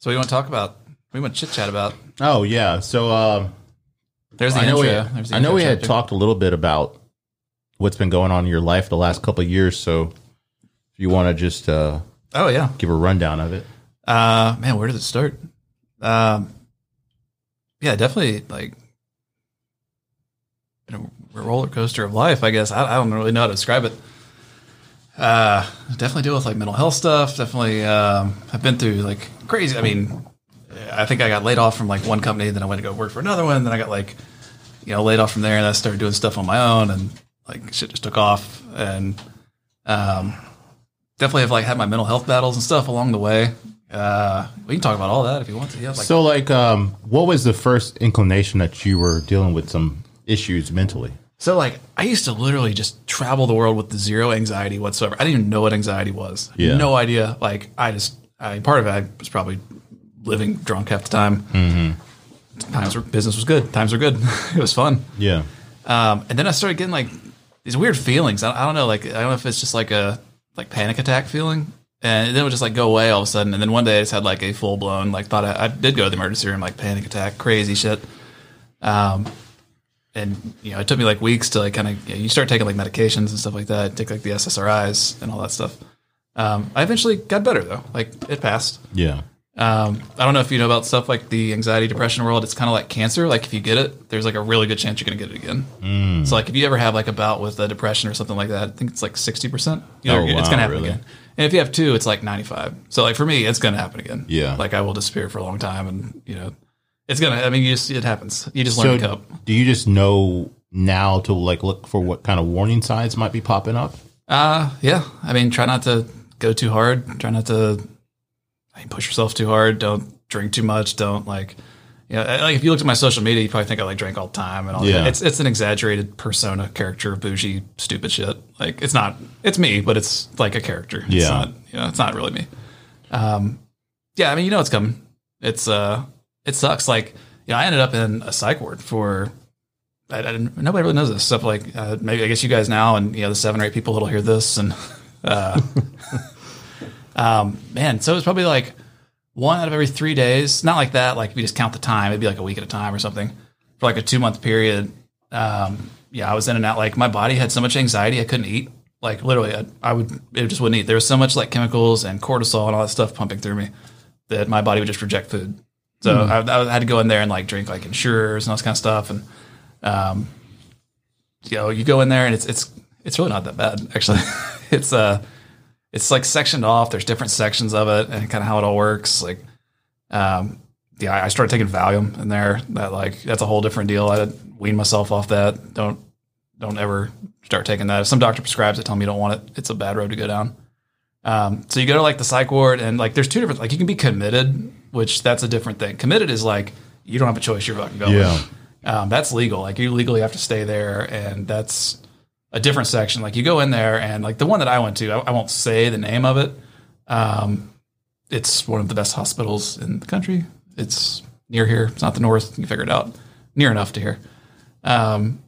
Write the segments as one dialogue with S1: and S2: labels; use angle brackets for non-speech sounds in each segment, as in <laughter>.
S1: So we want to talk about. We want to chit chat about.
S2: Oh yeah. So um,
S1: There's the
S2: I
S1: intro.
S2: know we,
S1: There's the
S2: I know
S1: intro
S2: we had
S1: chapter.
S2: talked a little bit about what's been going on in your life the last couple of years. So if you want to just uh,
S1: Oh yeah.
S2: give a rundown of it,
S1: Uh, man, where did it start? Um, yeah, definitely like been a roller coaster of life. I guess I, I don't really know how to describe it. Uh, definitely deal with like mental health stuff. Definitely, um, I've been through like crazy. I mean, I think I got laid off from like one company, then I went to go work for another one, then I got like you know laid off from there, and I started doing stuff on my own, and like shit just took off, and um, definitely have like had my mental health battles and stuff along the way. Uh, we can talk about all that if you want to. Yeah, like
S2: so like, um, what was the first inclination that you were dealing with some issues mentally?
S1: So like I used to literally just travel the world with zero anxiety whatsoever. I didn't even know what anxiety was.
S2: Yeah.
S1: No idea. Like I just I part of it I was probably living drunk half the time. Times were business was good. Times were good. <laughs> it was fun.
S2: Yeah,
S1: Um, and then I started getting like these weird feelings. I, I don't know, like I don't know if it's just like a like panic attack feeling, and then it would just like go away all of a sudden. And then one day I just had like a full blown like thought I, I did go to the emergency room, like panic attack, crazy shit. Um, and you know it took me like weeks to like kind of you, know, you start taking like medications and stuff like that. Take like the SSRIs and all that stuff. Um, I eventually got better though. Like it passed.
S2: yeah,
S1: Um, I don't know if you know about stuff like the anxiety depression world. It's kind of like cancer. Like if you get it, there's like a really good chance you're gonna get it again.
S2: Mm.
S1: So like if you ever have like a bout with a depression or something like that, I think it's like sixty percent. You know,
S2: Oh,
S1: it's
S2: wow,
S1: gonna happen
S2: really?
S1: again. And if you have two, it's like ninety five. So like for me, it's gonna happen again.
S2: Yeah.
S1: Like I will disappear for a long time, and you know, it's gonna. I mean, you just it happens. You just learn to
S2: So
S1: cope.
S2: do you just know now to like look for what kind of warning signs might be popping up?
S1: Uh, yeah. I mean, try not to go too hard. Try not to I mean, push yourself too hard. Don't drink too much. Don't like, you know, like if you looked at my social media, you probably think I like drank all the time and all
S2: Yeah.
S1: that. It's, it's an exaggerated persona character of bougie, stupid shit. Like it's not, it's me, but it's like a character. It's
S2: Yeah.
S1: Not, you know, it's not really me. Um, yeah. I mean, you know, it's coming. It's, uh, it sucks. Like, you know, I ended up in a psych ward for I, I didn't, nobody really knows this stuff. Like uh, maybe I guess you guys now, and you know the seven or eight people that'll hear this, and uh, <laughs> um, man, so it's probably like one out of every three days. Not like that. Like if you just count the time, it'd be like a week at a time or something for like a two month period. Um, yeah, I was in and out. Like my body had so much anxiety, I couldn't eat. Like literally, I, I would it just wouldn't eat. There was so much like chemicals and cortisol and all that stuff pumping through me that my body would just reject food. So I, I had to go in there and like drink like insurers and all this kind of stuff and um, you know, you go in there and it's it's it's really not that bad actually. <laughs> it's uh, it's like sectioned off. There's different sections of it and kind of how it all works. Like, um, yeah, I I started taking Valium in there. That like that's a whole different deal. I wean myself off that. Don't don't ever start taking that. If some doctor prescribes it, tell me you don't want it. It's a bad road to go down. Um, so you go to like the psych ward and like there's two different like you can be committed, which that's a different thing. Committed is like you don't have a choice. You're fucking going.
S2: Yeah.
S1: Um, that's legal. Like you legally have to stay there, and that's a different section. Like you go in there, and like the one that I went to, I, I won't say the name of it. Um, it's one of the best hospitals in the country. It's near here. It's not the north. You can figure it out. Near enough to here. Um,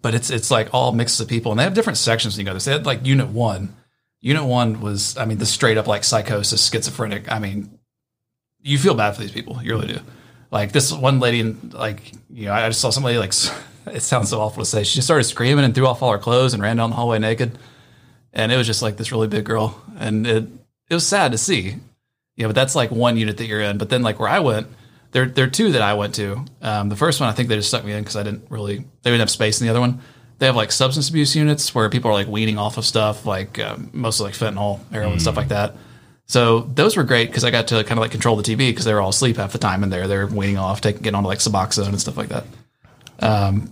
S1: but it's it's like all mixes of people, and they have different sections. when You go, there. they had like unit one. Unit one was, I mean, the straight up like psychosis, schizophrenic. I mean, you feel bad for these people. You really do. Like this one lady, and like you know, I just saw somebody like <laughs> s- it sounds so awful to say. She just started screaming and threw off all her clothes and ran down the hallway naked. And it was just like this really big girl, and it it was sad to see. Yeah, but that's like one unit that you're in. But then like where I went, there there are two that I went to. Um, the first one I think they just stuck me in because I didn't really they didn't have space in the other one. They have like substance abuse units where people are like weaning off of stuff like um, mostly like fentanyl, heroin, stuff like that. So those were great because I got to kind of like control the TV because they were all asleep half the time in there. They're weaning off, taking getting onto like Suboxone and stuff like that. Um, and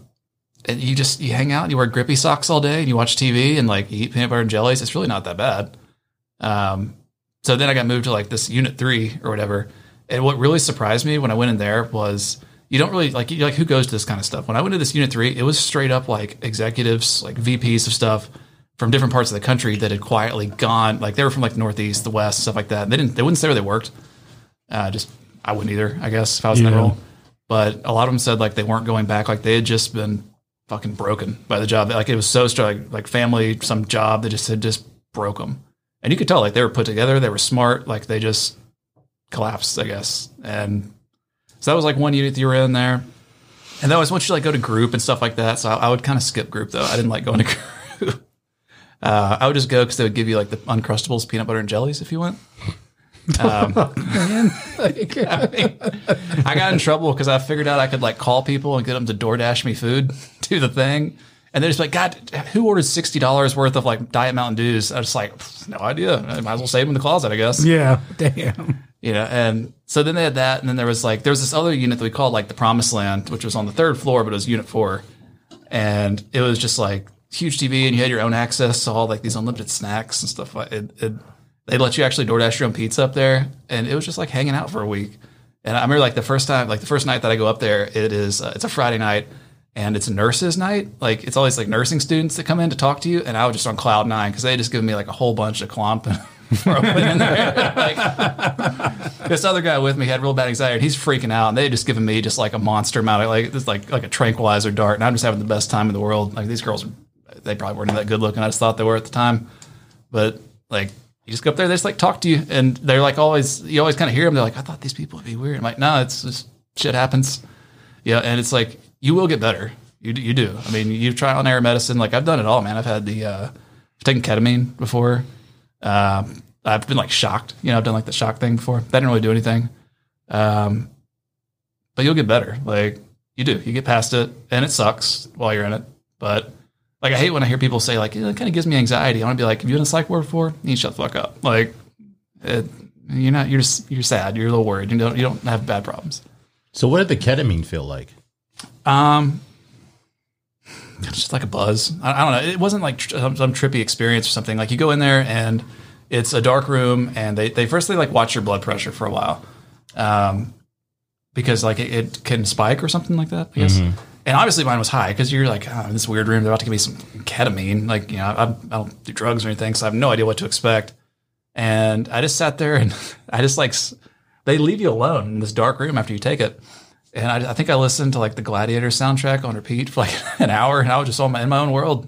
S1: you just you hang out, and you wear grippy socks all day, and you watch TV and like you eat peanut butter and jellies. It's really not that bad. Um, so then I got moved to like this unit three or whatever. And what really surprised me when I went in there was you don't really like you like who goes to this kind of stuff. When I went to this unit three, it was straight up like executives, like VPs of stuff from different parts of the country that had quietly gone. Like they were from like the Northeast, the West, stuff like that. And they didn't they wouldn't say where they worked. Uh, just I wouldn't either, I guess, if I was in that role. But a lot of them said like they weren't going back. Like they had just been fucking broken by the job. Like it was so strong. Like, like family, some job that just had just broke them. And you could tell like they were put together. They were smart. Like they just collapsed, I guess. And so that was like one unit that you were in there. And that was once you like go to group and stuff like that. So I, I would kind of skip group though. I didn't like going to <laughs> group. Uh, I would just go because they would give you like the Uncrustables, peanut butter and jellies if you went. <laughs> I, mean, I got in trouble because I figured out I could like call people and get them to DoorDash me food, <laughs> do the thing. And they're just like, God, who ordered $60 worth of like Diet Mountain Dews? I was just like, "Pfft, no idea. I might as well save them in the closet, I guess.
S3: yeah. Damn.
S1: You know, and so then they had that. And then there was like, there was this other unit that we called like the Promised Land, which was on the third floor, but it was unit four. And it was just like huge TV and you had your own access to all like these unlimited snacks and stuff. like- It, it, they let you actually DoorDash your own pizza up there. And it was just like hanging out for a week. And I remember like the first time, like the first night that I go up there, it is, uh, it's a Friday night and it's nurses night. Like it's always like nursing students that come in to talk to you. And I was just on cloud nine because they had just given me like a whole bunch of clomp. <laughs> for a win in there. <laughs> Like, this other guy with me had real bad anxiety and he's freaking out and they had just given me just like a monster amount of like this like like a tranquilizer dart and I'm just having the best time in the world. Like these girls they probably weren't that good looking. I just thought they were at the time. But like you just go up there, they just like talk to you and they're like always you always kinda hear them. They're like, I thought these people would be weird. I'm like, no, it's just shit happens. Yeah, and it's like you will get better. You do, you do. I mean, you try on air medicine. Like I've done it all, man. I've had the uh, I've taken ketamine before. Um, I've been like shocked. You know, I've done like the shock thing before. That didn't really do anything. Um, but you'll get better. Like you do. You get past it, and it sucks while you're in it. But like I hate when I hear people say like it kind of gives me anxiety. I want to be like, have you been in psych ward before? You need to shut the fuck up. Like it, you're not. You're just, you're sad. You're a little worried. You don't. You don't have bad problems.
S2: So what did the ketamine feel like?
S1: Um, it's just like a buzz. I, I don't know. It wasn't like tr- some, some trippy experience or something. Like you go in there and it's a dark room, and they they firstly like watch your blood pressure for a while, um, because like it, it can spike or something like that. I guess. And obviously mine was high because you're like, oh, in this weird room, they're about to give me some ketamine. Like, you know, I, I don't do drugs or anything, so I have no idea what to expect. And I just sat there and <laughs> I just like, s- they leave you alone in this dark room after you take it. And I, I think I listened to like the Gladiator soundtrack on repeat for like <laughs> an hour and I was just on my, in my own world.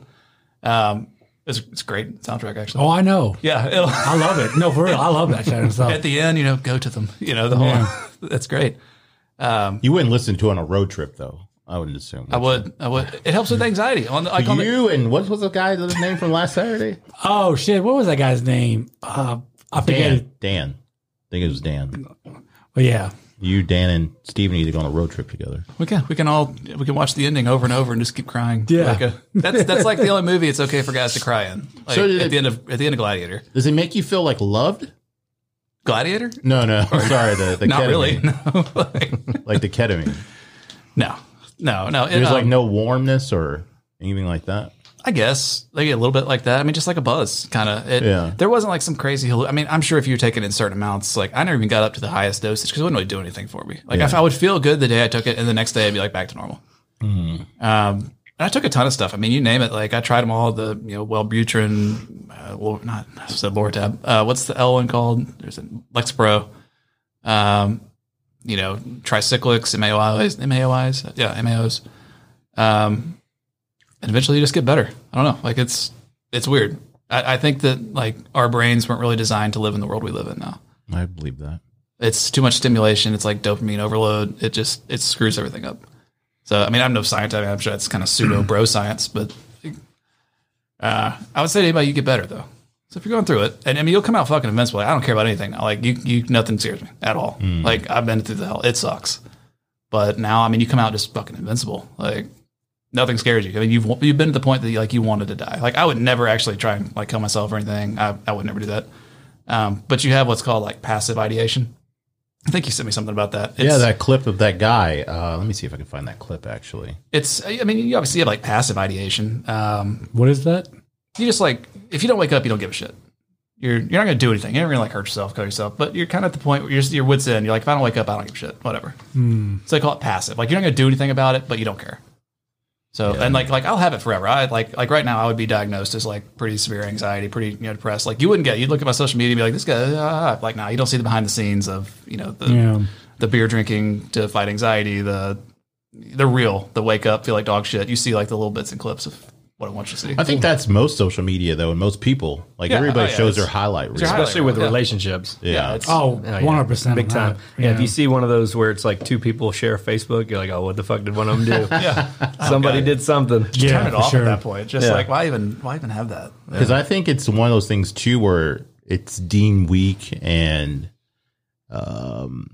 S1: Um, it's, it's a great soundtrack, actually.
S3: Oh, I know.
S1: Yeah. it'll- <laughs>
S3: I love it. No, for real. I love that kind of stuff.
S1: at the end, you know, go to them, you know, the whole, <laughs> that's great.
S2: You wouldn't listen to it on a road trip though. I wouldn't assume.
S1: I would, I would, it helps with anxiety. On the, like, on the-
S2: You and what was the guy the name from last Saturday?
S3: Oh shit! What was that guy's name? Uh, I forget.
S2: Dan. Dan. I think it was Dan.
S3: Well, yeah.
S2: You, Dan, and Steven need to go on a road trip together.
S1: We can we can all we can watch the ending over and over and just keep crying.
S3: Yeah.
S1: Like a- that's that's like the only movie it's okay for guys to cry in. Like
S2: So uh, did
S1: at
S2: it-
S1: the end of at the end of Gladiator,
S2: Does it make you feel like loved?
S1: Gladiator,
S2: No, no. <laughs> Sorry, the, the
S1: not
S2: ketamine.
S1: really. <laughs> No, like,
S2: <laughs> Like the ketamine.
S1: no, no, no. It,
S2: There's
S1: um,
S2: like no warmness or anything like that.
S1: I guess like a little bit like that. I mean, just like a buzz, kind of.
S2: Yeah.
S1: There wasn't like some crazy. hallu- I mean, I'm sure if you were taking it in certain amounts, like I never even got up to the highest dosage because it wouldn't really do anything for me. Like if I would feel good the day I took it, and the next day I'd be like back to normal. Um, and I took a ton of stuff. I mean, you name it. Like I tried them all. The you know Wellbutrin, uh, well, not I said Loratab. Uh, what's the L one called? There's a Lexapro. Um, you know, tricyclics, MAOIs, MAOIs, yeah, MAOs. Um, and eventually you just get better. I don't know. Like it's it's weird. I, I think that like our brains weren't really designed to live in the world we live in now.
S2: I believe that.
S1: It's too much stimulation. It's like dopamine overload. It just it screws everything up. So I mean, I'm no scientist. I mean, I'm sure that's kind of pseudo bro science, but uh, I would say to anybody, you get better though. So if you're going through it, and I mean, you'll come out fucking invincible. Like, I don't care about anything now. Like you, you, nothing scares me at all. Like I've been through the hell. It sucks, but now I mean, you come out just fucking invincible. Like nothing scares you. I mean, you've you've been to the point that you, like you wanted to die. Like I would never actually try and like kill myself or anything. I, I would never do that. Um, but you have what's called like passive ideation. I think you sent me something about that. It's,
S2: Yeah, that clip of that guy. Uh, let me see if I can find that clip actually.
S1: it's. I mean, you obviously have like passive ideation. Um,
S3: What is that?
S1: you just like if you don't wake up, you don't give a shit. You're you're not gonna do anything. You're not gonna like hurt yourself, kill yourself. But you're kind of at the point where you're just- your wits end. You're like, if I don't wake up, I don't give a shit. Whatever.
S3: Hmm.
S1: So they call it passive. Like you're not gonna do anything about it, but you don't care. So and like like I'll have it forever. I like like right now I would be diagnosed as like pretty severe anxiety, pretty you know depressed. Like you wouldn't get. You'd look at my social media and be like, this guy. ah, ah. Like now nah, you don't see the behind the scenes of you know the
S3: Yeah.
S1: the beer drinking to fight anxiety, the the real, the wake up, feel like dog shit. You see like the little bits and clips of what I want you to see.
S2: I think that's most social media though, and most people like
S1: Yeah,
S2: everybody
S1: oh, yeah,
S2: shows their
S1: it's-
S2: highlight
S1: your
S2: reel.
S1: highlight
S4: especially with
S1: Yeah.
S4: relationships.
S2: yeah,
S1: it's,
S3: Oh,
S4: Oh,
S3: 100%
S4: big
S3: of that,
S4: time. Yeah, if
S3: know.
S4: you see one of those where it's like two people share Facebook, you're like, oh, what the fuck did one of them do? yeah, somebody
S1: God.
S4: did something.
S3: Yeah,
S1: turn it
S3: for
S1: off
S3: sure.
S1: at that point. Just
S4: Yeah.
S1: like why even why even have that?
S2: because I think it's one of those things too where it's deemed weak and um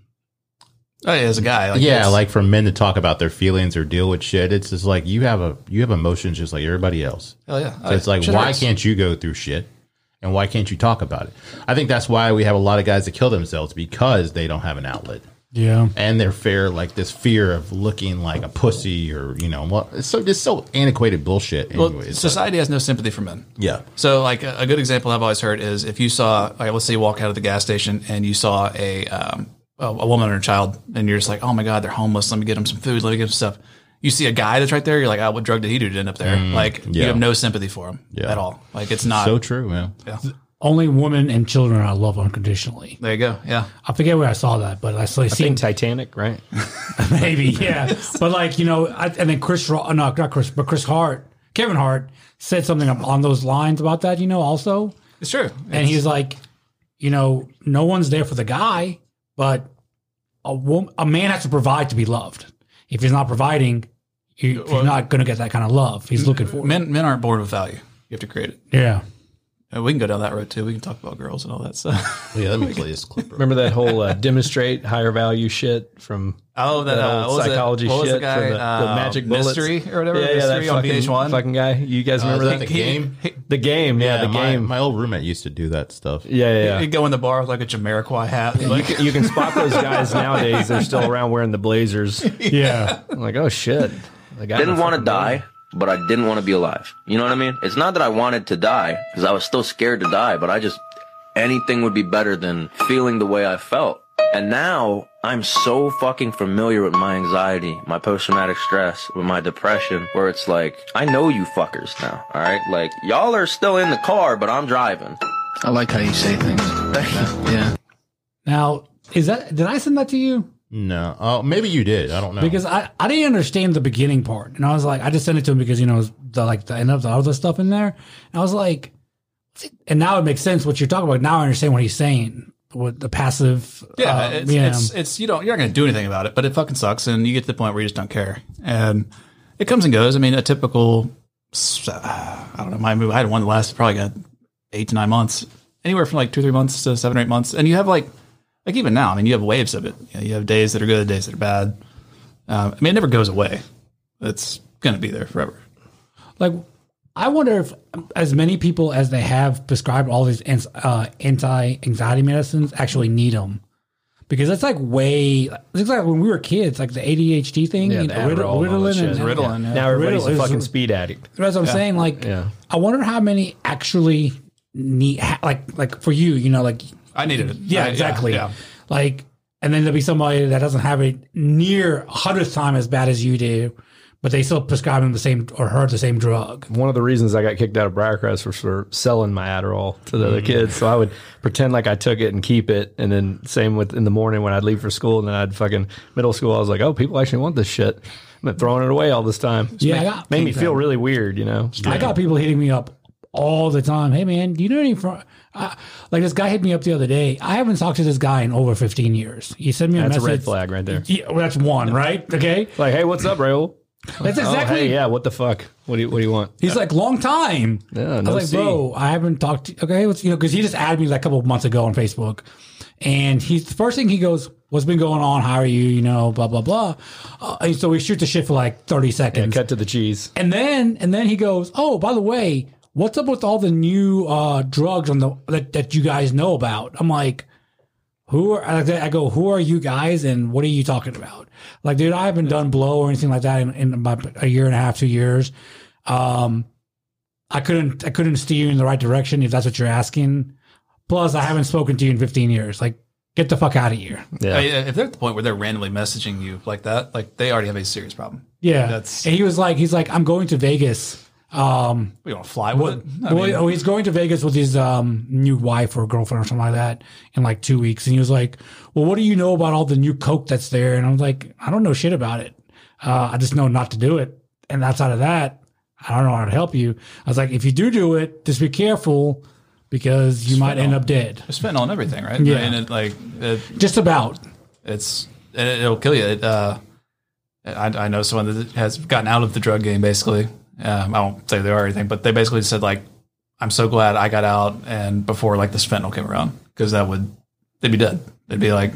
S1: Oh, yeah, as a guy, like,
S2: yeah,
S1: it's-
S2: like for men to talk about their feelings or deal with shit. It's just like you have a you have emotions just like everybody else.
S1: hell oh, yeah.
S2: So it's like,
S1: Uh, Shit
S2: why
S1: hurts.
S2: can't you go through shit? And why can't you talk about it? I think that's why we have a lot of guys that kill themselves because they don't have an outlet.
S3: Yeah.
S2: And they're fair, like this fear of looking like a pussy or, you know, well, it's so just so antiquated bullshit.
S1: Well,
S2: Anyways.
S1: society has no sympathy for men.
S2: yeah.
S1: So, like a a good example I've always heard is if you saw, like, let's say you walk out of the gas station and you saw a um, a, a woman or a child, and you're just like, oh my god, they're homeless. Let me get them some food. Let me get them stuff. You see a guy that's right there. You're like, oh, what drug did he do to end up there? like, you
S2: Mm, yeah.
S1: have no sympathy for him
S2: Yeah.
S1: at all. Like, it's not.
S2: So true, man.
S1: yeah.
S3: Only women and children I love unconditionally.
S1: There you go. Yeah.
S3: I forget where I saw that, but I saw it
S4: Seen
S3: seemed
S4: Titanic, right?
S3: maybe, yeah. But like you know, I, and then Chris, Ro- no, not Chris, but Chris Hart, Kevin Hart said something on those lines about that. You know, also,
S1: It's true.
S3: and he's like, you know, no one's there for the guy, but a woman, a man has to provide to be loved. If he's not providing, you, you're not going to get that kind of love he's
S1: <laughs>
S3: looking for.
S1: men men aren't born with value. You have to create it.
S3: Yeah.
S1: And we can go down that road too. We can talk about girls and all that stuff. <laughs>
S2: Yeah, let me play this clip. real
S4: Remember that whole uh, demonstrate higher value shit from
S1: Oh, that, uh,
S4: old
S1: what was it?
S4: psychology
S1: What was
S4: shit
S1: the guy?
S4: from the, the
S1: Uh,
S4: magic
S1: Mystery
S4: bullets.
S1: or whatever?
S4: Yeah, yeah,
S1: Mystery
S4: that
S1: on
S4: fucking,
S1: VH1. Uh,
S4: fucking guy. You guys remember
S2: is
S4: that?
S2: that the
S4: He-
S2: game?
S4: he- the game, yeah, the
S2: my,
S4: game.
S2: My old roommate used to do that stuff.
S4: yeah, yeah, yeah.
S1: He'd go in the bar with like a Jamiroquai
S4: <laughs>
S1: hat.
S4: you
S1: Like,
S4: can, you can spot those guys nowadays. They're still around wearing the blazers.
S3: Yeah.
S4: I'm like, oh shit. The guy
S5: didn't want to die, but I didn't want to be alive. You know what I mean? It's not that I wanted to die, because I was still scared to die, but I just, anything would be better than feeling the way I felt. And now I'm so fucking familiar with my anxiety, my post-traumatic stress, with my depression, where it's like, I know you fuckers now, alright? Like, y'all are still in the car, but I'm driving.
S6: I like how you say things. Yeah.
S3: <laughs> Now, is that did I send that to you?
S2: No. Oh, maybe you did. I don't know.
S3: Because I, I didn't understand the beginning part, and I was like, I just sent it to him because you know it was the like the end of the other stuff in there, and I was like, and now it makes sense what you're talking about. Now I understand what he's saying with the passive.
S1: <laughs> yeah,
S4: oh,
S3: uh,
S1: it's, it's it's you don't you're not gonna do anything about it, but it fucking sucks, and you get to the point where you just don't care, and it comes and goes. I mean, a typical, s- uh, I don't know, my move. I had one that lasted probably got eight to nine months, anywhere from like two three months to seven or eight months, and you have like like even now. I mean, you have waves of it. You, know, you have days that are good, days that are bad. Um, I mean, it never goes away. It's gonna be there forever.
S3: like I wonder if as many people as they have prescribed all these ans- uh, anti-anxiety medicines actually need them. Because that's like way. It's like when we were kids, like the ADHD thing,
S4: Yeah,
S3: you
S4: the
S3: know, Rital-
S4: Adderall and all that
S3: Ritalin,
S4: shit.
S3: and,
S1: Ritalin, yeah.
S4: Now everybody's
S3: Riddle
S4: a
S3: is-
S4: fucking speed addict.
S3: That's what I'm saying. Like,
S4: Yeah.
S3: I wonder how many actually need, ha- like, like for you, you know, like,
S1: I needed it.
S3: yeah,
S1: I-
S3: exactly, like, and then there'll be somebody that doesn't have it near a hundredth time as bad as you do, but they still prescribe him the same or her the same drug.
S4: One of the reasons I got kicked out of Briarcrest was for selling my Adderall to the
S3: Mm.
S4: other kids. So I would pretend like I took it and keep it. And then same with in the morning when I'd leave for school and then I'd fucking middle school, I was like, oh, people actually want this shit. I've been throwing it away all this time.
S3: Yeah, I
S4: made,
S3: got
S4: made me feel really weird, you know?
S3: I got people hitting me up all the time. Hey, man, do you know any? Fr-? Uh, like this guy hit me up the other day. I haven't talked to this guy in over 15 years. He sent me a
S4: That's a
S3: message.
S4: red flag right there.
S3: Yeah, well, that's one, right? Okay,
S4: Like, hey, what's up, Raul?
S3: that's
S4: Oh,
S3: exactly.
S4: hey, yeah, what the fuck? What do you, what do you want?
S3: He's like, long time.
S4: Yeah,
S3: I
S4: no
S3: was like,
S4: see.
S3: bro, I haven't talked to okay, what's you know, because he just added me like a couple of months ago on Facebook. And he's the first thing he goes, What's been going on? How are you? You know, blah, blah, blah. Uh, and so we shoot the shit for like 30 seconds.
S4: Cut to the cheese.
S3: and then and then he goes, Oh, by the way, what's up with all the new uh drugs on the that, that you guys know about? I'm like, who are I I go, who are you guys and what are you talking about? Like, dude, I haven't done blow or anything like that in, in about a year and a half, two years. Um, I couldn't I couldn't steer you in the right direction if that's what you're asking. Plus, I haven't spoken to you in 15 years. Like, get the fuck out of here.
S4: Yeah.
S1: I mean, if they're at the point where they're randomly messaging you like that, like they already have a serious problem.
S3: Yeah.
S1: That's-
S3: and he was like, he's like, I'm going to Vegas. Um,
S1: We don't fly with it. I
S3: well,
S1: mean-
S3: oh, he's going to Vegas with his um, new wife or girlfriend or something like that in like two weeks. And he was like, Well, what do you know about all the new Coke that's there? And I was like, I don't know shit about it. Uh, I just know not to do it. And outside of that, I don't know how to help you. I was like, if you do do it, just be careful because you might end up dead.
S1: They're spitting on everything, right?
S3: Yeah.
S1: and it like it,
S3: Just about.
S1: it's it, it'll kill you. It, uh, I, I know someone that has gotten out of the drug game basically. Um, I won't say they are or anything, but they basically said like, "I'm so glad I got out," and before like this fentanyl came around, because that would they'd be dead. They'd be like,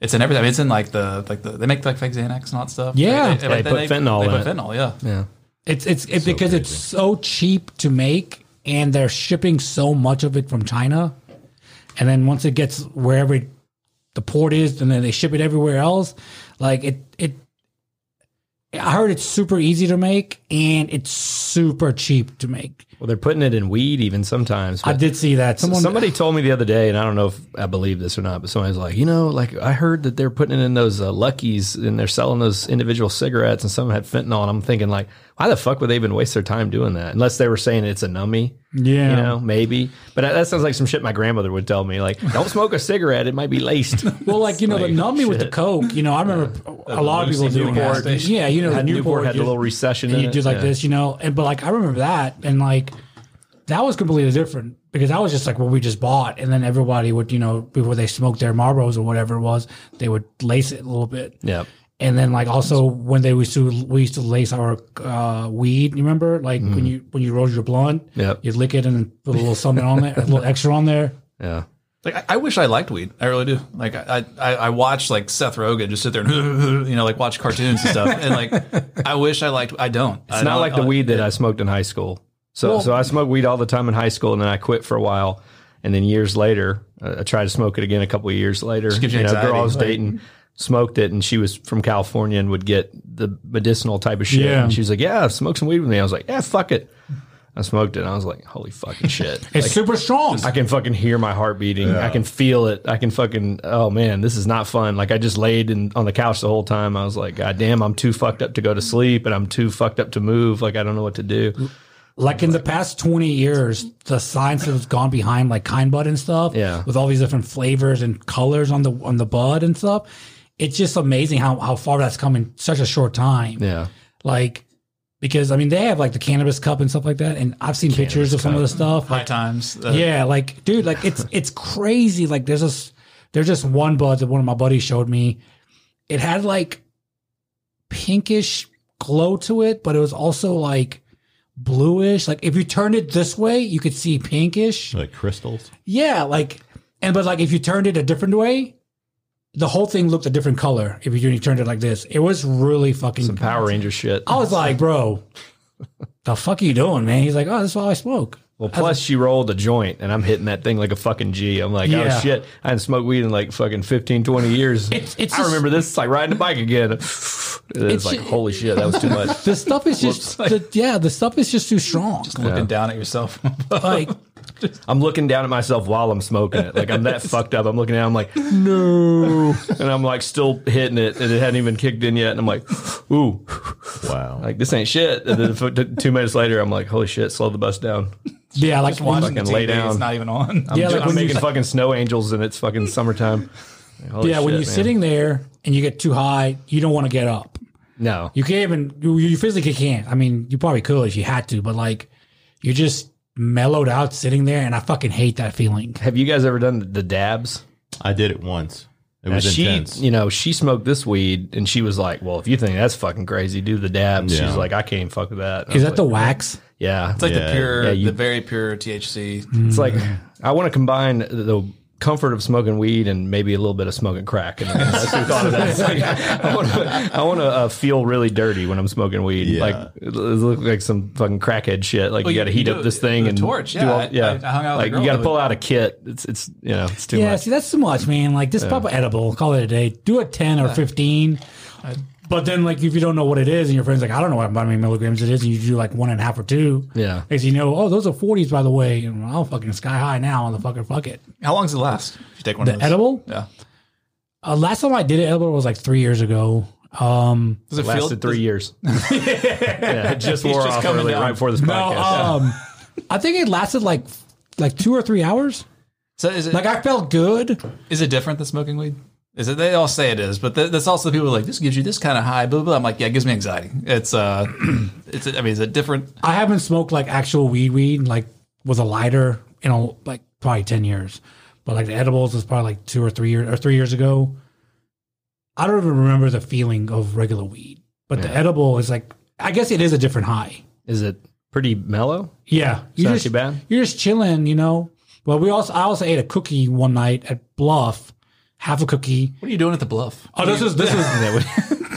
S1: it's in everything. I mean, it's in like the like the they make like fake Xanax and all that stuff.
S3: Yeah.
S1: Like,
S4: They put fentanyl
S1: They
S4: in
S1: put
S4: it.
S1: fentanyl, yeah.
S4: Yeah.
S3: It's it's it, because it's so cheap to make, and they're shipping so much of it from China, and then once it gets wherever it, the port is, and then they ship it everywhere else. Like it it, I heard it's super easy to make, and it's super cheap to make.
S4: Well, they're putting it in weed even sometimes.
S3: I
S4: but-
S3: did see that someone
S4: somebody told me the other day, and I don't know if I believe this or not, but somebody was like, you know, like I heard that they're putting it in those uh, Luckies and they're selling those individual cigarettes, and some had fentanyl. And I'm thinking, like, why the fuck would they even waste their time doing that? Unless they were saying it's a nummy.
S3: Yeah.
S4: You know, maybe. But that that sounds like some shit my grandmother would tell me. Like, don't smoke a cigarette; it might be laced.
S3: Well, like you know, <laughs> the nummy with the coke. You know, I remember a lot of people
S1: Lucy
S3: doing
S1: Newport.
S3: that. Yeah, you know, the Newport
S4: Newport, had a
S3: you-
S4: little recession.
S3: and
S4: in
S3: you
S4: it.
S3: do like
S4: Yeah.
S3: this, you know. And but like I remember that, and like that was completely different because that was just like what we just bought, and then everybody would, you know, before they smoked their Marlboros or whatever it was, they would lace it a little bit.
S4: Yeah.
S3: And then like also when they used to we used to lace our uh, weed, you remember? Like when you when you rolled your blunt,
S4: Mm-hmm. Yep.
S3: you'd lick it and put a little something on there, a
S4: <laughs>
S3: little extra on there.
S4: Yeah.
S1: Like I, I wish I liked weed. I really do. Like I, I, I watch like Seth Rogen just sit there and <laughs> you know like watch cartoons and stuff. And
S4: <laughs>
S1: like I wish I liked. I don't.
S4: It's not like the weed that I smoked in high school. So, so I smoked weed all the time in high school, and then I quit for a while, and then years later, uh, I tried to smoke it again a couple of years later.
S1: gives you
S4: know, girl I
S1: anxiety,
S4: was
S1: like-
S4: dating smoked it, and she was from California and would get the medicinal type of shit.
S3: Yeah.
S4: And she was like, "Yeah, smoke some weed with me." I was like, "Yeah, fuck it." I smoked it, and I was like, "Holy
S1: <laughs>
S4: fucking shit!"
S3: It's super strong.
S4: I can fucking hear my heart beating. I can feel it. I can fucking oh man, this is not fun. Like I just laid in, on the couch the whole time. I was like, God damn, I'm too fucked up to go to sleep and I'm too fucked up to move. Like I don't know what to do.
S3: like in the past 20 years the science has gone behind like kind bud and stuff
S4: Yeah.
S3: with all these different flavors and colors on the on the bud and stuff it's just amazing how, how far that's come in such a short time
S4: Yeah.
S3: like because i mean they have like the cannabis cup and stuff like that and i've seen pictures of some of the stuff
S1: high
S3: like,
S1: times. Uh,
S3: yeah like dude like it's it's crazy like there's this there's just one bud that one of my buddies showed me it had like pinkish glow to it but it was also like bluish like if you turned it this way you could see pinkish
S2: Like crystals.
S3: yeah like and but like if you turned it a different way the whole thing looked a different color if you turned it like this it was really fucking
S4: Some Power Ranger shit.
S3: i was like bro the fuck are you doing man he's like oh that's why i smoke
S4: Well, plus she rolled a joint and I'm hitting that thing like a fucking G. I'm like,
S3: Yeah.
S4: oh shit. I hadn't smoked weed in like fucking 15, 20 years.
S3: It's- it's
S4: I
S3: just-
S4: remember this. It's like riding a
S3: <laughs>
S4: bike again. It's, like,
S3: ju-
S4: holy shit, that was too much.
S3: the stuff <laughs> is just the, yeah the stuff is <laughs> just too strong
S1: looking down at yourself. <laughs>
S3: like
S4: I'm looking down at myself while I'm smoking it. Like I'm that <laughs> fucked up. I'm looking down. I'm like, no, and I'm like still hitting it, and it hadn't even kicked in yet. And I'm like, ooh,
S2: Wow.
S4: like this ain't shit. And then f- t- two minutes later, I'm like, holy shit, slow the bus down.
S3: <laughs> yeah like when-
S1: watching the
S4: Fucking lay
S1: TV, It's
S4: down.
S1: not even on.
S3: yeah like
S4: I'm
S3: when you,
S4: making fucking snow angels, and it's fucking summertime. Like, holy
S3: yeah when
S4: shit,
S3: you're
S4: man.
S3: sitting there and you get too high you don't want to get up
S4: no,
S3: you can't even you, you physically can't I mean you probably could if you had to but like you're just mellowed out sitting there and I fucking hate that feeling
S4: have you guys ever done the dabs?
S2: I did it once. It
S4: Now,
S2: was
S4: she,
S2: intense.
S4: you know, she smoked this weed, and she was like, "Well, if you think that's fucking crazy, do the dabs."
S2: Yeah.
S4: She's like, "I can't even fuck with that." And
S3: is
S4: I was
S3: that
S4: like,
S3: the wax
S4: yeah?
S1: It's like
S2: Yeah.
S1: the pure,
S4: Yeah, you-
S1: the very pure THC.
S4: It's like
S2: Mm.
S4: I want to combine the comfort of smoking weed and maybe a little bit of smoking crack. And that's who thought of that. It's like, I want to, I want to uh, feel really dirty when I'm smoking weed.
S2: Yeah.
S4: Like it look like some fucking crackhead shit. Like
S1: Well, Oh, you-
S4: you got to heat
S1: you
S4: up
S1: do
S4: this
S1: it
S4: thing
S1: with a
S4: and
S1: torch.
S4: do
S1: Yeah,
S4: all-
S1: I-
S4: yeah.
S1: I- I hung out with a
S4: like
S1: girl
S4: you got to
S1: that
S4: pull
S1: would-
S4: out a kit. It's it's you know it's too
S3: yeah
S4: much.
S3: see that's too much man like this probably edible call it a day do a 10 or 15 but then like if you don't know what it is and your friend's like I don't know what how many milligrams it is and you do like one and a half or two
S4: Yeah.
S3: because you know oh those are 40s by the way and I'll fucking sky high now on the fucking fuck it
S1: How long does it last? If you take one
S3: the
S1: of those.
S3: edible
S1: Yeah.
S3: Uh, last time I did it, edible was like three years ago. Um,
S1: Does it,
S4: It
S1: feel?
S4: lasted
S2: <laughs>
S4: three years. yeah, it just
S1: He's
S4: wore
S1: just
S4: off
S1: coming
S4: early,
S1: down. uh,
S4: right before this
S3: no,
S4: podcast.
S3: um, <laughs> I think it lasted like like two or three hours.
S1: So is it
S3: Like I felt good.
S1: is it different than smoking weed? Is that they all say it is, but th- that's also the people who are like this gives you this kind of high. Blah, blah blah. I'm like, yeah, it gives me anxiety. It's uh, <clears throat> it's I mean, it's a different.
S3: I haven't smoked like actual weed, weed like with a lighter in a, like probably ten years, but like the edibles was probably like two or three years or three years ago. I don't even remember the feeling of regular weed, but the edible is like I guess it is a different high.
S4: Is it pretty mellow?
S3: Yeah, you
S4: not
S3: just,
S4: too bad.
S3: You're just chilling, you know. Well, we also I also ate a cookie one night at Bluff, half a cookie.
S1: What are you doing at the bluff?
S3: Oh, this was
S4: <laughs>
S3: this was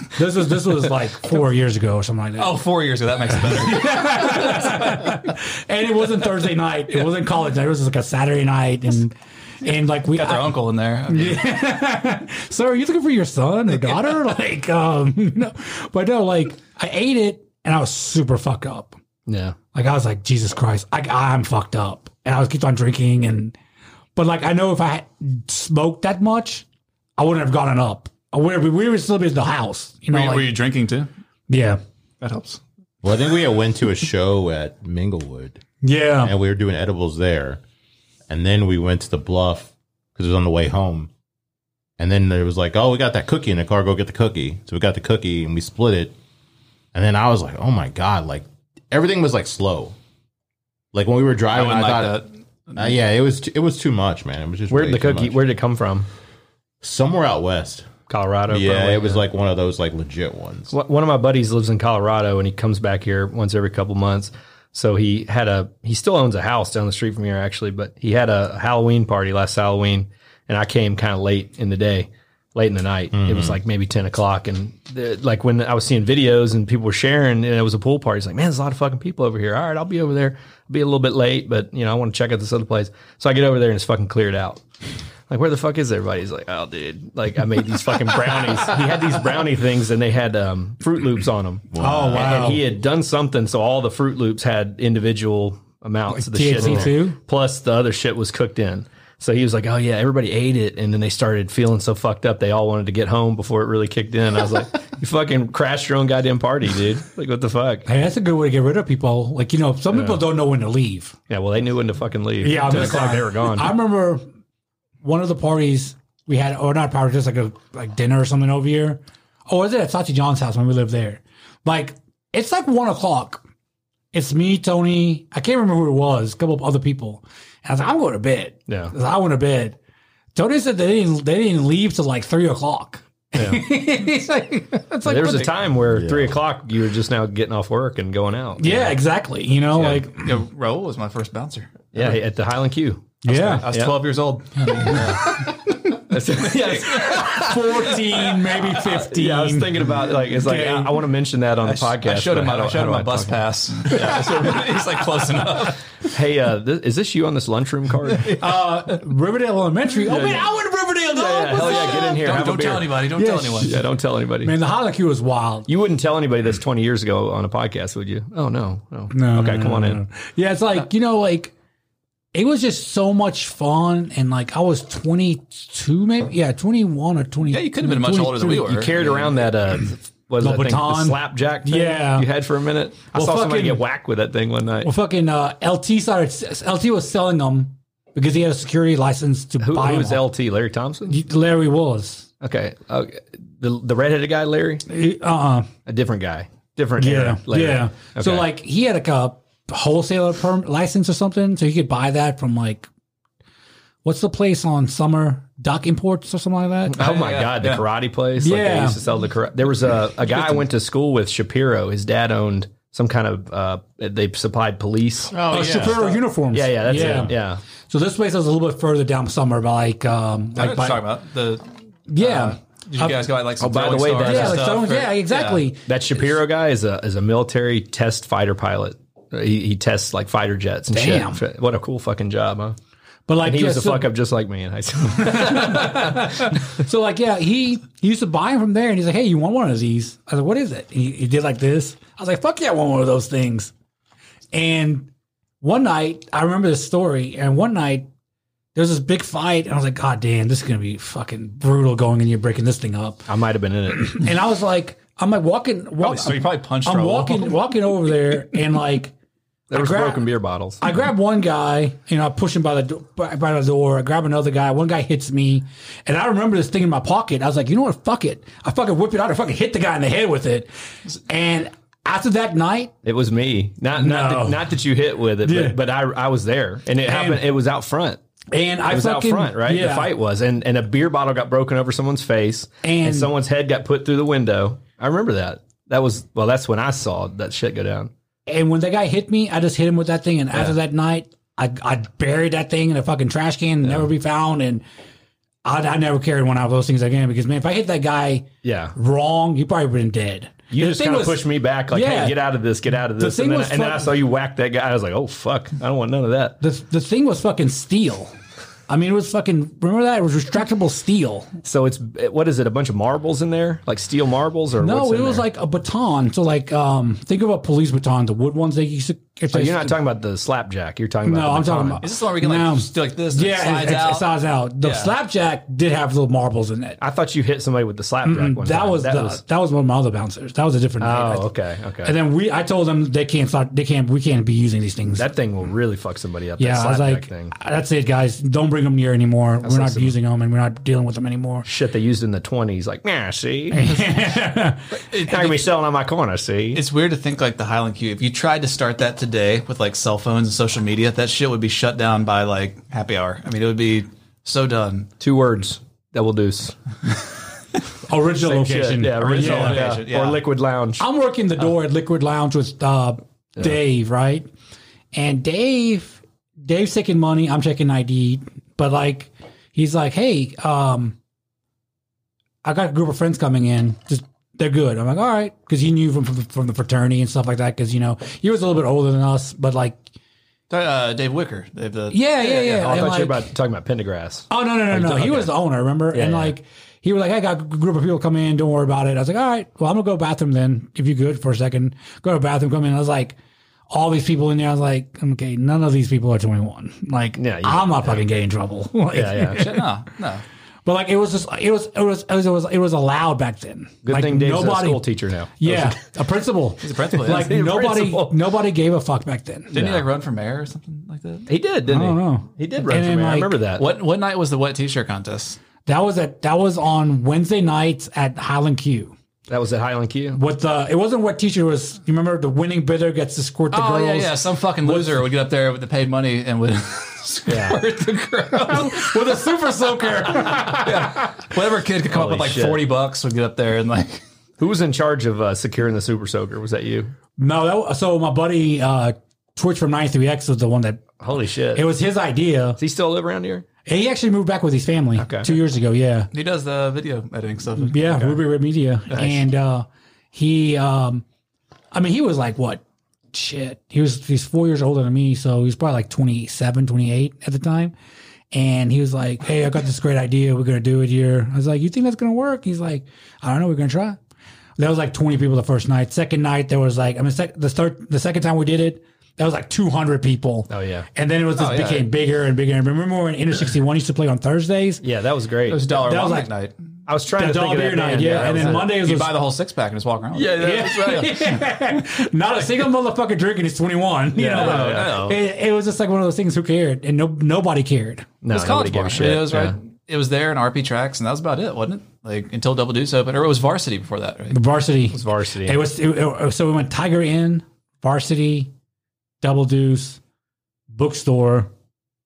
S3: <laughs> this was this was like four years ago or something like that.
S1: Oh, four years ago. That makes it better.
S3: and it wasn't Thursday night. It wasn't college night. It was like a Saturday night, and and like we.
S1: Got <laughs> their
S3: I,
S1: uncle in there. Okay.
S3: so, are you looking for your son or daughter? <laughs> Like, um, no, but no, like I ate it and I was super fucked up.
S4: Yeah.
S3: Like I was like, Jesus Christ, I, I'm fucked up, and I was kept on drinking, and but like I know if I had smoked that much, I wouldn't have gotten up. I would have, we would still be in the house, you know.
S1: Were you,
S3: like-
S1: were you drinking too?
S3: yeah,
S1: That helps.
S2: Well, I think we had went to a show at Minglewood
S3: yeah.
S2: and we were doing edibles there. And then we went to the bluff because it was on the way home. And then there was like, oh, we got that cookie in the car. Go get the cookie. So we got the cookie and we split it. And then I was like, oh my God. Like everything was like slow. Like when we were
S1: I
S2: driving, I,
S1: wouldn't like
S2: thought,
S1: that.
S2: Uh, yeah, it was, t- it was too much, man. It was just
S4: Where'd
S2: way
S4: the
S2: too
S4: cookie?
S2: much.
S4: Where'd it come from?
S2: somewhere out west.
S4: Colorado.
S2: Yeah,
S4: probably?
S2: it was like one of those like legit ones.
S4: One one of my buddies lives in Colorado, and he comes back here once every couple months. So he had a he still owns a house down the street from here actually, but he had a Halloween party last Halloween, and I came kind of late in the day, late in the night. It was like maybe ten o'clock, and the, like when I was seeing videos and people were sharing, and it was a pool party. It's like, man, there's a lot of fucking people over here. All right, I'll be over there. I'll be a little bit late, but you know I want to check out this other place. So I get over there and it's fucking cleared out. Like, where the fuck is everybody? He's like, oh, dude, like I made these fucking brownies. he had these brownie things and they had um, Fruit Loops on them.
S3: Oh
S4: And
S3: wow.
S4: he had done something, so all the Fruit Loops had individual amounts of the shit. in
S3: THC
S4: it.
S3: too?
S4: Plus, the other shit was cooked in. So he was like, "Oh yeah, everybody ate it," and then they started feeling so fucked up. They all wanted to get home before it really kicked in. I was like, <laughs> "You fucking crashed your own goddamn party, dude! Like, what the fuck?"
S3: Hey, that's a good way to get rid of people. Like you know, some people don't know when to leave.
S4: Yeah, well, they knew when to fucking leave.
S3: Yeah, I'm
S4: ten
S3: just
S4: o'clock,
S3: saying.
S4: they were gone.
S3: I remember one of the parties we had, or not party, just like a like dinner or something over here. Or was it at Sachi John's house when we lived there? Like it's like one o'clock. It's me, Tony. I can't remember who it was. A couple of other people. And I was like, I'm going to bed.
S4: Yeah.
S3: I, was like, I went to bed. Tony said they didn't they didn't leave till like three o'clock. <laughs> It's like, it's like
S4: there was
S3: what
S4: a
S3: the-
S4: time where three o'clock you were just now getting off work and going out.
S3: Yeah, exactly. You know, like
S1: Yeah, Raul was my first bouncer.
S4: yeah, at the Highland Q.
S1: I
S3: yeah,
S1: was
S4: Yeah.
S1: 12 years old.
S4: yes.
S3: fourteen, maybe fifteen.
S4: <laughs> Yeah, I was thinking about like it's like I, I want to mention that on the podcast.
S1: I showed
S4: but
S1: him
S4: how
S1: my,
S4: do-
S1: I
S4: how
S1: showed him
S4: do
S1: my
S4: I
S1: bus
S4: talk
S1: pass. <laughs> Yeah, so he's like close enough.
S4: about- Hey, uh, th- is this you on this lunchroom card?
S1: <laughs>
S4: yeah,
S3: Riverdale Elementary. oh man,
S4: yeah.
S3: I went to Riverdale. dog. What's
S4: hell Oh, yeah,
S3: up?
S4: get in here.
S1: Don't,
S4: have a
S1: don't tell
S4: beer.
S1: anybody. Don't tell
S3: Yeah,
S1: anyone.
S4: Yeah, don't tell anybody.
S3: Man, the Holly Q was wild.
S4: you wouldn't tell anybody this twenty years ago on a podcast, would you? Oh no, no.
S3: No,
S4: okay,
S3: no,
S4: come on
S3: no,
S4: in.
S3: no. Yeah, it's like you know, like it was just so much fun, and like I was twenty two, maybe yeah, twenty one or twenty.
S1: Yeah, you could have been much older than we were.
S4: You carried around that uh, was
S3: The
S4: that thing, the
S3: baton.
S4: slapjack? Thing
S3: Yeah.
S4: you had for a minute. I
S3: Well,
S4: saw somebody
S3: fucking-
S4: get whacked with that thing one night.
S3: Well, fucking uh, LT started. LT was selling them because he had a security license to
S4: Who,
S3: buy
S4: who
S3: them.
S4: was LT? Larry Thompson.
S3: Larry was.
S4: Okay, uh, the the redheaded guy, Larry,
S3: Uh. uh
S4: a different guy, different
S3: Yeah.
S4: era, Larry.
S3: Yeah. So
S4: Okay.
S3: like he had like a wholesaler perm- license or something, so he could buy that from like what's the place on Summer Dock Imports or something like that.
S4: Oh my
S1: yeah,
S4: God, the
S1: yeah.
S4: karate place. Like they
S3: Yeah.
S4: used to sell the karate. There was a, a guy I went to school with, Shapiro. His dad owned some kind of, uh, they supplied police.
S3: Oh, Shapiro uniforms.
S4: Yeah, yeah, that's it. Yeah.
S3: So this place is a little bit further down summer, but like, um,
S1: I know what
S3: like by-
S1: you're talking about the.
S3: yeah,
S1: Did you guys go out like some
S4: by the
S1: Throwing
S4: way,
S1: Stars
S4: that-
S1: and
S3: yeah, like
S1: stuff,
S3: some-
S1: or-
S3: yeah, exactly.
S4: That Shapiro guy is a, is a military test fighter pilot. He, he tests like fighter jets and
S3: Damn.
S4: shit. What a cool fucking job, huh?
S3: But like,
S4: He
S3: yeah,
S4: was a
S3: so,
S4: fuck up just like me in high school. <laughs>
S3: so like, yeah, he, he used to buy him from there, and he's like, hey, you want one of these? I was like, what is it? And he, he did like this. I was like, fuck yeah, I want one of those things. And one night, I remember this story. And one night, there was this big fight, and I was like, God damn, this is gonna be fucking brutal going in here breaking this thing
S4: <laughs>
S3: up.
S4: I might have been in it.
S3: And
S4: Oh,
S3: I was like, I'm like walking, walk,
S1: So you probably punched.
S3: I'm
S1: Raul.
S4: <laughs>
S3: walking walking over there and like
S4: There was
S3: grab-
S4: broken beer bottles.
S3: I grab one guy, you know, I push him by the do- by by the door. I grab another guy. One guy hits me, and I remember this thing in my pocket. I was like, you know what? Fuck it. I fucking whip it out and fucking hit the guy in the head with it. And after that night,
S4: It was me. Not not,
S3: No.
S4: that, not that you hit with it,
S3: Yeah.
S4: but, but I I was there, and it happened. It was out front.
S3: and I
S4: It was
S3: fucking
S4: out front, right?
S3: Yeah,
S4: The fight was, and and a beer bottle got broken over someone's face, and,
S3: And-
S4: someone's head got put through the window. I remember that. That was well. That's when I saw that shit go down.
S3: And when that guy hit me, I just hit him with that thing. And after that night, I I buried that thing in a fucking trash can, never be found. And I, I never carried one out of those things again because man, if I hit that guy
S4: Yeah,
S3: wrong, he probably would have been dead.
S4: you
S3: The
S4: just
S3: thing
S4: kind
S3: was-
S4: of pushed me back, like,
S3: Yeah.
S4: "Hey, get out of this, get out of this."
S3: thing
S4: And then,
S3: was
S4: and then I
S3: fuck-
S4: saw you whack that guy. I was like, "Oh fuck, I don't want none of that."
S3: The the thing was fucking steel. I mean, it was fucking. Remember that it was retractable steel.
S4: So it's what is it? A bunch of marbles in there, like steel marbles, or
S3: No,
S4: what's
S3: it
S4: in
S3: was
S4: there?
S3: like a baton. So like, um, think of a police baton, the wood ones they used to. if
S4: Oh,
S3: they-
S4: you're not talking about the slapjack. You're talking about
S3: No,
S4: the
S3: I'm talking
S4: baton.
S3: about.
S1: Is this the one where you can
S3: No.
S1: like do like this? and it
S3: Yeah,
S1: slides
S3: it, it,
S1: out?
S3: it slides out. The
S1: Yeah.
S3: slapjack did have little marbles in it.
S4: I thought you hit somebody with the slapjack. one
S3: that
S4: time.
S3: was the, that was one of my other bouncers. That was a different. night, I
S4: Oh,
S3: think.
S4: okay, okay.
S3: And then we, I told them they can't start. They can't. We can't be using these things.
S4: that thing will really fuck somebody up.
S3: yeah,
S4: that
S3: I was
S4: slapjack
S3: like,
S4: thing.
S3: that's it, guys. Don't bring them near anymore. we're not
S4: like some-
S3: using them, and we're not dealing with them anymore.
S4: Shit they used in the twenties. Like,
S3: <laughs>
S4: nah, see, not
S1: It-
S4: gonna be selling on my corner. See,
S1: it's weird to think like the Highland Q. If you tried to start that today with like cell phones and social media, that shit would be shut down by like happy hour. I mean, it would be so done.
S4: two words that will deuce.
S3: Original location.
S4: Yeah, original
S1: Yeah.
S4: yeah.
S1: location, yeah.
S4: or liquid lounge.
S3: I'm working the door at Liquid Lounge with uh, Dave, right? And Dave, Dave's taking money. I'm checking ID, but like, he's like, "Hey, um, I got a group of friends coming in. Just they're good." I'm like, "All right," because he knew from, from from the fraternity and stuff like that. Because you know, he was a little bit older than us, but like,
S1: Uh, Dave Wicker. They have the,
S3: yeah, yeah, yeah.
S4: Oh, I
S3: And,
S4: thought you were
S3: like-
S4: about talking about
S3: <laughs>
S4: Pendergrass.
S3: Oh no no no no! He was the owner, remember? and
S4: yeah.
S3: like he was like, "I got a group of people coming in. Don't worry about it." I was like, "All right, well, I'm gonna go bathroom then. If you good for a second, go to the bathroom. Come in." I was like, "All these people in there." I was like, "Okay, none of these people are 21. Like,
S4: Yeah, you-
S3: I'm not fucking getting in trouble." <laughs> Like-
S4: Yeah, yeah.
S1: No, no.
S3: But like, it was just it was it was it was it was, it was allowed back then.
S4: Good
S3: like,
S4: thing Dave's a school teacher now. <laughs>
S3: Yeah, a principal.
S1: He's a principal.
S3: Like
S1: yeah.
S3: nobody
S4: principal.
S3: nobody gave a fuck back then.
S1: Didn't he like run for mayor or something like that?
S4: He did, didn't
S3: I don't
S4: he?
S3: know.
S4: He did run
S3: And
S4: for
S3: then,
S4: mayor. I
S3: like,
S4: remember that.
S1: What what night was the wet t-shirt contest?
S3: That was at that was on Wednesday nights at Highland Q.
S4: That was at Highland Q.
S3: What the? It wasn't what teacher was. You remember the winning bidder gets to squirt the
S1: Oh
S3: girls.
S1: yeah, yeah. Some fucking loser would get up there with the paid money and would <laughs> squirt the girls with a super soaker. <laughs> Whatever kid could come up
S4: Holy
S1: with like
S4: shit.
S1: forty bucks would get up there and like <laughs>
S4: Who was in charge of uh, securing the Super Soaker? Was that you?
S3: No, that, wa- so my buddy uh, Twitch from 93X was the one that
S4: Holy shit!
S3: it was his idea.
S4: Does he still live around here?
S3: He actually moved back with his family two years ago. Yeah,
S1: he does the video editing stuff.
S3: yeah, Ruby Red Media, and uh, he, um, I mean, he was like what? Shit, he was he's four years older than me, so he was probably like 27, 28 at the time. And he was like, "Hey, I got this great idea. We're gonna do it here." I was like, "You think that's gonna work?" He's like, "I don't know. We're gonna try." There was like 20 people the first night. Second night, there was like, I mean, sec- the third, the second time we did it, there was like 200 people.
S4: Oh, yeah.
S3: And then it was just
S1: yeah.
S3: became bigger and bigger. And remember when Inner 61 used to play on Thursdays?
S4: Yeah, that was great.
S1: It was dollar
S3: That was
S1: one
S3: like-
S1: night.
S4: I was trying
S3: The
S4: to think
S3: dollar
S4: of that
S3: beer night,
S4: band.
S3: yeah.
S4: that
S3: And
S4: was
S3: then
S4: it.
S3: Monday was
S1: You
S3: a-
S1: buy the whole six pack and just walk around. with <laughs> it.
S4: yeah, that's
S3: <laughs>
S4: right.
S3: Not a single motherfucker drinking is 21. You know?
S1: no, no.
S3: It, it was just like one of those things who cared and no, nobody cared.
S1: It
S4: No,
S1: was
S4: nobody
S1: college
S4: gave
S1: bar.
S4: a shit.
S1: It was
S4: Yeah.
S1: right. It was there in RP tracks, and that was about it, wasn't it? Like until Double Deuce opened, or it was Varsity before that, right?
S3: The varsity. It was
S4: varsity.
S3: It was, it- it- so we went Tiger Inn, varsity, Double Deuce, bookstore,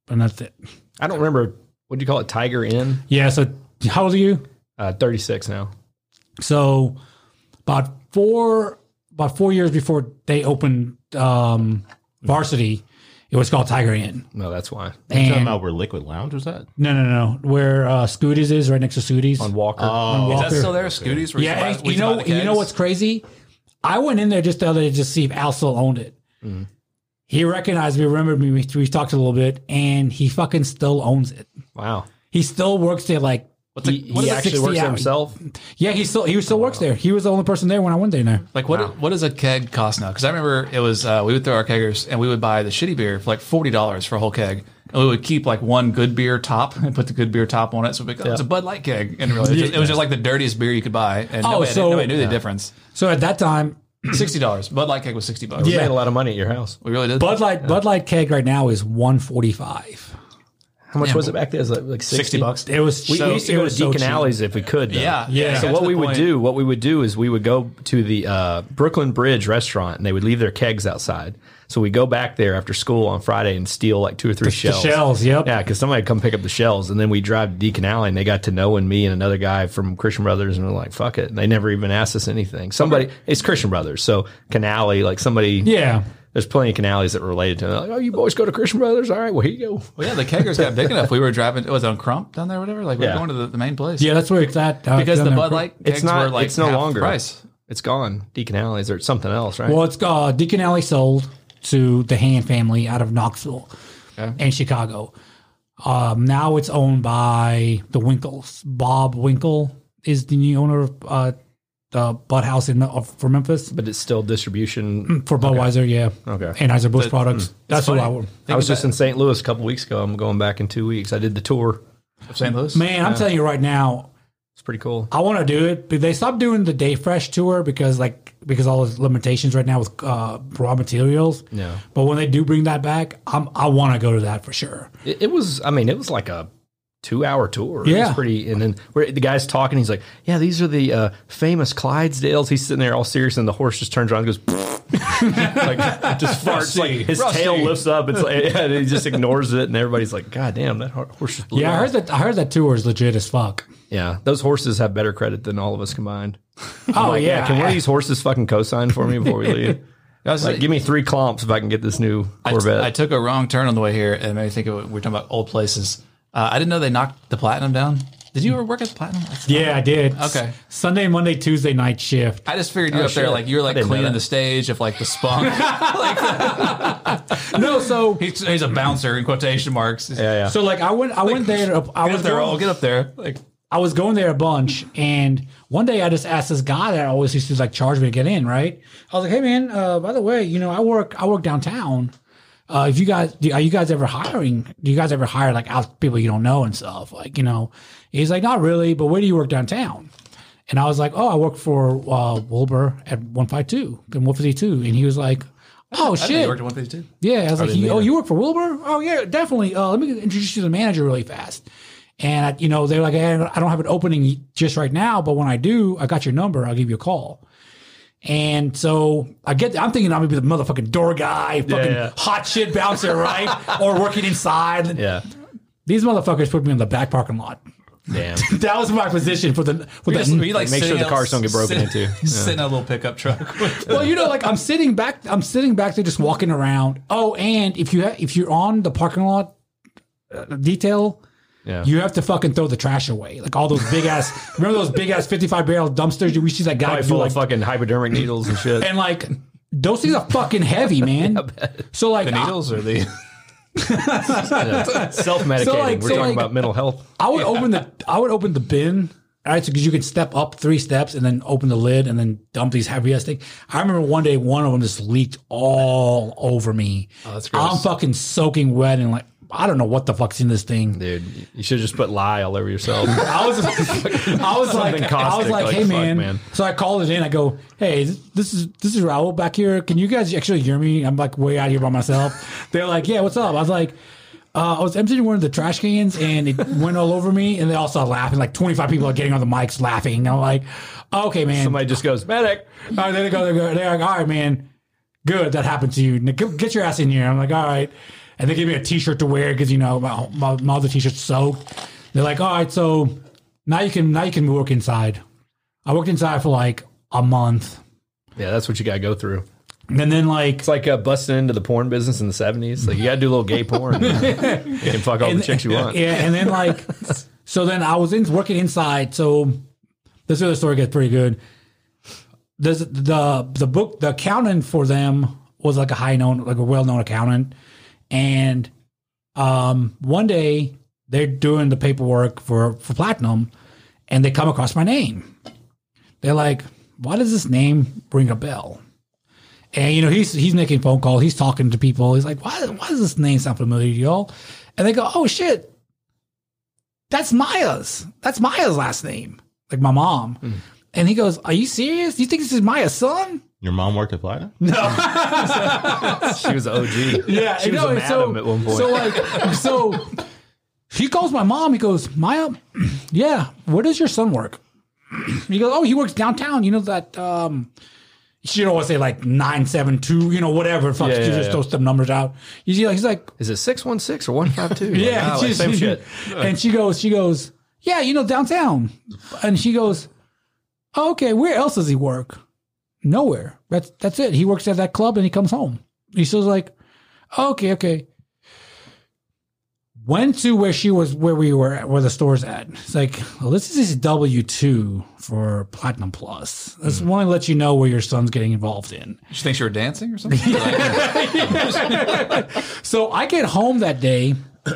S3: and that's it.
S4: I don't remember. What do you call it? Tiger Inn.
S3: Yeah. So how old are you?
S4: Uh, Thirty six now.
S3: So about four about four years before they opened um, varsity, it was called Tiger Inn.
S4: No, that's why.
S2: You talking
S3: And
S2: about where Liquid Lounge was at?
S3: no, no, no, where uh, Scooties is right next to Scooties.
S4: On Walker.
S2: Oh,
S1: Is that
S3: Walker.
S1: still there? Scooties? Where
S3: yeah,
S1: used to buy-
S3: and
S1: we
S3: you
S1: used to buy
S3: know,
S1: the
S3: you know
S1: kegs?
S3: what's crazy? I went in there just the other day to just see if Al still owned it. He recognized me, remembered me. We, we talked a little bit, and he fucking still owns it.
S4: wow.
S3: He still works there. Like
S4: What's he,
S3: what
S4: he
S3: is it,
S4: actually
S3: 60
S4: works for
S3: hours?
S4: himself.
S3: yeah, he still he still works there. He was the only person there when I went in there.
S1: Like what? What does a keg cost now? Because I remember it was uh, we would throw our keggers and we would buy the shitty beer for like forty dollars for a whole keg, and we would keep like one good beer top <laughs> and put the good beer top on it. So we like, oh, it's a Bud Light keg, and really it was, just, it was just like the dirtiest beer you could buy, and nobody,
S3: Oh, so-
S1: nobody knew the difference.
S3: So at that time,
S1: sixty dollars. Bud Light cake was sixty bucks.
S4: We made a lot of money at your house.
S1: we really did.
S3: Bud Light Bud Light keg right now is one forty five.
S4: How much
S1: Yeah,
S4: was
S1: but-
S4: it back then? It was like, like 60?
S1: sixty bucks.
S3: It was
S4: We,
S3: so,
S4: we used to
S3: it
S4: go to
S3: was so
S4: Deacon
S3: cheap.
S4: Alleys if we could. though.
S1: Yeah, yeah. Got
S4: So
S1: to
S4: what
S1: the
S4: we would
S1: point-
S4: do, what we would do is we would go to the uh, Brooklyn Bridge restaurant and they would leave their kegs outside. So we go back there after school on Friday and steal like two or three
S3: The
S4: shells.
S3: shells, yep.
S4: Yeah, because somebody would come pick up the shells, and then we drive to Deacon Alley, and they got to know and me and another guy from Christian Brothers, and we're like, "Fuck it!" And they never even asked us anything. Somebody, it's Christian Brothers, so Canali, like somebody,
S3: Yeah.
S4: There's plenty of Canales that were related to. Them. Like, oh, you boys go to Christian Brothers? All right, well here you go.
S1: Well, yeah, the keggers got big enough. We were driving. It was on Crump down there, or whatever. Like we were
S4: Yeah.
S1: going to the, the main place.
S3: Yeah, that's where it's at. uh,
S1: because
S3: down
S1: the
S3: there.
S1: Bud Light kegs
S4: It's not.
S1: were like
S4: it's no
S1: half the
S4: longer.
S1: price.
S4: It's gone. Deacon Alley's or something else, right?
S3: Well, it's uh, Deacon Alley sold to the Hand family out of Knoxville and Chicago. Um, now it's owned by the Winkles. Bob Winkle is the new owner of uh, the Bud House in of, for Memphis
S4: but it's still
S1: mm.
S4: distribution.
S3: for Budweiser. Yeah,
S4: Okay.
S3: Anheuser Busch products. That's what I would.
S4: I
S1: Think
S4: was just
S1: about
S4: in St. Louis a couple weeks ago. I'm going back in two weeks. I did the tour.
S1: it. St. Louis.
S3: Man, I'm telling you right now,
S4: It's pretty cool.
S3: I want to do it. But they stopped doing the Day Fresh tour because like because all those limitations right now with uh, raw materials.
S4: Yeah.
S3: But when they do bring that back, I'm, I want to go to that for sure.
S4: It, it was. I mean, it was like a two hour tour. It
S3: Yeah.
S4: was pretty. And then where the guy's talking, he's like, "Yeah, these are the uh, famous Clydesdales." He's sitting there all serious, and the horse just turns around, and goes. <laughs> like just farts like his
S1: Rusty.
S4: tail lifts up it's like <laughs> yeah, and he just ignores it and everybody's like god damn that hor- horse just blew
S3: Yeah, I
S4: up."
S3: heard that. I heard that tour is legit as fuck.
S4: yeah those horses have better credit than all of us combined
S3: Oh
S4: Like,
S3: yeah,
S4: can one of these horses fucking cosign for me before we leave?
S1: I was
S4: Like, give me three clumps if I can get this new
S1: I t-
S4: Corvette.
S1: I took a wrong turn on the way here, and it made me think of we we're talking about old places. Uh, I didn't know they knocked the platinum down. Did you ever work at platinum? That's-
S3: yeah, I did.
S1: Okay.
S3: Sunday, Monday, Tuesday night shift.
S1: I just figured you up there,
S4: Oh, shit.
S1: like you were
S4: I
S1: like
S4: didn't know
S1: cleaning
S4: that.
S1: the stage of like the spunk.
S4: <laughs>
S1: <laughs>
S3: No, so <laughs>
S1: he's, he's a bouncer in quotation marks. Yeah,
S4: yeah.
S3: so like I went, I went
S1: Get
S3: there. I was
S1: up there,
S3: going-
S1: all get up there. Like
S3: I was going there a bunch, and one day I just asked this guy that always used to like charge me to get in. Right? I was like, "Hey, man, uh, by the way, you know, I work, I work downtown. Uh, if you guys, do, are you guys ever hiring? Do you guys ever hire like out people you don't know and stuff? Like, you know?" He's like, "Not really, but where do you work downtown?" And I was like, "Oh, I work for uh, Wilbur at one five two and one fifty two. And he was like, "Oh
S1: I didn't
S3: shit,
S1: work at one thing too.
S3: yeah, I was like, he, oh, you work for Wilbur? Oh, yeah, definitely. Uh, let me introduce you to the manager really fast. And, I, you know, they're like, hey, I don't have an opening just right now, but when I do, I got your number. I'll give you a call. And so I get, I'm thinking I'm gonna be the motherfucking door guy, fucking
S4: yeah.
S3: hot shit bouncer, right? <laughs> or working inside.
S4: yeah,
S3: These motherfuckers put me in the back parking lot. <laughs>
S4: damn.
S3: That was my position for the, for the
S1: Just, we, like,
S4: Mm-hmm. Make sure
S1: sitting
S4: the
S1: out-
S4: cars don't get
S1: <laughs>
S4: broken
S1: sitting-
S4: into. Yeah.
S1: Sitting in a little pickup truck.
S4: <laughs>
S3: well, you know, like I'm sitting back, I'm sitting back there just walking around. Oh, and if you ha- if you're on the parking lot uh, detail,
S4: Yeah.
S3: you have to fucking throw the trash away. Like all those big ass,
S4: <laughs>
S3: remember those big ass 55 barrel dumpsters? You we see that guy
S4: Probably
S3: do
S4: full
S3: like,
S4: of fucking hypodermic needles and shit.
S3: and like those things are fucking heavy,
S4: <laughs>
S3: man. so like, I,
S1: Needles or the
S4: Self medicating.
S3: So, like,
S4: We're
S3: so,
S4: talking
S3: like-
S4: about mental health.
S3: I would open the I would open the bin. All right, because you can step up three steps and then open the lid and then dump these heavy ass things. I remember one day one of them just leaked all over me. Oh,
S1: that's gross.
S3: I'm fucking soaking wet and like I don't know what the fuck's in this thing.
S4: Dude, you should just put lie all over yourself.
S3: I was, I was like, I was
S4: caustic,
S3: like,
S4: like,
S3: hey
S4: fuck,
S3: man.
S4: man.
S3: So I called it in. I go, hey, this- this is this is Raul back here. Can you guys actually hear me? I'm like way out here by myself.
S4: <laughs>
S3: They're like, yeah, what's up? I was like. Uh, I was emptying one of the trash cans and it went all over me, and they all started laughing. Like 25 people are getting on the mics laughing. I'm like, okay, man.
S4: <laughs> Somebody just goes, medic.
S3: all right, there they go. They go. They're like, all right, man. Good, that happened to you. Now, go- Get your ass in here. I'm like, all right. And they give me a t-shirt to wear because you know my, my, my other t-shirt's soaked. They're like, all right, so now you can now you can work inside. I worked inside for like a month,
S4: Yeah, that's what you got to go through.
S3: and then like
S4: It's like uh, busting into the porn business in the 70s. Like, you got to do a little
S3: <laughs>
S4: gay porn. you can fuck all the chicks you want.
S3: Yeah, and then like, so then I was in working inside. So this other story gets pretty good. There's the the book the accountant for them was like a high known like a well known accountant, and um one day they're doing the paperwork for for platinum, and they come across my name. They're like, why does this name ring a bell? And you know, he's he's making phone calls, he's talking to people. He's like, why, why does this name sound familiar to y'all? And they go, oh shit, that's Maya's. That's Hmm. Maya's last name, like my mom. And he goes, are you serious? You think this is Maya's son?
S2: Your mom worked at Platinum?
S4: She was an OG.
S3: Yeah,
S4: she was
S3: no,
S4: a
S3: and so-
S4: madam at one point.
S3: So like, <laughs> so she calls my mom. He goes, Maya, <clears throat> yeah, where does your son work? <clears throat> He goes, oh, he works downtown. You know that. um She don't want to say like nine seven two. You know whatever. Fuck,
S4: Yeah,
S3: she
S4: yeah,
S3: just
S4: yeah.
S3: throws some numbers out. You see, like he's like,
S4: Is it six one six or one five two?
S3: <laughs> yeah,
S4: like, same shit.
S3: And she goes, she goes, yeah, you know downtown. And she goes, oh, okay, where else does he work? Nowhere. That's that's it. He works at that club and he comes home. He's just like, okay, okay. Went to where she was, where we were, at, where the store's at. It's like, well, this is his W two for Platinum Plus. I
S4: Hmm.
S3: just want to let you know where your son's getting involved in.
S1: She thinks you were dancing or something.
S4: <laughs>
S1: Like,
S3: So I get home that day. <clears throat>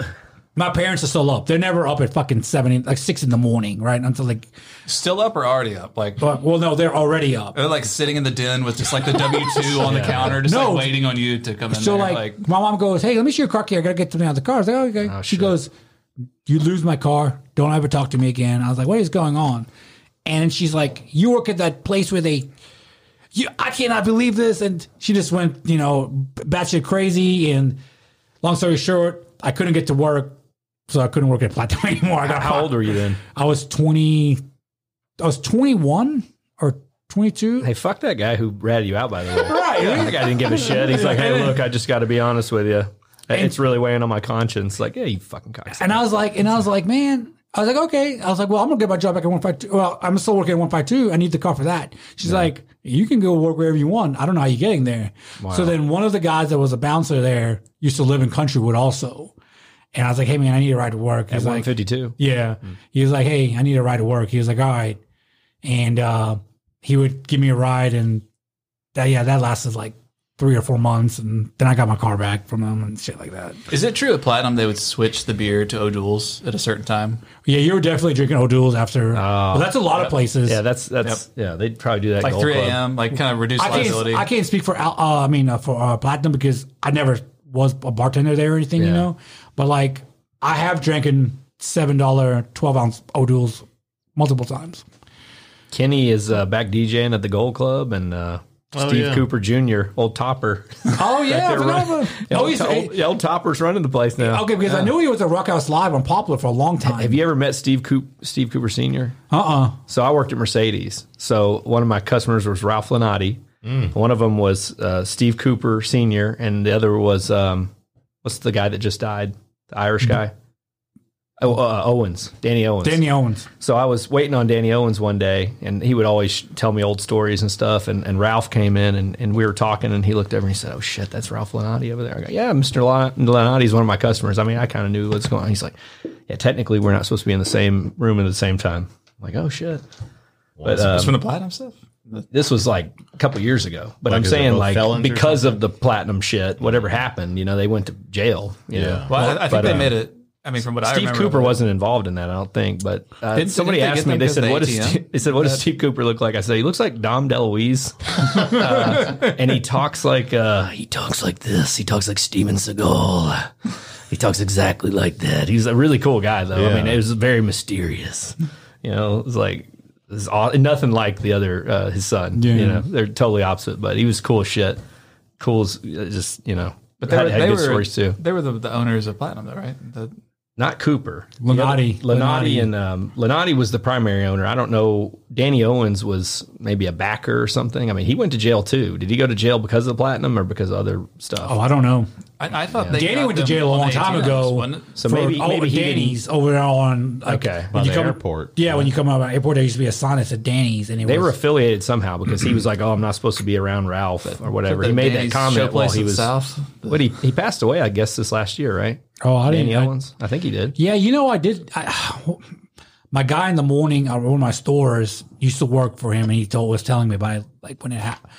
S3: My parents are still up. They're never up at fucking seven, in- like six in the morning, right? Until like,
S1: still up or already up? Like
S3: but well, no, they're already up.
S1: they're like sitting in the den with just
S4: <laughs>
S1: like the W two on the counter, just
S3: No.
S1: like waiting on you to come in.
S3: So
S1: there.
S3: like, my mom goes, "Hey, let me see your car key. I gotta get something out of the car." I was like, oh, "Okay." she goes, "You lose my car. Don't ever talk to me again." I was like, "What is going on?" And she's like, "You work at that place where they." You, I cannot believe this, and she just went, you know, batshit crazy. And long story short, I couldn't get to work, so I couldn't work at Platinum <laughs> anymore. I got
S4: How old were you then?
S3: I was 20, I was 21 or 22.
S4: Hey, fuck that guy who ratted you out. By the way,
S3: Right.
S4: That guy didn't give a shit. He's like, hey, look, I just got to be honest with you. It's really weighing on my conscience. Like, yeah, you fucking cocksucker.
S3: And I was like, and I was like, man, I was like, okay. I was like, well, I'm gonna get my job back at 152. Well, I'm still working at 152. I need the car for that. She's like, you can go work wherever you want. I don't know how you're getting there. So then one of the guys that was a bouncer there used to live in Countrywood also. And I was like, hey man, I need a ride to work. He's
S4: One
S3: like,
S4: fifty two.
S3: Yeah. He was like, Hey, I need a ride to work. He was like, All right. And uh, he would give me a ride and that yeah, that lasted like three or four months and then I got my car back from him and shit like that.
S1: is it true at Platinum they would switch the beer to O'Doul's at a certain time?
S3: Yeah, you were definitely drinking O'Doul's after but that's a lot of places.
S4: Oh. Yeah, that's that's yeah. They'd probably do that.
S1: Like
S4: Gold
S1: three
S4: Club.
S1: a.m. Like kind of reduce
S3: I can't,
S1: liability.
S3: I can't speak for Al- uh, I mean uh, for uh, platinum because I never was a bartender there or anything, you
S4: Yeah.
S3: know. But like I have drinking seven dollar twelve ounce O'Doul's multiple times.
S4: Kenny is uh, back DJing at the Gold Club and. uh Steve
S2: yeah.
S4: Cooper Jr., old Topper.
S3: Oh yeah, I
S4: They're
S3: forgot
S4: run-
S3: about-
S4: Yeah,
S3: <laughs> oh
S4: old,
S3: he's
S4: To- old- yeah, old Topper's running the place now.
S3: Okay, because I knew he was at Rock House Live on Poplar for a long time.
S4: Have you ever met Steve Coop, Steve Cooper Sr.?
S3: Uh uh
S4: So I worked at Mercedes. So one of my customers was Ralph Linati. One of them was uh, Steve Cooper Sr. And the other was um, what's the guy that just died? The Irish guy. Oh, uh, Owens, Danny Owens.
S3: Danny Owens.
S4: So I was waiting on Danny Owens one day, and he would always tell me old stories and stuff. And, and Ralph came in, and, and we were talking, and he looked over and he said, "Oh shit, that's Ralph Lenati over there." I go, "Yeah, Mister Lenati is one of my customers. I mean, I kind of knew what's going on." He's like, "Yeah, technically, we're not supposed to be in the same room at the same time." I'm like, "Oh shit." But uh,
S1: That's from the Platinum stuff.
S4: this was like a couple years ago, but I'm
S2: is it
S4: saying
S2: both
S4: like
S2: felons or
S4: because of the platinum shit, whatever happened, you know, they went to jail. You
S2: Yeah.
S4: know?
S1: Well, I, I think
S4: But,
S1: they
S4: uh,
S1: made it. I mean, from what I
S4: Steve
S1: remember,
S4: Cooper wasn't involved in that, I don't think. But uh,
S1: Didn't-
S4: somebody
S1: didn't they get
S4: asked me,
S1: them
S4: they
S1: 'cause
S4: said,
S1: of
S4: "What does
S1: ATM?
S4: Steve, <laughs> they said what does Steve Cooper look like?" I said, "He looks like
S1: <laughs>
S4: Dom DeLuise, uh, and he talks like uh,
S7: He talks like this. He talks like Steven Seagal. He talks exactly like that.
S4: he's a really cool guy, though. I
S2: Yeah.
S4: mean, it was very mysterious. You know, it was like it was aw- nothing like the other uh, his son. You know, they're totally opposite, but he was cool as shit. Cool, as, uh, just you know,
S1: But
S4: but
S1: they
S4: had,
S1: were,
S4: had
S1: they
S4: good
S1: were,
S4: stories too.
S1: They were the, the owners of Platinum, though, right? The,
S4: Not Cooper,
S3: Lenati.
S4: Lenati and um, Lenati was the primary owner. I don't know. Danny Owens was maybe a backer or something. I mean, he went to jail too. Did he go to jail because of the platinum or because of other stuff?
S3: Oh, I don't know.
S1: I, I thought they
S3: Danny
S1: got
S3: went to
S1: them
S3: jail a
S1: on
S3: long
S1: the
S3: time
S1: 1800s,
S3: ago.
S1: wasn't it?
S4: So maybe-
S3: for- oh,
S4: maybe he
S3: Danny's over there on. Like,
S4: Okay.
S2: By
S3: When you
S2: the
S3: come,
S2: airport.
S3: Yeah, when you come out of the airport, there used to be a sign that said Danny's, and it
S4: They were
S3: was,
S4: affiliated somehow because he was like, "Oh, I'm not supposed to be around Ralph or whatever." He made
S1: Danny's
S4: that comment while
S1: Showplace
S4: he
S1: in
S4: was.
S1: South.
S4: What he he passed away, I guess, this last year, right?
S3: Oh, I didn't.
S4: Danny
S3: I-
S4: Owens, I think he did.
S3: yeah, you know, I did. I, <sighs> my guy in the morning at one of my stores used to work for him, and he told was telling me about it, like when it happened.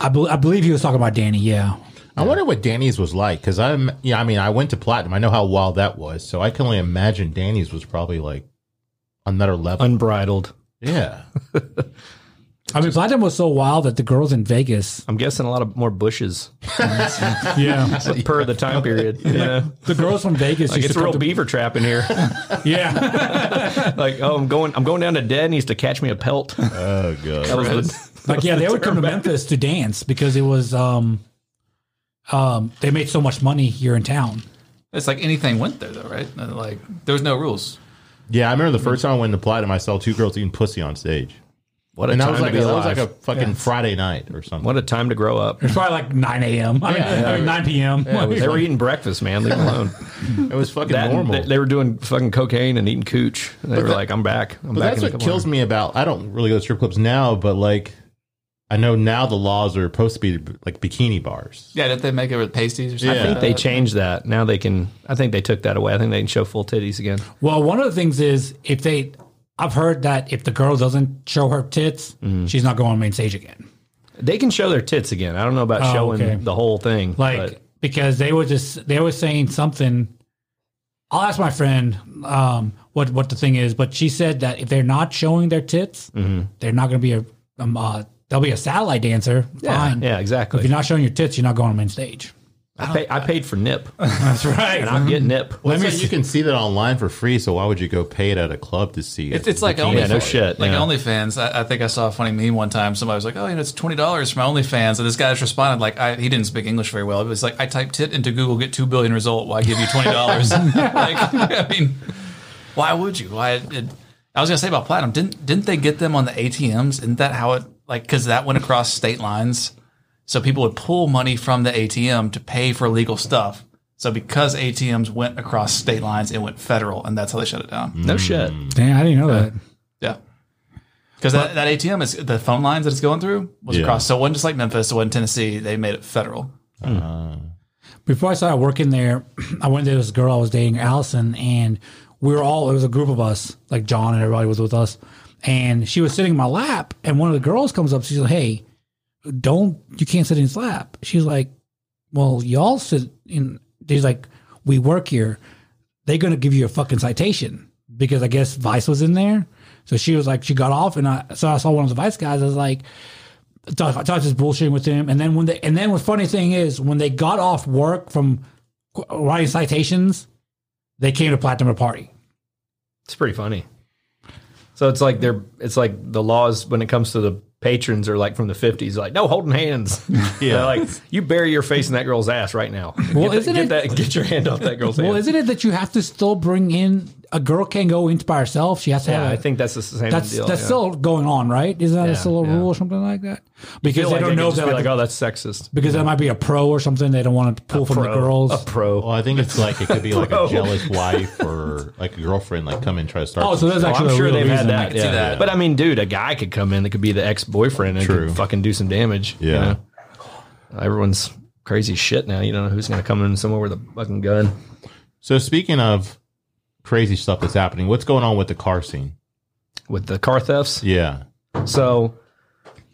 S3: I, bel I believe he was talking about Danny. Yeah,
S2: I wonder what Danny's was like because I'm yeah I mean I went to platinum I know how wild that was so I can only imagine Danny's was probably like another level
S4: Unbridled.
S2: yeah
S3: I mean, Platinum was so wild that the girls in Vegas.
S4: I'm guessing a lot of more bushes
S3: <laughs> Yeah,
S4: per the time period. You know?
S3: the girls from Vegas
S4: Like
S3: used
S4: it's
S3: to
S4: a
S3: come
S4: real
S3: to-
S4: beaver trap in here.
S3: Yeah.
S4: <laughs> like, <laughs> oh, I'm going, I'm going down to dead. Needs to catch me a pelt.
S2: oh god
S4: That was the,
S3: Like yeah, they would come to Memphis to dance because it was um um they made so much money here in town.
S1: It's like anything went there though, right? And, Like there was no rules.
S2: Yeah, I remember the first time I went to Platinum, I saw two girls eating pussy on stage.
S4: What a
S2: And that
S4: time
S2: was like
S4: to
S2: a,
S4: be
S2: that was
S4: alive.
S2: like a fucking Friday night or something.
S4: what a time to
S3: <laughs>
S4: grow up.
S3: It's probably like nine a.m. I mean, I mean, <laughs> nine p.m.
S4: they were eating breakfast, man. Leave 'em alone.
S2: it was fucking
S4: That-
S2: normal.
S4: They, they were doing fucking cocaine and eating cooch. They were like, "I'm back. I'm
S2: But
S4: back."
S2: that's
S4: in the
S2: what
S4: club."
S2: kills me about. I don't really go to strip clubs now, but like, I know now the laws are supposed to be like bikini bars.
S1: Yeah, did they make it with pasties or something?
S2: Yeah.
S4: I think they changed that. Now they can. I think they took that away. I think they can show full titties again.
S3: Well, one of the things is if they, I've heard that if the girl doesn't show her tits,
S4: Mm-hmm.
S3: she's not going on main stage again.
S4: They can show their tits again. I don't know about
S3: Oh,
S4: showing
S3: okay.
S4: the whole thing.
S3: Like
S4: but
S3: because they were just they were saying something. I'll ask my friend um, what what the thing is, but she said that if they're not showing their tits,
S4: Mm-hmm.
S3: they're not going to be a um, uh, they'll be a satellite dancer.
S4: yeah,
S3: Fine,
S4: yeah,
S3: If you're
S4: exactly.
S3: not showing your tits, you're not going on main stage.
S4: I, pay, I paid for nip, and
S3: <laughs> That's right.
S4: I get nip.
S2: Let me. You can see that online for free, so why would you go pay it at a club to see it?
S1: It's, it's like
S2: Bikini
S1: OnlyFans.
S4: Yeah, no
S2: bar.
S4: shit.
S1: Like
S4: yeah.
S1: OnlyFans. I, I think I saw a funny meme one time. Somebody was like, "Oh, you know, it's twenty dollars for my OnlyFans," and this guy just responded like, I, "He didn't speak English very well." It was like, "I typed tit into Google, get two billion result. Why give you twenty dollars?" <laughs> like, I mean, why would you? Why? It, I was gonna say about platinum. Didn't didn't they get them on the ATMs? Isn't that how it like? Because that went across state lines, so people would pull money from the ATM to pay for illegal stuff. So because ATMs went across state lines, it went federal, and that's how they shut it down.
S4: No shit.
S3: Damn, I didn't know that.
S1: Yeah. Because that, that ATM is the phone lines that it's going through was
S2: Yeah.
S1: across. So it wasn't just like Memphis, it wasn't Tennessee. They made it federal.
S3: before I started working there, <clears throat> I went to this girl I was dating, Allison, and we were all, it was a group of us, like John and everybody was with us. And she was sitting in my lap, and one of the girls comes up. She's like, Hey, don't, you can't sit in his lap. She's like, Well, y'all sit in, she's like, We work here. They're going to give you a fucking citation because I guess Vice was in there. So she was like, She got off, and I, so I saw one of the Vice guys. I was like, Tosh, Tosh is bullshitting with him, and then when they and then the funny thing is when they got off work from qu- writing citations, they came to Platinum Party.
S4: It's pretty funny. So it's like they're it's like the laws when it comes to the patrons are like from the fifties, like no holding
S3: <laughs>
S4: hands. Yeah, like you bury your face in that girl's ass right now.
S3: Well,
S4: get
S3: isn't
S4: that,
S3: it-
S4: get, that, get your hand off that girl's
S3: Well,
S4: hand.
S3: isn't it that you have to still bring in a girl can't go in by herself? She has to.
S4: Yeah,
S3: have a-
S4: I think that's the same
S3: that's
S4: deal.
S3: that's
S4: yeah.
S3: still going on, right? Isn't that
S4: Yeah,
S3: still a
S4: yeah.
S3: rule or something like that?
S4: I feel
S3: Because they
S4: like
S3: don't
S4: could
S3: know
S4: just
S3: that
S4: be
S3: like,
S4: like oh that's sexist.
S3: because that might be a pro or something. They don't want to pull from
S4: pro,
S3: the girls.
S4: a pro.
S2: Well, I think it's like it could be like a
S4: Bro.
S2: jealous wife or like a girlfriend, like come and try to start.
S3: oh, so
S2: some
S3: there's
S2: shit.
S3: actually
S4: I'm
S3: a
S4: sure
S3: real
S4: they've
S3: reason.
S4: had that,
S1: see
S4: yeah.
S1: that.
S4: But I mean, dude, a guy could come in that could be the ex boyfriend and
S2: True.
S4: could fucking do some damage. you
S2: Yeah.
S4: know? everyone's crazy shit now. You don't know who's gonna come in somewhere with a fucking gun.
S2: So speaking of crazy stuff that's happening, what's going on with the car scene?
S4: with the car thefts.
S2: Yeah,
S4: So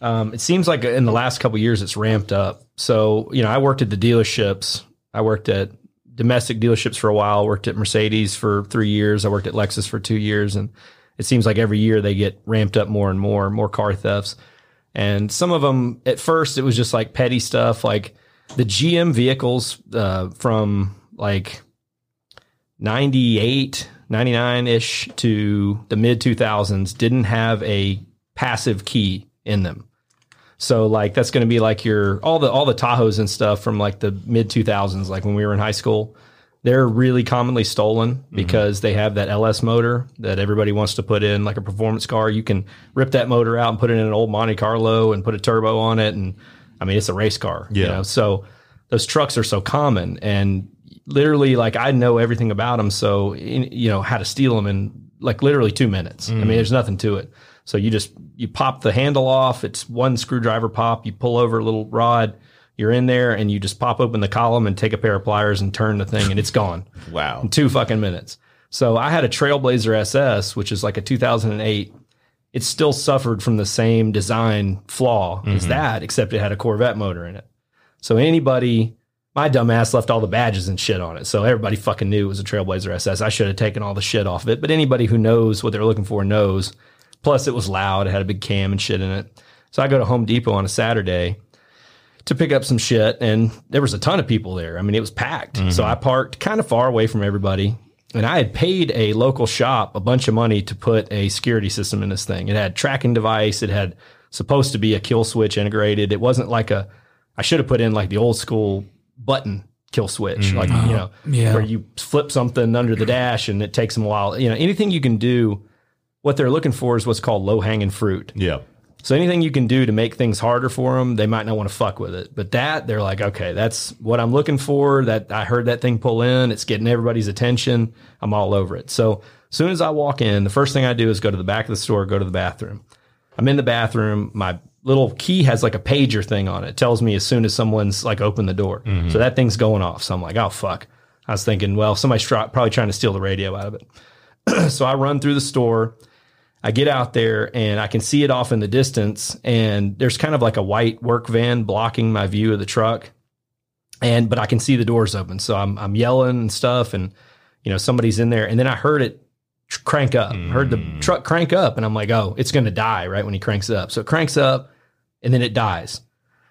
S4: um, it seems like in the last couple of years it's ramped up. So you know, I worked at the dealerships. I worked at domestic dealerships for a while. I worked at Mercedes for three years. I worked at Lexus for two years, and it seems like every year they get ramped up more and more, more car thefts. And some of them, at first, it was just like petty stuff, like the GM vehicles uh, from like 98, 99 ish to the mid 2000s didn't have a passive key in them. So like that's going to be like your all the all the Tahoes and stuff from like the mid 2000s like when we were in high school they're really commonly stolen because they have that LS motor that everybody wants to put in like a performance car you can rip that motor out and put it in an old Monte Carlo and put a turbo on it and I mean it's a race car you
S2: Yeah.
S4: know so those trucks are so common and literally like I know everything about them so in, you know how to steal them in like literally 2 minutes I mean there's nothing to it so you just you pop the handle off. It's one screwdriver pop. You pull over a little rod. You're in there and you just pop open the column and take a pair of pliers and turn the thing and it's gone
S2: wow.
S4: in two fucking minutes. So I had a Trailblazer SS, which is like a 2008. It still suffered from the same design flaw as that, except it had a Corvette motor in it. So anybody, my dumbass left all the badges and shit on it. So everybody fucking knew it was a Trailblazer SS. I should have taken all the shit off of it. But anybody who knows what they're looking for knows. Plus, it was loud. It had a big cam and shit in it. So I go to Home Depot on a Saturday to pick up some shit and there was a ton of people there. I mean, it was packed. So I parked kind of far away from everybody and I had paid a local shop a bunch of money to put a security system in this thing. It had tracking device, it had supposed to be a kill switch integrated. It wasn't like a I should have put in like the old school button kill switch, like you know,
S3: yeah.
S4: where you flip something under the dash and it takes them a while. You know, anything you can do. What they're looking for is what's called low hanging fruit.
S2: Yeah.
S4: So anything you can do to make things harder for them, they might not want to fuck with it. But that they're like, okay, that's what I'm looking for. That I heard that thing pull in. It's getting everybody's attention. I'm all over it. So as soon as I walk in, the first thing I do is go to the back of the store, go to the bathroom. I'm in the bathroom. My little key has like a pager thing on it. It tells me as soon as someone's like opened the door. So that thing's going off. So I'm like, oh fuck. I was thinking, well, somebody's try- probably trying to steal the radio out of it. <clears throat> so I run through the store. I get out there and I can see it off in the distance, and there's kind of like a white work van blocking my view of the truck. And but I can see the doors open, so I'm I'm yelling and stuff, and you know somebody's in there. And then I heard it tr- crank up, heard the truck crank up, and I'm like, oh, it's going to die right when he cranks up. So it cranks up, and then it dies.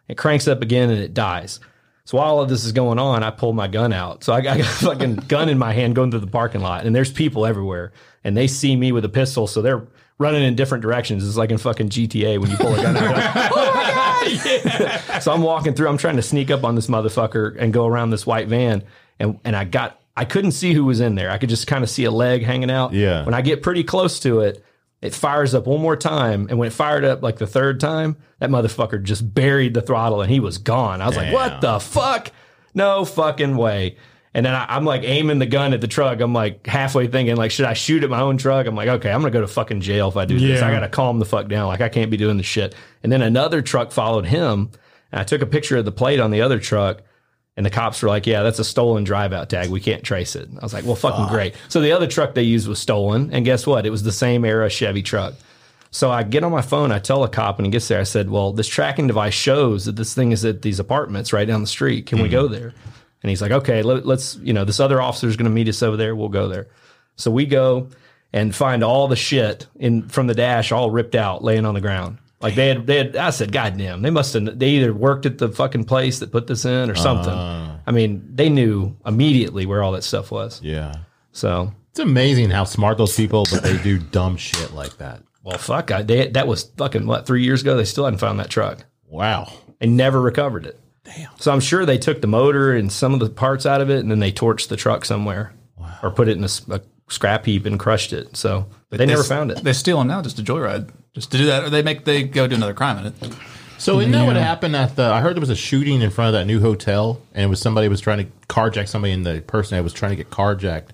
S4: It cranks up again, and it dies. So while all of this is going on, I pull my gun out. So I got <laughs> I got a fucking gun in my hand going through the parking lot, and there's people everywhere, and they see me with a pistol, so they're running in different directions. It's like in fucking GTA when you pull a gun out. Yeah. <laughs> So I'm walking through. I'm trying to sneak up on this motherfucker and go around this white van, and and I got I couldn't see who was in there. I could just kind of see a leg hanging out.
S2: Yeah.
S4: When I get pretty close to it, it fires up one more time, and when it fired up like the third time, that motherfucker just buried the throttle and he was gone. I was like, what the fuck? No fucking way. And then I, I'm like aiming the gun at the truck. I'm like halfway thinking, like, should I shoot at my own truck? I'm like, okay, I'm gonna go to fucking jail if I do this. I gotta calm the fuck down. Like I can't be doing this shit. And then another truck followed him, and I took a picture of the plate on the other truck. And the cops were like, "Yeah, that's a stolen driveout tag. We can't trace it." I was like, "Well, fucking great." So the other truck they used was stolen, and guess what? It was the same era Chevy truck. So I get on my phone, I tell a cop when he gets there, I said, Well, this tracking device shows that this thing is at these apartments right down the street. Can we go there? And he's like, Okay, let, us you know, this other officer's going to meet us over there. We'll go there. So we go and find all the shit in from the dash all ripped out, laying on the ground. Like they had, they had, I said, God damn, they must have, they either worked at the fucking place that put this in or something. I mean, they knew immediately where all that stuff was.
S2: Yeah.
S4: So
S2: It's amazing how smart those people, but they do dumb shit like that.
S4: well, fuck. I, they, that was fucking what three years ago. They still hadn't found that truck
S2: Wow.
S4: and never recovered it. Damn. So I'm sure they took the motor and some of the parts out of it, and then they torched the truck somewhere or put it in a, s- a scrap heap and crushed it. So they never found it.
S1: They steal them now just to joyride, just to do that, or they make they go do another crime in it.
S2: So isn't that what happened at the? I heard there was a shooting in front of that new hotel, and it was somebody was trying to carjack somebody, and the person that was trying to get carjacked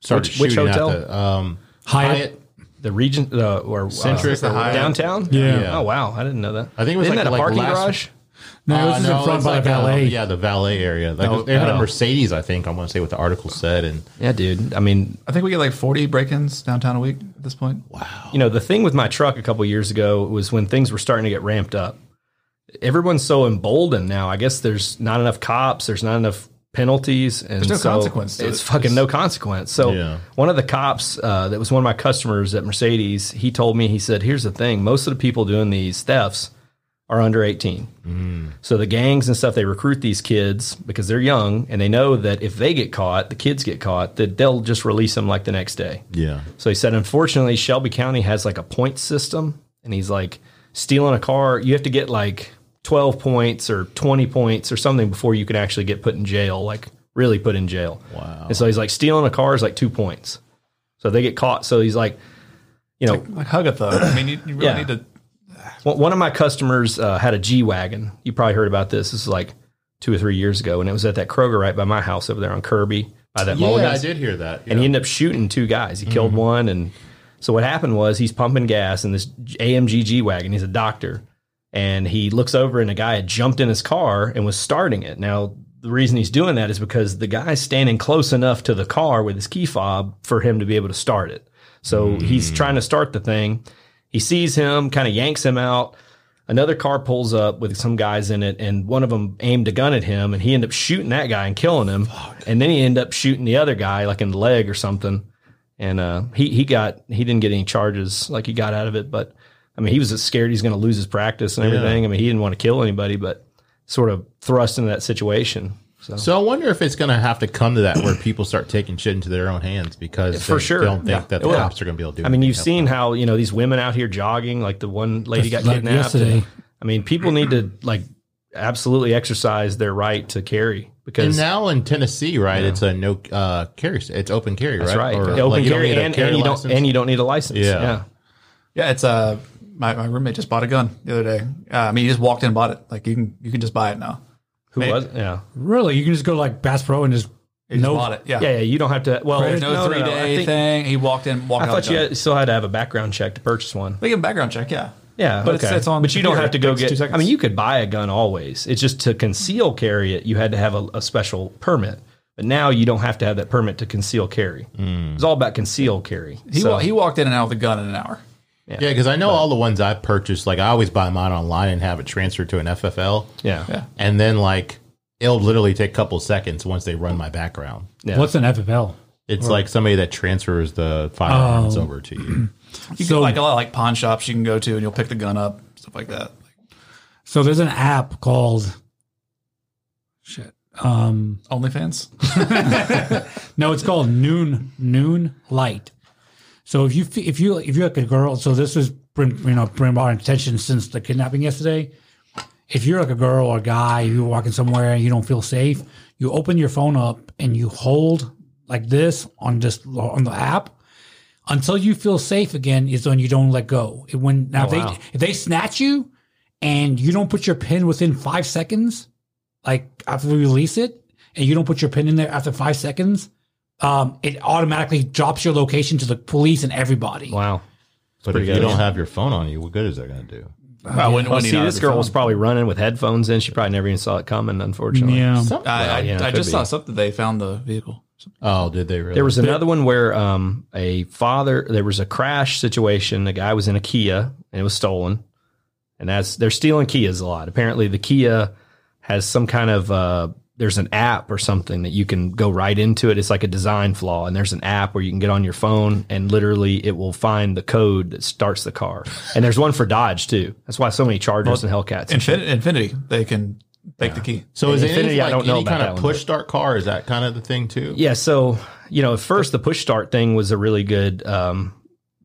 S2: started
S4: Which- which
S2: shooting
S4: hotel?
S2: at the um,
S3: Hyatt.
S2: Hyatt.
S4: The region, the or uh,
S2: Centric, the Hyatt.
S4: downtown.
S3: Yeah.
S4: Oh wow, I didn't know that.
S2: I think it was
S4: Isn't
S2: like-
S4: that a
S2: like
S4: parking
S2: last-
S4: garage.
S3: No, this is
S2: Uh,
S3: in front
S2: it's
S3: by
S2: like,
S3: valet.
S4: um,
S2: uh, yeah, the valet area. Like they had
S4: oh.
S2: a Mercedes, I think. I want to say what the article said, and
S4: Yeah, dude. I mean,
S1: I think we get like forty break-ins downtown a week at this point.
S4: you know, the thing with my truck a couple years ago was when things were starting to get ramped up. Everyone's so emboldened now. I guess there's not enough cops. There's not enough penalties. And
S1: There's no
S4: so
S1: consequence to
S4: It's
S1: it.
S4: fucking no consequence. So
S2: Yeah.
S4: one of the cops uh, that was one of my customers at Mercedes, he told me, he said, here's the thing. Most of the people doing these thefts are under 18. So the gangs and stuff, they recruit these kids because they're young and they know that if they get caught, the kids get caught, that they'll just release them like the next day.
S2: yeah,
S4: So he said, unfortunately, Shelby County has like a point system. And he's like, stealing a car, you have to get like 12 points or 20 points or something before you can actually get put in jail, like really put in jail. Wow. And so he's like, stealing a car is like two points. So they get caught. So he's like, you know,
S1: Like Hugatha. I mean, you, you really
S4: Yeah.
S1: need to.
S4: one one of my customers uh, had a G wagon. You probably heard about this. This is like two or three years ago, and it was at that Kroger right by my house over there on Kirby by that
S2: yeah, I
S4: Mulligan's.
S2: did hear that.
S4: and he ended up shooting two guys. He killed one, and so what happened was he's pumping gas in this AMG G wagon. He's a doctor, and he looks over, and a guy had jumped in his car and was starting it. Now the reason he's doing that is because the guy's standing close enough to the car with his key fob for him to be able to start it. So he's trying to start the thing. He sees him, kind of yanks him out. Another car pulls up with some guys in it, and one of them aimed a gun at him, and he ended up shooting that guy and killing him. And then he ended up shooting the other guy, like in the leg or something. And uh, he he got he didn't get any charges, like he got out of it. But I mean, he was scared he's going to lose his practice and everything. I mean, he didn't want to kill anybody, but sort of thrust into that situation. So,
S2: So I wonder if it's going to have to come to that where people start taking shit into their own hands because
S4: For
S2: they
S4: sure.
S2: don't think
S4: Yeah.
S2: that the
S4: Yeah.
S2: cops are going to be able to do.
S4: I mean, you've
S2: anything
S4: seen how you know these women out here jogging, like the one lady got
S3: Just like
S4: kidnapped.
S3: yesterday.
S4: I mean, people need to like absolutely exercise their right to carry
S2: else. And
S4: because
S2: now in Tennessee, right? It's a no uh, carry. It's open carry,
S4: that's
S2: right?
S4: right,
S2: Or,
S4: open
S2: like, you don't
S4: carry,
S2: need a
S4: and, and you don't
S2: license?
S4: and you don't need a license.
S2: Yeah.
S1: Yeah, it's uh my, my roommate just bought a gun the other day. Uh, I mean, he just walked in and bought it. Like you can you can just buy it now.
S4: who
S1: Maybe.
S4: was? Yeah,
S3: Really, you can just go to like Bass Pro and just
S1: He just
S3: no.
S1: bought it. Yeah.
S4: yeah, yeah. You don't have to. Well,
S1: There's no, three
S4: I
S1: day
S4: think-
S1: thing. He walked in, walked
S4: I
S1: out.
S4: thought you had, still had to have a background check to purchase one.
S1: they give him background check. Yeah.
S4: Yeah,
S1: But
S4: okay.
S1: it's- it's on
S4: But you don't
S1: computer.
S4: have to go
S1: Takes two
S4: get.
S1: seconds.
S4: I mean, you could buy a gun always. It's just to conceal carry it, you had to have a, a special permit. But now you don't have to have that permit to conceal carry. It's all about conceal carry.
S1: Hmm. He
S4: so,
S1: wa- he walked in and out with a gun in an hour.
S2: Yeah, because I know all the ones I purchased. Like I always buy mine online and have it transferred to an FFL,
S4: yeah, yeah,
S2: and then like it'll literally take a couple seconds once they run my background.
S3: What's an FFL?
S2: It's like somebody that transfers the firearms
S4: Oh.
S2: over to <clears throat> you.
S1: You
S3: So-
S1: can, like a lot of like pawn shops you can go to and you'll pick the gun up, stuff like that.
S3: So there's an app called shit. Um,
S4: <laughs>
S1: OnlyFans.
S3: No, it's called Noon Noon Light. So if you fe- if you if you're like a girl, so this has been you know been our attention since the kidnapping yesterday. If you're like a girl or a guy, you're walking somewhere and you don't feel safe, you open your phone up and you hold like this on just on the app until you feel safe again. Is when you don't let go. It, when now if
S4: Oh, wow.
S3: they if they snatch you and you don't put your pin within five seconds, like after we release it, and you don't put your pin in there after five seconds, um, it automatically drops your location to the police and everybody.
S4: wow.
S2: But if
S4: pretty
S2: you
S4: good.
S2: don't have your phone on you, what good is that going to do?
S1: Well, when-
S4: Well,
S1: when you
S4: see,
S1: know
S4: this
S1: the
S4: girl
S1: phone.
S4: was probably running with headphones in. She probably never even saw it coming. Unfortunately,
S2: Some-
S1: I, I,
S4: yeah, it
S1: I
S4: could
S1: just
S4: be.
S1: saw something. They found the vehicle.
S2: oh, did they really?
S4: There was another one where um, a father, there was a crash situation. The guy was in a Kia and it was stolen. And as they're stealing Kias a lot, apparently the Kia has some kind of uh, there's an app or something that you can go right into it. It's like a design flaw, and there's an app where you can get on your phone and literally it will find the code that starts the car. And there's one for Dodge too. That's why so many Chargers and Hellcats.
S1: Infin- Infinity. They can take the key.
S2: so is it any,
S4: Infinity, I
S2: like,
S4: don't know
S2: any
S4: about
S2: kind
S4: that
S2: of
S4: one,
S2: push start car? Is that kind of the thing too?
S4: Yeah, so you know, at first the push start thing was a really good um,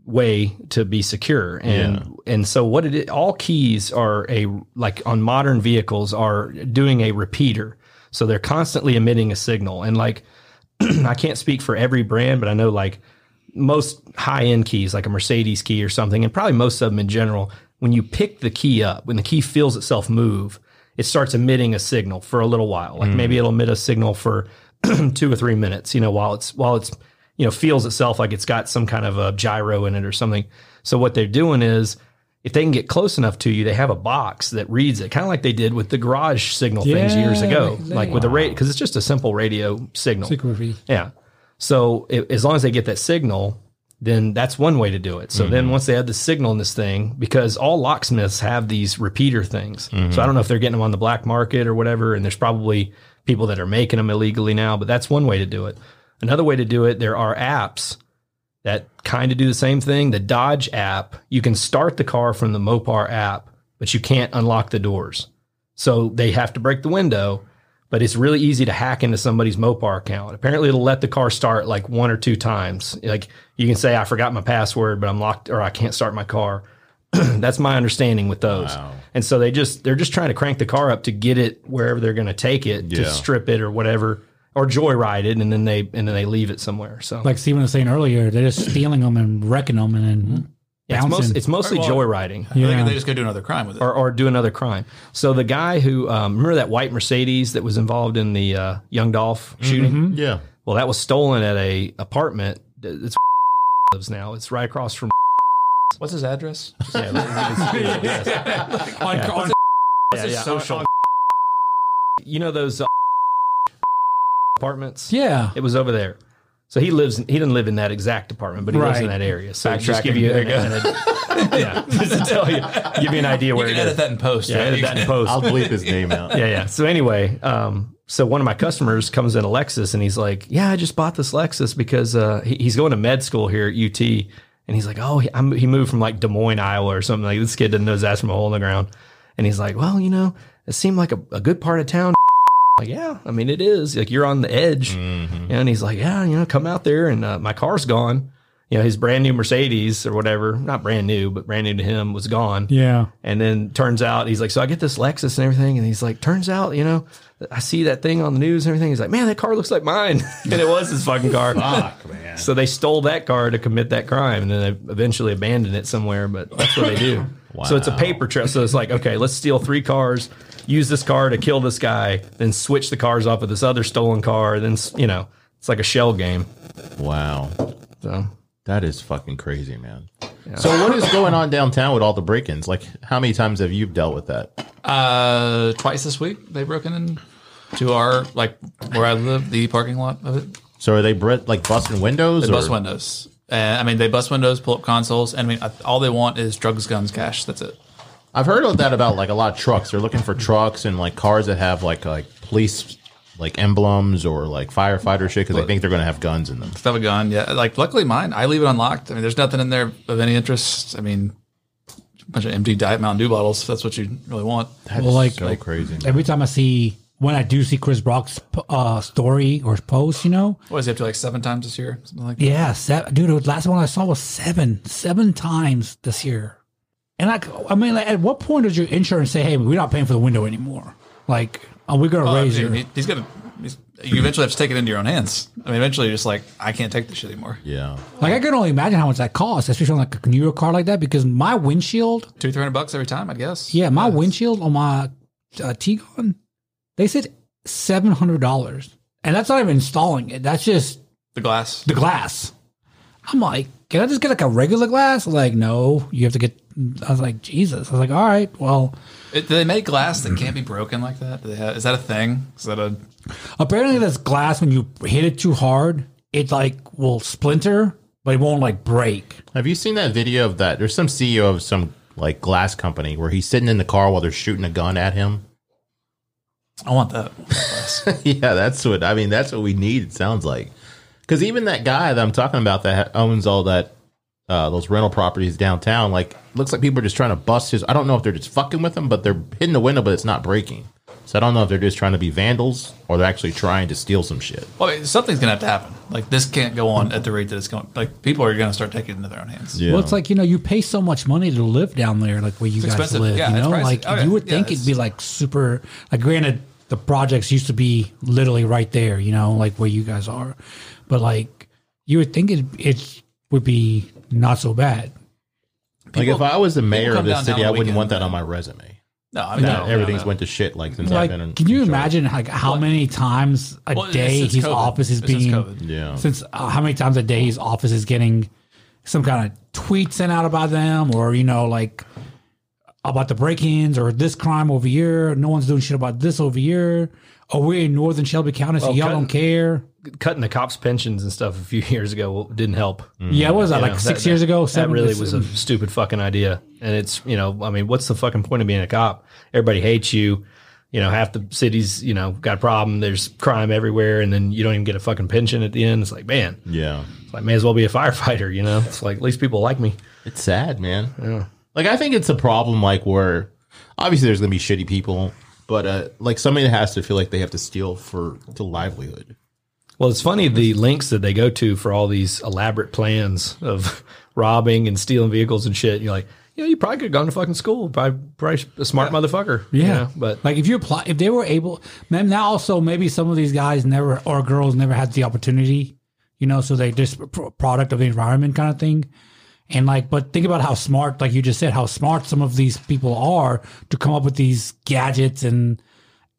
S4: way to be secure, and and so what it is- all keys are a like on modern vehicles are doing a repeater, so they're constantly emitting a signal, and like I can't speak for every brand, but I know like most high end keys, like a Mercedes key or something, and probably most of them in general, when you pick the key up, when the key feels itself move, it starts emitting a signal for a little while. Like maybe it'll emit a signal for <clears throat> two or three minutes, you know, while it's while it's you know feels itself like it's got some kind of a gyro in it or something. So what they're doing is if they can get close enough to you, they have a box that reads it, kind of like they did with the garage signal things years
S3: Yeah,
S4: ago,
S3: they-
S4: like with the rate, because it's just a simple radio signal. Yeah. So i as long as they get that signal, then that's one way to do it. So then once they have the signal in this thing, because all locksmiths have these repeater things. So I don't know if they're getting them on the black market or whatever. And there's probably people that are making them illegally now, but that's one way to do it. Another way to do it, there are apps that kind of do the same thing. The Dodge app, you can start the car from the Mopar app, but you can't unlock the doors. So they have to break the window, but it's really easy to hack into somebody's Mopar account. Apparently, it'll let the car start like one or two times. Like you can say, I forgot my password, but I'm locked or I can't start my car. <clears throat> That's my understanding with those. And so they just, they're just trying to crank the car up to get it wherever they're going to take it to
S2: Yeah.
S4: strip it or whatever or joyride it. And then they, and then they leave it somewhere. So
S3: Like Steven was saying earlier, they're just stealing them and wrecking them and then
S4: Yeah, it's,
S3: bouncing.
S4: Mm-hmm. most, it's mostly
S1: Well-
S4: joyriding
S1: They-
S3: Yeah.
S1: They, just go do another crime with it.
S4: or, or do another crime. So the guy who um, remember that white Mercedes that was involved in the uh, Young Dolph shooting?
S2: Yeah.
S4: Well, that was stolen at a apartment. that- It's <laughs> lives now. It's right across from.
S1: What's his address?
S4: Yeah, yes.
S3: on, on-
S4: Yeah, yeah.
S1: social.
S4: You know those uh, <laughs> apartments?
S3: yeah.
S4: It was over there. So he lives. He didn't live in that exact apartment, but he lives in
S3: Right.
S4: that area. So just give you,
S1: Backtracking.
S4: an, an- <laughs> yeah, just to tell you, give you an idea
S1: You
S4: where
S1: can
S4: it
S1: edit
S4: is.
S1: that in post.
S4: Yeah,
S1: right?
S4: edit
S1: You
S4: that in
S1: can-
S4: post.
S2: I'll bleep his name out.
S4: <laughs> yeah, yeah. So anyway, um, so one of my customers comes in a Lexus and he's like, "Yeah, I just bought this Lexus because uh, he, he's going to med school here at UT." And he's like, "Oh, he, I'm, he moved from like Des Moines, Iowa, or something. Like this kid didn't know his ass from a hole in the ground." And he's like, "Well, you know, it seemed like a, a good part of town." <laughs> Like, yeah, I mean, it is. Like, you're on the edge. You know, and he's like, yeah, you know, come out there and uh, my car's gone. You know, his brand new Mercedes or whatever, not brand new, but brand new to him was gone.
S3: Yeah.
S4: And then turns out he's like, so I get this Lexus and everything. And he's like, turns out, you know, I see that thing on the news and everything. He's like, man, that car looks like mine. <laughs> and it was his fucking car. <laughs>
S2: Fuck, man.
S4: So they stole that car to commit that crime, and then they eventually abandoned it somewhere. But that's what
S2: <laughs>
S4: they do. So it's a paper trail. So it's like, okay, let's steal three cars, use this car to kill this guy, then switch the cars off with this other stolen car. Then s- you know, it's like a shell game.
S2: Wow.
S4: So
S2: That is fucking crazy, man. So what is going on downtown with all the break-ins? Like, how many times have you dealt with that?
S1: Uh, twice this week they broke in to our like where I live, the parking lot of it.
S2: So are they bre- like busting windows?
S1: They bust
S2: or-
S1: windows. And, I mean, they bust windows, pull up consoles, and I mean, all they want is drugs, guns, cash. That's it.
S2: I've heard of that about like a lot of trucks. They're looking for trucks and like cars that have like like police like emblems or like firefighter shit because they think they're gonna have guns in them.
S1: If I have a gun, yeah. Like, luckily mine, I leave it unlocked. I mean, there's nothing in there of any interest. I mean, a bunch of empty Diet Mountain Dew bottles. If that's what you really want.
S2: That's
S3: Well, like-
S2: so
S3: like-
S2: crazy. man.
S3: Every time I see, when I do see Chris Brock's uh, story or post, you know,
S1: What is it up to like seven times this year? Something like that.
S3: yeah, seven, dude, the last one I saw was seven, seven times this year. And like, I mean, like, at what point does your insurance say, hey, we're not paying for the window anymore? Like, are we going to
S1: Well, Uh, I
S3: raise
S1: mean,
S3: your.
S1: he- he's gonna. He's, you eventually have to take it into your own hands. I mean, eventually, you're just like, I can't take this shit anymore.
S2: yeah.
S3: Like, I can only imagine how much that costs, especially on like a newer car like that, because my windshield,
S1: Two, three hundred bucks every time, I guess.
S3: yeah, my windshield on my uh, Tiguan, they said $700. And that's not even installing it. That's just
S1: The glass.
S3: the glass. I'm like, can I just get like a regular glass? Like, no, you have to get. I was like, Jesus. I was like, all right, well,
S1: It, do they make glass that can't be broken like that? Do they have, is that a thing? Is that a?
S3: apparently this glass when you hit it too hard, it like will splinter, but it won't like break.
S2: Have you seen that video of that? There's some CEO of some like glass company where he's sitting in the car while they're shooting a gun at him.
S1: I want that.
S2: <laughs> yeah, that's what I mean. That's what we need. It sounds like because even that guy that I'm talking about that ha- owns all that uh, those rental properties downtown, like looks like people are just trying to bust his. I don't know if they're just fucking with him, but they're hitting the window, but it's not breaking. So I don't know if they're just trying to be vandals or they're actually trying to steal some shit.
S1: Well, I mean, something's gonna have to happen. Like this can't go on at the rate that it's going. Like people are gonna start taking it into their own hands.
S2: Yeah.
S3: Well, it's like you know, you pay so much money to live down there, like where you guys
S1: expensive.
S3: live.
S1: Yeah,
S3: you
S1: it's
S3: know,
S1: pricey.
S3: like
S1: Oh, yeah.
S3: you would
S1: Yeah,
S3: think
S1: it's-
S3: it'd be like super. Like, granted, the projects used to be literally right there. You know, like where you guys are, but like you would think it it would be not so bad.
S2: like if I was the mayor
S1: come
S2: of this
S1: downtown
S2: city,
S1: on the
S2: I wouldn't
S1: weekend.
S2: want that on my resume.
S1: No, I mean,
S2: That
S1: no,
S2: everything's
S1: no, no.
S2: went to shit. Like since I've
S3: Like,
S2: been in
S3: can you
S2: in charge.
S3: imagine like how many times a
S1: Well,
S3: day
S1: since
S3: his
S1: COVID.
S3: office is
S1: Since
S3: being
S1: COVID.
S2: Yeah.
S3: since uh, how many times a day his office is getting some kind of tweet sent out about them or you know like about the break-ins or this crime over here no one's doing shit about this over here oh we're in northern shelby county so y'all
S4: cut-
S3: don't care
S4: cutting the cops' pensions and stuff a few <laughs> years ago well, didn't help.
S3: yeah what was that
S4: You
S3: like
S4: know,
S3: six
S4: that-
S3: years ago
S4: that
S3: seven
S4: really
S3: years-
S4: was a stupid fucking idea. And it's you know, I mean, what's the fucking point of being a cop? Everybody hates you. You know, half the city's you know got a problem. There's crime everywhere, and then you don't even get a fucking pension at the end. It's like, man,
S2: Yeah.
S4: it's like may as well be a <laughs> firefighter. You know, it's like at least people like me.
S2: It's sad, man. Like I think it's a problem. Like where obviously there's gonna be shitty people, but uh, like somebody that has to feel like they have to steal for to livelihood.
S4: Well, it's funny the links that they go to for all these elaborate plans of <laughs> robbing and stealing vehicles and shit. You're like, you know, you probably could have gone to fucking school. Probably, probably a smart motherfucker. you
S3: Yeah,
S4: know, but
S3: like if you apply, if they were able, man. Now also maybe some of these guys never or girls never had the opportunity, you know, so they just pro- product of the environment kind of thing. And like, but think about how smart, like you just said, how smart some of these people are to come up with these gadgets and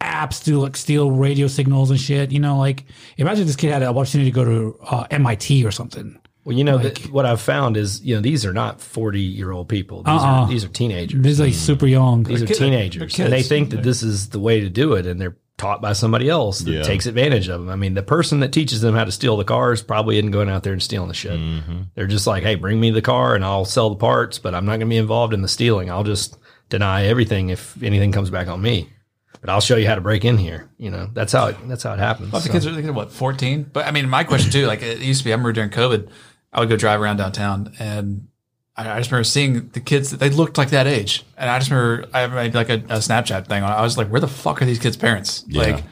S3: apps to like steal radio signals and shit. You know, like imagine this kid had an opportunity to go to uh, MIT or something.
S4: Well, you know th- what I've found is you know these are not forty year old people. These,
S3: Uh-uh.
S4: are, these are teenagers.
S3: This is like super young.
S4: These are
S1: kid-
S4: teenagers,
S1: they're
S4: and they
S1: kids.
S4: think that this is the way to do it, and they're taught by somebody else that
S2: Yeah.
S4: takes advantage of them. I mean, the person that teaches them how to steal the cars probably isn't going out there and stealing the shit.
S2: Mm-hmm.
S4: They're just like, hey, bring me the car, and I'll sell the parts, but I'm not going to be involved in the stealing. I'll just deny everything if anything comes back on me. But I'll show you how to break in here. You know, that's how it, that's how it happens.
S1: Well, if the
S4: So-
S1: kids are thinking, what, 14? But I mean, my question too, like it used to be, I remember during COVID, I would go drive around downtown and I, I just remember seeing the kids, they looked like that age. And I just remember I made like a, a Snapchat thing on it. I was like, where the fuck are these kids' parents? Like,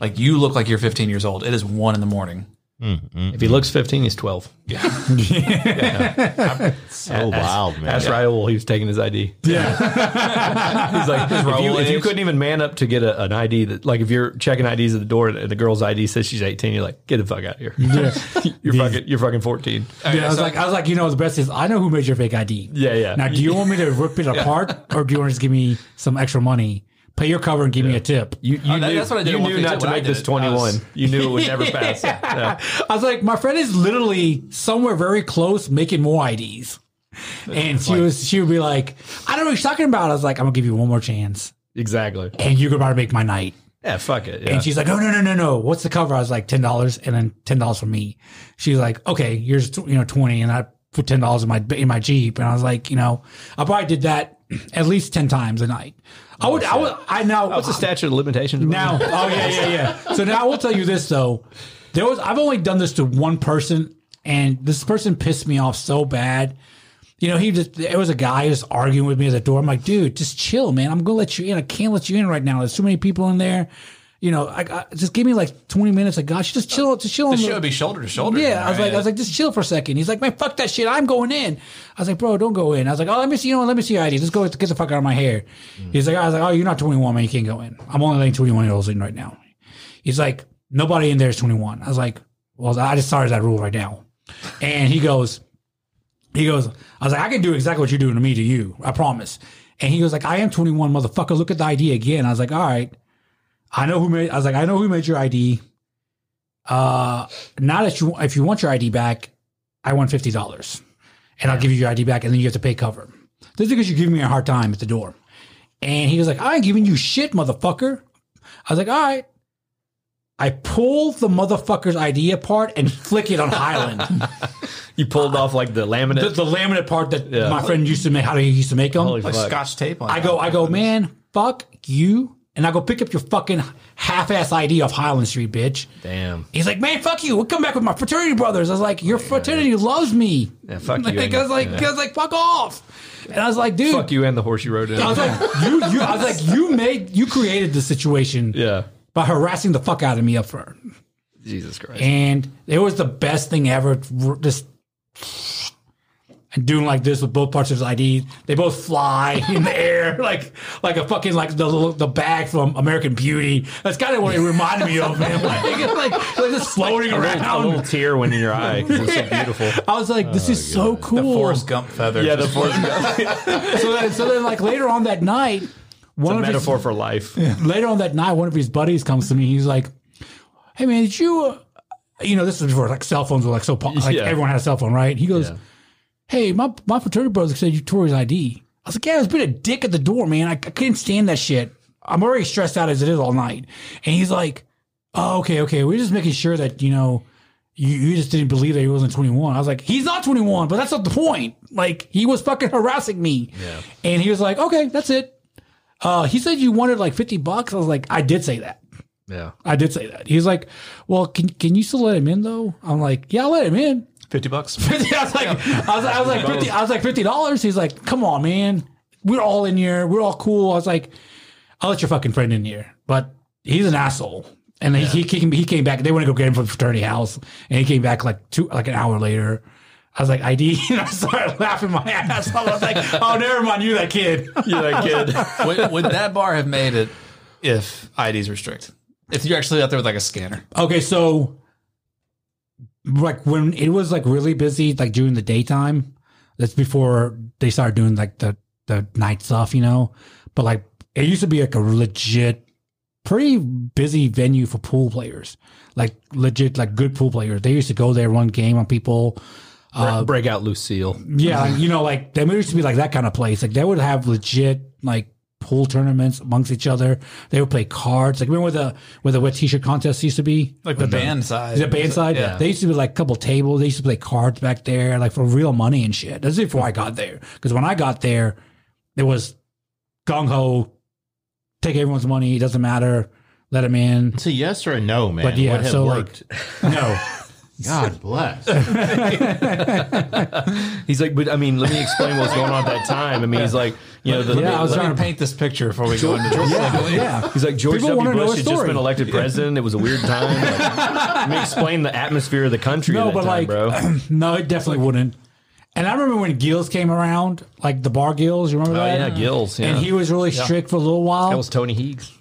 S1: Like you look like you're 15 years old. It is one in the morning.
S4: If he looks 15, he's 12.
S2: So wild, man.
S4: Ask Raul, he was taking his ID. Yeah. he's like, if you, if you couldn't even man up to get a, an ID, that like if you're checking IDs at the door and the girl's ID says she's 18, you're like, get the fuck out of here. <laughs> you're, fucking, you're fucking 14.
S3: Dude, I was like, I was like, you know, the best is I know who made your fake ID.
S4: Yeah, yeah.
S3: Now, do you want me to rip
S4: <laughs>
S3: it apart, or do you want to just give me some extra money, pay your cover, and give me a tip?
S4: You,
S1: that-
S4: you knew,
S1: that's what I did
S4: you
S1: at
S4: knew
S1: 152
S4: not to
S1: when I
S4: make
S1: did
S4: this
S1: it. I
S4: 21.
S1: was-
S4: you knew it <laughs> would never pass. Yeah.
S3: I was like, my friend is literally somewhere very close making more IDs. And she was, she would be like, I don't know what you're talking about. I was like, I'm gonna give you one more chance,
S4: Exactly.
S3: and you're about to make my night.
S4: Yeah, fuck it. Yeah.
S3: And she's like, oh no no no no, what's the cover? I was like, ten dollars, and then ten dollars for me. She's like, okay, here's tw- you know twenty, and I put ten dollars in my in my jeep, and I was like, you know, I probably did that at least ten times a night. I would, I would, I now
S4: What's the statute of limitations? about
S3: now,
S4: that?
S3: oh yeah, yeah, yeah. So now I will tell you this though. There was I've only done this to one person, and this person pissed me off so bad. You know, he just it was a guy just arguing with me at the door. I'm like, dude, just chill, man. I'm gonna let you in. I can't let you in right now. There's too many people in there. You know, I, I just give me like 20 minutes. I got you. Just chill. Just chill. on
S1: This
S3: the-
S1: show would be shoulder to shoulder.
S3: yeah, I was like, I was like, just chill for a second. He's like, man, fuck that shit. I'm going in. I was like, bro, don't go in. I was like, oh, let me see, you know, what, let me see your ID. Just go get the fuck out of my hair. He's like, I was like, oh, you're not 21, man. You can't go in. I'm only letting 21 year olds in right now. He's like, nobody in there is 21. I was like, well, I just started that rule right now. And he goes, he goes, I was like, I can do exactly what you're doing to me to you. I promise. And he goes like, I am 21, motherfucker. Look at the ID again. I was like, all right. I know who made. I was like, I know who made your ID. Uh, now that you, if you want your ID back, I want fifty dollars, and I'll give you your ID back, and then you have to pay cover. This is because you're giving me a hard time at the door. And he was like, I ain't giving you shit, motherfucker. I was like, all right. I pull the motherfucker's ID apart and flick it on Highland.
S4: you pulled off like the Oh, laminate.
S3: the, the laminate part that my friend used to make, how he used to make them.
S4: Holy
S1: like
S4: fuck.
S1: scotch tape on.
S3: I
S1: it.
S3: go, I go, man, fuck you. And I go pick up your fucking half-ass ID off Highland Street, bitch.
S4: Damn.
S3: He's like, man, fuck you. We'll come back with my fraternity brothers. I was like, your fraternity loves me.
S4: Yeah, fuck
S3: <laughs>
S4: you.
S3: Like,
S4: and-
S3: I was like, I was like, fuck off. And I was like, dude,
S4: fuck you and the horse you rode in.
S3: I was like, you, you, I was like, you made, you created the situation
S4: yeah.
S3: by harassing the fuck out of me up front.
S4: Jesus Christ.
S3: And it was the best thing ever. Just and doing like this with both parts of his ID, they both fly <laughs> in the air like like a fucking like the little the bag from American Beauty. That's kind of what it reminded me of, man. <laughs> Like, it's like, like just floating
S4: a
S3: around.
S4: little tear went in your eye 'cause it's so <laughs> beautiful.
S3: I was like, this is so cool.
S1: Forrest Gump feather.
S4: Yeah, the
S1: Just-
S4: force
S3: so, then, so then, like later on that night, one of
S4: metaphor for life. <laughs>
S3: his <laughs> later on that night, one of his buddies comes to me. He's like, "Hey man, did you, uh, you know, this was before like cell phones were like so po- like
S4: Yeah.
S3: everyone had a cell phone, right?" He goes, "Hey, my my fraternity brother said you tore his ID." I was like, "Yeah, it's been a dick at the door, man. I, I couldn't stand that shit. I'm already stressed out as it is all night." And he's like, "Oh, okay, okay. We're just making sure that you know." you, you just didn't believe that he wasn't 21. I was like, he's not 21, but that's not the point. Like, he was fucking harassing me. And he was like, okay, that's it. Uh, he said you wanted like 50 bucks. I was like, I did say that.
S4: Yeah.
S3: I did say that. He's like, well, can, can you still let him in though? I'm like, yeah, I'll let him in. <laughs>
S1: fifty bucks.
S3: 50, I was like, I was, I was like, 50, I was like, $50. He's like, come on, man. We're all in here. We're all cool. I was like, I'll let your fucking friend in here, but he's an asshole. And he, he, came, he came back. They went to go get him from the fraternity house, and he came back like two, like an hour later. I was like, ID, <laughs> and I started laughing my <laughs> ass off. I was like, oh, never mind, you that kid.
S4: You're that kid. <laughs>
S1: would, would that bar have made it if IDs were strict? If you're actually out there with like a scanner,
S3: Okay, so like when it was like really busy, like during the daytime, that's before they started doing like the the night stuff, you know. But like it used to be like a legit, pretty busy venue for pool players, like legit, like good pool players. They used to go there, run game on people.
S4: Break out Lucille.
S3: Yeah, like, you know, like they used to be like that kind of place. Like they would have legit like pool tournaments amongst each other. They would play cards. Like remember where the where the wet t shirt contest used to be?
S1: like the band side,
S3: Is it band side?
S1: Yeah.
S3: They used to be like a couple tables. They used to play cards back there, like for real money and shit. That's before I got there. Because when I got there, it was gung ho, take everyone's money. It doesn't matter. Let them in.
S2: It's a yes or a no, man.
S3: But yeah,
S2: what have
S3: so, like-
S2: worked?
S3: <laughs> No.
S2: God bless.
S4: He's like, but I mean, let me explain what's going on at that time. I mean, he's like, You know, the,
S3: Yeah, I was
S1: Let
S3: trying
S1: me
S3: to
S1: paint this picture before we go into
S3: Yeah, yeah.
S4: He's like George
S3: People
S4: W.
S3: wanna know his
S4: Bush had just
S3: story.
S4: been elected president. It was a weird time. Like, let me explain the atmosphere of the country.
S3: No,
S4: at that
S3: but
S4: time,
S3: like, <clears throat>
S4: bro,
S3: no, it definitely wouldn't. And I remember when Gills came around, like the bar Gills. You remember
S4: oh
S3: that?
S4: yeah, Gills. Yeah,
S3: And he was really strict for a little while.
S4: that was Tony Hughes.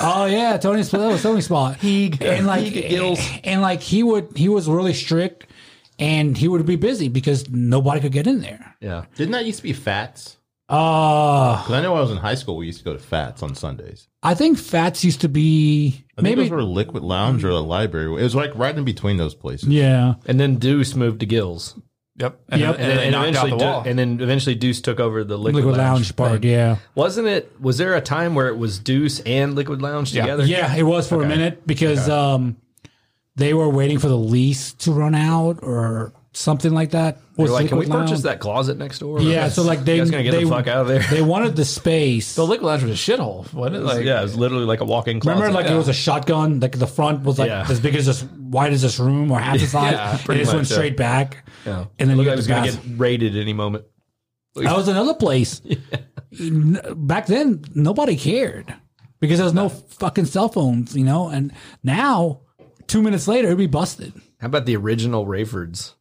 S3: Oh yeah, Tony Spot. That was Tony Spot. He and like
S4: Heeg Gills.
S3: and like he would he was really strict, and he would be busy because nobody could get in there.
S4: Yeah,
S2: Didn't that used to be Fats?
S3: Uh
S2: 'Cause I know when I was in high school, we used to go to Fats on Sundays.
S3: I think Fats used to be
S2: I think
S3: maybe
S2: those were Liquid Lounge or the library. It was like right in between those places.
S3: yeah.
S4: and then Deuce moved to Gills,
S1: Yep. And,
S3: Yep.
S1: and, they knocked out
S4: eventually,
S1: the
S4: Deu-
S1: wall.
S4: and then eventually Deuce took over the Liquid,
S3: Liquid,
S4: Lounge.
S3: Lounge part, yeah,
S4: Wasn't it? Was there a time where it was Deuce and Liquid Lounge together?
S3: yeah, it was for a minute because um, they were waiting for the lease to run out or something like that.
S4: They
S3: Was
S4: were like, can we
S3: Liquid Lounge.
S4: purchase that closet next door?
S3: Yeah, so like they
S4: you guys gonna get
S3: they,
S4: the fuck out of there.
S3: they wanted the space.
S1: the liquid lounge was a shithole. What is like?
S4: yeah, it was literally like a walk-in closet.
S3: Remember, like
S1: yeah.
S3: it was a shotgun. Like the front was like
S4: Yeah.
S3: as big as this, wide as this room, or half the size.
S4: <laughs> Yeah,
S3: it
S4: pretty
S3: just went
S4: much, yeah.
S3: straight back.
S4: Yeah.
S3: And then you
S4: Looked like it
S3: got
S4: was
S3: the
S4: going
S3: pass.
S4: to get raided any moment.
S3: That was another
S4: <laughs>
S3: place. N- Back then, nobody cared because there was no fucking cell phones, you know. And now, two minutes later, it'd be busted.
S4: How about the original Rayfords?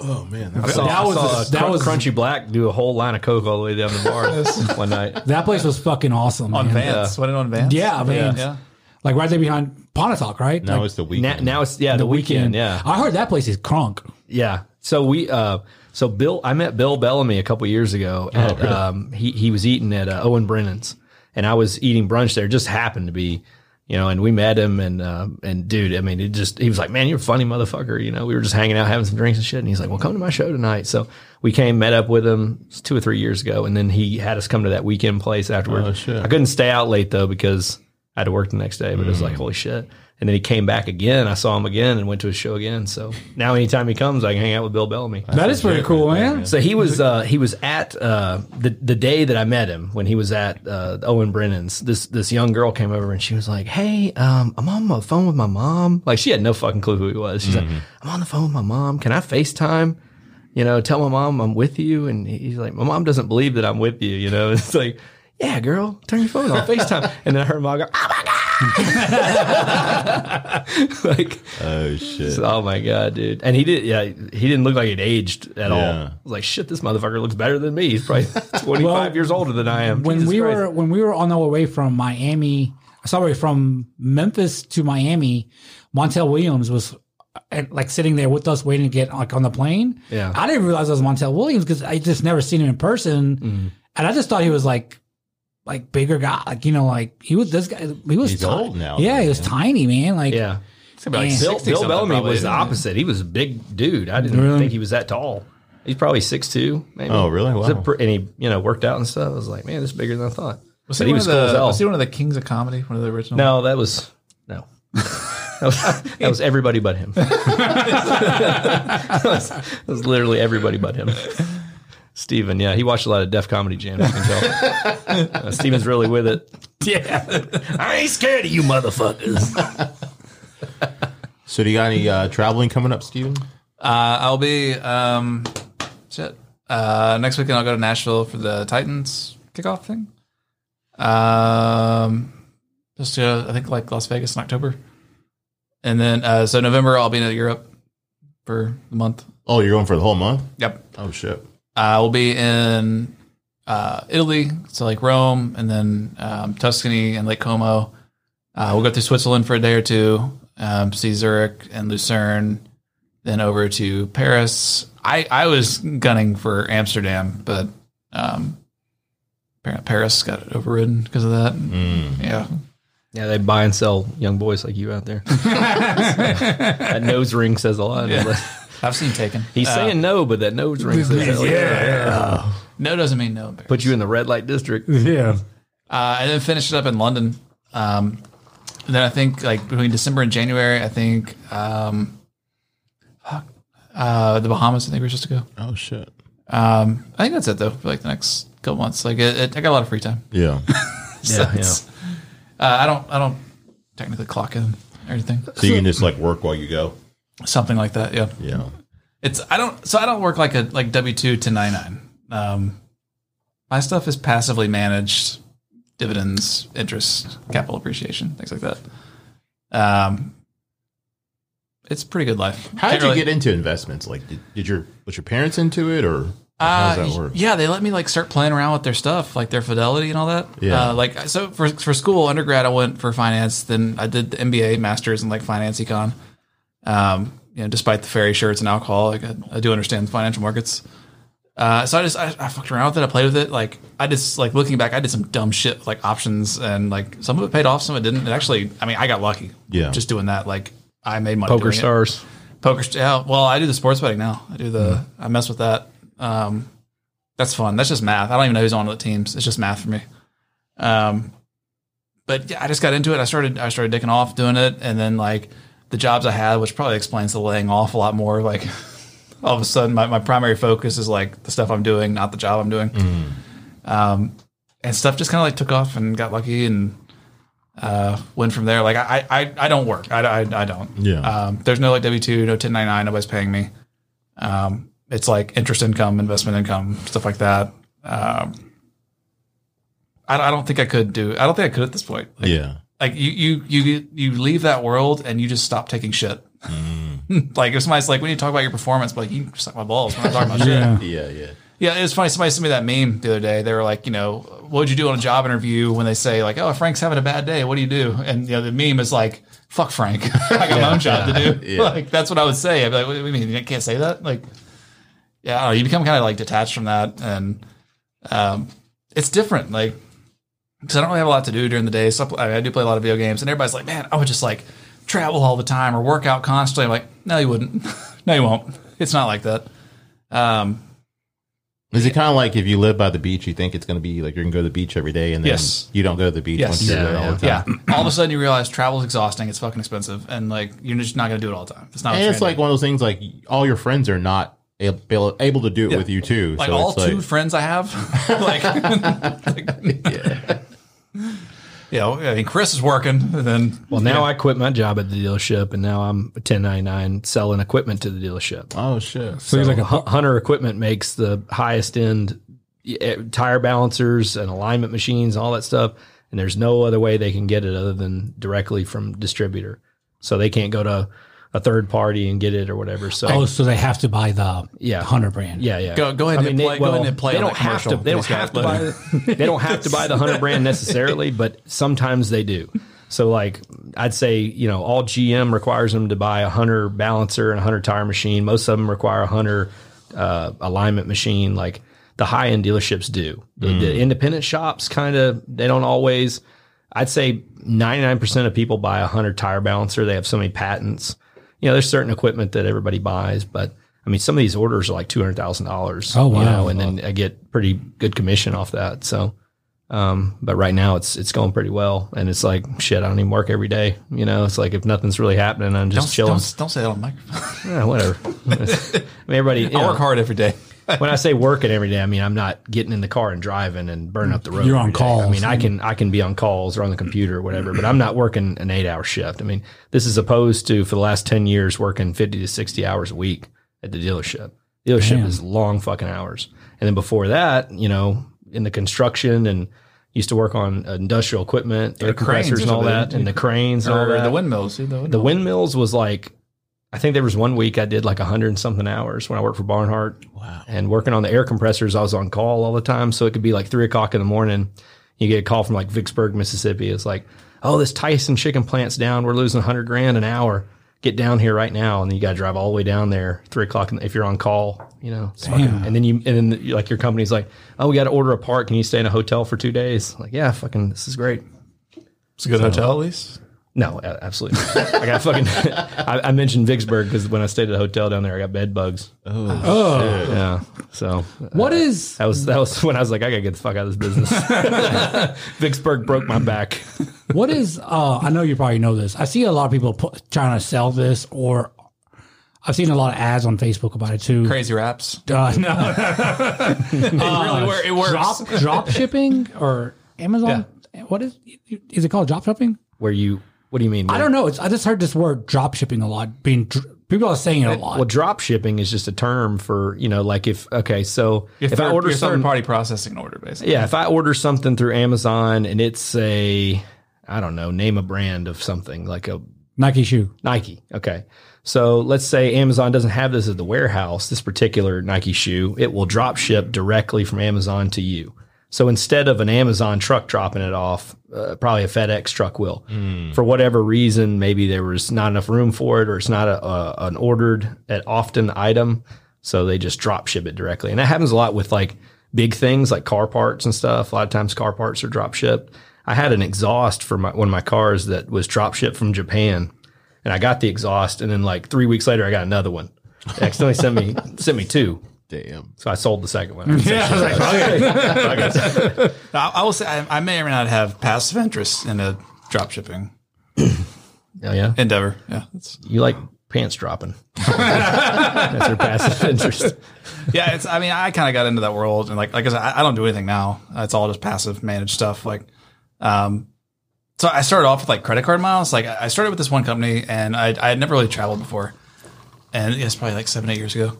S2: Oh man,
S4: I saw,
S3: That
S4: I
S3: was
S4: saw
S3: a-
S4: a
S3: that
S4: Crun-
S3: was-
S4: Crunchy Black do a whole line of coke all the way down the bar one night.
S3: That place was fucking awesome.
S1: on
S3: man.
S1: Vance. What on Vance?
S3: Yeah, man.
S1: Yeah.
S3: Like right there behind Pontotoc, right?
S2: now
S3: Like,
S2: it's the
S4: Now,
S2: weekend.
S4: now it's yeah the, weekend, yeah
S3: I heard that place is crunk.
S4: yeah. So we uh so Bill I met Bill Bellamy a couple years ago
S2: Oh,
S4: at um he he was eating at uh, Owen Brennan's and I was eating brunch there just happened to be you know and we met him and uh, and dude I mean it just he was like man you're a funny motherfucker you know we were just hanging out having some drinks and shit and he's like well come to my show tonight so we came met up with him it was two or three years ago and then he had us come to that weekend place afterwards
S2: Oh, shit.
S4: I couldn't stay out late though because I had to work the next day, but it was like, holy shit. And then he came back again. I saw him again and went to his show again. So now anytime he comes, I can hang out with Bill Bellamy.
S3: That is pretty cool, man.
S4: So he was uh, he was at uh, the the day that I met him when he was at uh, Owen Brennan's. This this young girl came over and she was like, "Hey, um, I'm on the phone with my mom." Like she had no fucking clue who he was. She's like, "I'm on the phone with my mom. Can I Facetime?" You know, tell my mom I'm with you. And he- he's like, my mom doesn't believe that I'm with you. You know, <laughs> it's like, yeah, girl, turn your phone on FaceTime. And then her mom go, oh my God. <laughs> like,
S2: oh shit.
S4: Oh my god, dude! And he did, yeah, he didn't look like he'd aged at all.
S2: Yeah.
S4: I was like, shit, this motherfucker looks better than me. He's <laughs> probably twenty five years older than I am.
S3: when
S4: Jesus
S3: we
S4: Christ.
S3: were when we were on our way from Miami, sorry, from Memphis to Miami, Montel Williams was uh, like sitting there with us, waiting to get like on the plane.
S4: Yeah.
S3: I didn't realize it was Montel Williams because I just never seen him in person,
S4: Mm-hmm.
S3: and I just thought he was like like bigger guy, like you know, like he was this guy. He was
S2: He's
S3: ti-
S2: old now,
S3: Yeah, he was
S2: man.
S3: tiny, man. Like
S4: yeah,
S1: It's gonna be like
S3: Man.
S4: Bill,
S1: 60
S4: Bill
S1: something
S4: Bellamy
S1: probably,
S4: was the
S1: isn't it?
S4: opposite. He was a big dude. I didn't
S3: Really?
S4: think he was that tall. He's probably six two, maybe.
S2: Oh, really?
S4: He's a
S2: Wow.
S4: pr- and he, you know, worked out and stuff. I was like, man, this is bigger than I thought.
S1: Was
S4: But
S1: he, one of the,
S4: hell.
S1: was he one of the kings of comedy? One of the original?
S4: No, that was no. <laughs> That was, that was everybody but him. <laughs> that, was, that was literally everybody but him. Steven, yeah, he watched a lot of deaf comedy jams. You <laughs> can tell. Uh, Steven's really with it.
S7: I ain't scared of you motherfuckers.
S2: So do you got any uh, traveling coming up, Steven?
S1: Uh, I'll be um, shit. Uh, next weekend I'll go to Nashville for the Titans kickoff thing. Um, just uh, I think like Las Vegas in October, and then uh, so November I'll be in Europe for the month.
S2: Oh, you're going for the whole month?
S1: Yep,
S2: Oh shit.
S1: uh, we'll be in uh, Italy, so like Rome, and then um, Tuscany and Lake Como. Uh, we'll go through Switzerland for a day or two, um, see Zurich and Lucerne, then over to Paris. I, I was gunning for Amsterdam, but um, apparently Paris got overridden because of that. Yeah.
S4: Yeah, they buy and sell young boys like you out <laughs> there. that nose ring says a lot.
S1: I've seen Taken.
S4: He's saying no, but that nose ring says hell Uh, yeah.
S1: No doesn't mean no. in Paris.
S4: Put you in the red light district.
S3: yeah,
S1: uh, and then finish it up in London. Um, and then I think like between December and January, I think um, fuck, uh, the Bahamas. I think we're supposed to go.
S2: Oh shit.
S1: Um, I think that's it though for like the next couple months. Like it, it, I got a lot of free time.
S2: Yeah.
S1: So it's- <laughs> Uh, I don't. I don't technically clock in or anything.
S2: so you can just like work while you go.
S1: Something like that. Yeah.
S2: Yeah.
S1: It's I don't. So I don't work like a like W two to nine nine. Um, My stuff is passively managed dividends, interest, capital appreciation, things like that. Um, it's a pretty good life.
S2: How did
S1: Can't
S2: you
S1: really-
S2: get into investments? Like, did, did your was your parents into it, or how
S1: Uh,
S2: does that work?
S1: Yeah, they let me like start playing around with their stuff, like their fidelity and all that.
S2: Yeah.
S1: Uh, like so for for school undergrad, I went for finance. Then I did the MBA, masters in like finance econ. Um, you know, despite the fairy shirts and alcohol, like I, I do understand financial markets. Uh, so I just I, I fucked around with it. I played with it. Like I just like looking back, I did some dumb shit with, like options and like some of it paid off, some of it didn't. It actually, I mean, I got lucky.
S2: Yeah.
S1: Just doing that, like I made money.
S4: Poker
S1: doing it
S4: stars.
S1: poker. Yeah, well, I do the sports betting now. I do the.
S2: Mm.
S1: I mess with that. Um, that's fun. That's just math. I don't even know who's on the teams. It's just math for me. Um, but yeah, I just got into it. I started. I started dicking off doing it, and then like the jobs I had, which probably explains the laying off a lot more. Like <laughs> all of a sudden, my, my primary focus is like the stuff I'm doing, not the job I'm doing. Um, and stuff just kind of like took off and got lucky and uh, went from there. Like I, I, I don't work. I, I, I don't.
S2: Yeah.
S1: Um, there's no like W two, no ten ninety nine. Nobody's paying me. Um, it's like interest income, investment income, stuff like that. Um, I, I don't think I could do. I don't think I could at this point. Like,
S2: yeah,
S1: like you, you, you, you leave that world and you just stop taking shit. <laughs> like if somebody's like, "When you talk about your performance," I'm like you can suck my balls. We're not talking about shit.
S2: yeah, yeah.
S1: Yeah, it was funny. Somebody sent me that meme the other day. They were like, you know, what would you do on a job interview when they say like, "Oh, Frank's having a bad day. What do you do?" And you know, the meme is like, "Fuck Frank." <laughs> I got my own job to do.
S2: Yeah.
S1: Like that's what I would say. I'd be like, "What do you mean? You can't say that?" Like, yeah, I don't know. You become kind of like detached from that, and um, it's different. Like, because I don't really have a lot to do during the day. So I, pl- I, mean, I do play a lot of video games, and everybody's like, "Man, I would just like travel all the time or work out constantly." I'm like, "No, you wouldn't. <laughs> no, you won't. It's not like that." Um,
S2: Is it kind of like if you live by the beach, you think it's going to be like you're going to go to the beach every day, and then
S1: Yes.
S2: you don't go to the beach
S1: Yes.
S2: once you're
S4: Yeah,
S2: there all the time.
S1: Yeah. <clears throat> all of a sudden you realize travel's exhausting. It's fucking expensive, and like you're just not gonna do it all the time. It's not. what
S2: And
S1: you're
S2: it's
S1: gonna
S2: like one of those things like all your friends are not able, able to do it
S1: Yeah.
S2: with you too.
S1: do. like
S2: so
S1: all
S2: it's
S1: two
S2: like,
S1: friends I have, <laughs> like, like yeah. You know, I mean, Chris is working, and then
S4: Well, now I quit my job at the dealership, and now I'm 1099 selling equipment to the dealership.
S2: oh shit.
S4: So, like Hunter Equipment makes the highest end eh, tire balancers and alignment machines, all that stuff, and there's no other way they can get it other than directly from distributor. So they can't go to a third party and get it or whatever. So
S3: Oh, so they have to buy the
S4: Yeah.
S3: Hunter brand.
S4: Yeah, yeah.
S1: Go- go ahead and play- go ahead and play
S4: They
S1: on
S4: don't
S1: that
S4: have to.
S1: commercial.
S4: They don't
S1: Please,
S4: have to
S1: guys,
S4: buy. The, <laughs> they don't have to buy the Hunter
S1: <laughs>
S4: brand necessarily, but sometimes they do. So, like, I'd say you know, all GM requires them to buy a Hunter balancer and a Hunter tire machine. Most of them require a Hunter uh, alignment machine. Like the high end dealerships do. The,
S1: Mm.
S4: the independent shops kind of they don't always. I'd say 99% of people buy a Hunter tire balancer. They have so many patents. You know, there's certain equipment that everybody buys, but I mean, some of these orders are like $200,000.
S3: Oh,
S4: You
S3: wow.
S4: know, and then I get pretty good commission off that. So, um, but right now it's, it's going pretty well. And it's like, shit, I don't even work every day. You know, it's like if nothing's really happening, I'm
S1: don't,
S4: just chilling.
S1: don't don't say that on microphone.
S4: Yeah, whatever. <laughs> I mean, everybody, you
S1: I
S4: know,
S1: work hard every day.
S4: when I say working every day, I mean I'm not getting in the car and driving and burning up the road.
S3: You're
S4: every
S3: on
S4: day. I
S3: calls.
S4: mean, I can I can be on calls or on the computer or whatever, but I'm not working an eight hour shift. I mean, this is opposed to for the last ten years working fifty to sixty hours a week at the dealership. Dealership is long fucking hours. And then before that, you know, in the construction and used to work on industrial equipment, air
S1: cranes
S4: compressors
S1: or
S4: and all
S1: something,
S4: that,
S1: didn't
S4: and the cranes and all
S1: Or
S4: that.
S1: the windmills. see, The
S4: The
S1: windmills.
S4: windmills was like, I think there was one week I did like a hundred and something hours when I worked for Barnhart. Wow. And working on the air compressors, I was on call all the time. So it could be like three o'clock in the morning. You get a call from like Vicksburg, Mississippi. It's like, oh, this Tyson chicken plant's down. We're losing a hundred grand an hour. Get down here right now, and then you got to drive all the way down there three o'clock. in the- If you're on call, you know, it's fucking- and then you and then like your company's like, oh, we got to order a part. Can you stay in a hotel for two days? Like, yeah, fucking, this is great.
S1: It's a good hotel, at least.
S4: No, a- absolutely. not. like I fucking, <laughs> I, I mentioned Vicksburg because when I stayed at a hotel down there, I got bed bugs.
S3: Oh,
S4: Yeah, so uh,
S3: what is?
S4: that was that was when I was like, I gotta get the fuck out of this business.
S1: <laughs>
S4: Vicksburg broke my back.
S3: What is? Uh, I know you probably know this. I see a lot of people put, trying to sell this, or I've seen a lot of ads on Facebook about it too.
S1: Crazy raps.
S3: Uh, <laughs> no,
S1: really where it works.
S3: drop drop shipping or Amazon. What is? Is it called drop shipping?
S4: Where you? What do you mean?
S3: I don't know. It's I just heard this word drop shipping a lot, being dr- People are saying it a lot.
S4: Well, drop shipping is just a term for you know, like if okay, so
S1: Your
S4: if
S1: third,
S4: I order
S1: your
S4: something,
S1: third party processing order, basically.
S4: yeah, if I order something through Amazon and it's a, I don't know, name a brand of something like a
S3: Nike shoe.
S4: Nike. Okay. So let's say Amazon doesn't have this at the warehouse, this particular Nike shoe, it will drop ship directly from Amazon to you. So instead of an Amazon truck dropping it off, uh, probably a FedEx truck will. For whatever reason, maybe there was not enough room for it or it's not a, a, an ordered at often item. So they just drop ship it directly. And that happens a lot with like big things like car parts and stuff. A lot of times car parts are drop shipped. I had an exhaust for my, one of my cars that was drop shipped from Japan and I got the exhaust, and then like three weeks later, I got another one. They accidentally
S1: <laughs>
S4: sent me sent me two,
S2: Damn.
S4: so I sold the second one.
S1: Yeah, I was like, <laughs> I, I will say I, I may or may not have passive interest in a drop shipping
S4: Oh yeah,
S1: endeavor. Yeah, it's,
S4: you like
S1: <laughs>
S4: pants dropping? That's your passive interest.
S1: yeah. It's I mean I kind of got into that world and like like I said I, I don't do anything now. It's all just passive managed stuff. Like, um, so I started off with like credit card miles. Like I I started with this one company and I I had never really traveled before, and it's probably like seven eight years ago.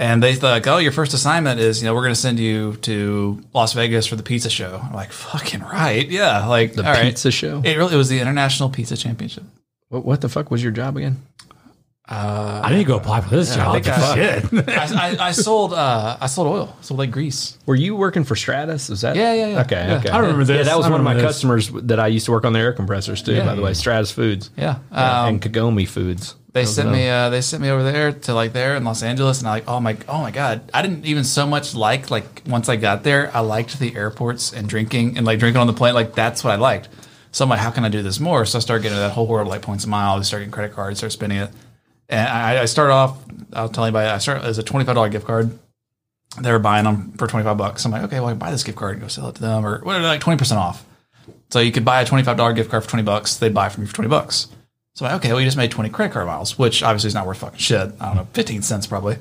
S1: And they thought, like, oh, your first assignment is, you know, we're going to send you to Las Vegas for the pizza show. I'm like, fucking right. Yeah. Like, all right.
S4: Pizza show.
S1: It really it was the International Pizza Championship.
S4: What, what the fuck was your job again?
S3: I need to go apply for this job.
S1: I, I, I sold uh, I sold oil, sold like grease.
S4: Were you working for Stratus? Is that
S1: Yeah, yeah, yeah.
S4: Okay,
S1: Yeah.
S4: okay.
S1: I remember
S4: Yeah,
S1: this.
S4: that was
S1: I
S4: one of my
S1: remember this.
S4: customers that I used to work on their air compressors too. By the way, Stratus Foods.
S1: Yeah,
S4: Uh,
S1: um,
S4: and Kagomi Foods.
S1: they sent me uh, they sent me over there to like there in Los Angeles, and I like oh my oh my god, I didn't even so much like like once I got there, I liked the airports and drinking and like drinking on the plane, like that's what I liked. So I'm like, how can I do this more? So I started getting into that whole world of like points a mile, I started getting credit cards, start spending it, and I, I started off. I'll tell anybody, I started as a twenty five dollar gift card. They were buying them for twenty five bucks. I'm like, okay, well I can buy this gift card and go sell it to them or whatever, like twenty percent off. So you could buy a twenty-five dollar gift card for twenty bucks. They'd buy from you for twenty bucks. So I'm like, okay, well you just made twenty credit card miles, which obviously is not worth fucking shit. I don't know, fifteen cents probably.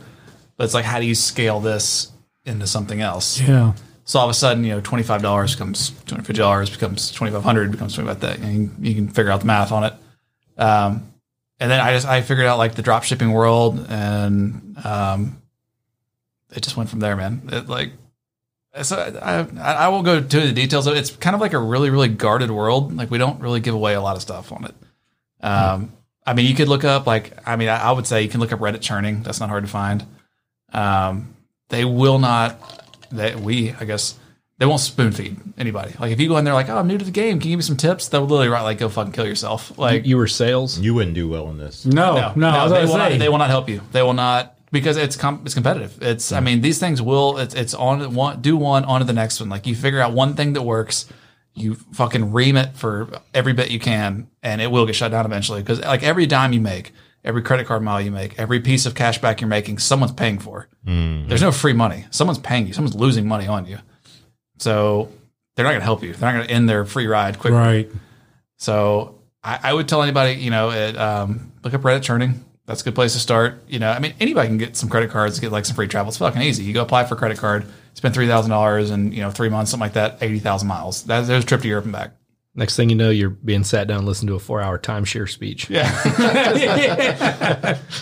S1: But it's like, how do you scale this into something else?
S3: Yeah.
S1: So all of a sudden, you know, twenty-five dollars becomes twenty-five dollars becomes twenty-five hundred becomes twenty-five that, and you, you can figure out the math on it. Um, and then I just I figured out like the drop shipping world, and um, it just went from there, man. It like so I, I I won't go into the details of it. It's kind of like a really really guarded world. Like we don't really give away a lot of stuff on it. Um, I mean, you could look up like I mean, I, I would say you can look up Reddit churning. That's not hard to find. Um, they will not. That we I guess they won't spoon feed anybody. Like if you go in there like oh I'm new to the game, can you give me some tips? They'll literally write like go fucking kill yourself. Like
S4: You were sales.
S2: You wouldn't do well in this.
S3: No,
S1: no,
S3: no. I was
S1: they,
S3: gonna
S1: will
S3: say.
S1: not, they will not help you. They will not because it's com- it's competitive. It's I mean these things will it's it's on one do one on to the next one. Like you figure out one thing that works, you fucking ream it for every bit you can, and it will get shut down eventually. Because like every dime you make, every credit card mile you make, every piece of cash back you're making, someone's paying for.
S3: Mm-hmm.
S1: There's no free money. Someone's paying you. Someone's losing money on you. So they're not going to help you. They're not going to end their free ride quickly.
S3: right.
S1: So I, I would tell anybody, you know, it, um, look up Reddit churning. That's a good place to start. You know, I mean, anybody can get some credit cards, get like some free travel. It's fucking easy. You go apply for a credit card, spend three thousand dollars, and you know, three months, something like that, eighty thousand miles. That, there's a trip to Europe and back.
S4: Next thing you know, you're being sat down and listening to a four hour timeshare speech.
S1: Yeah,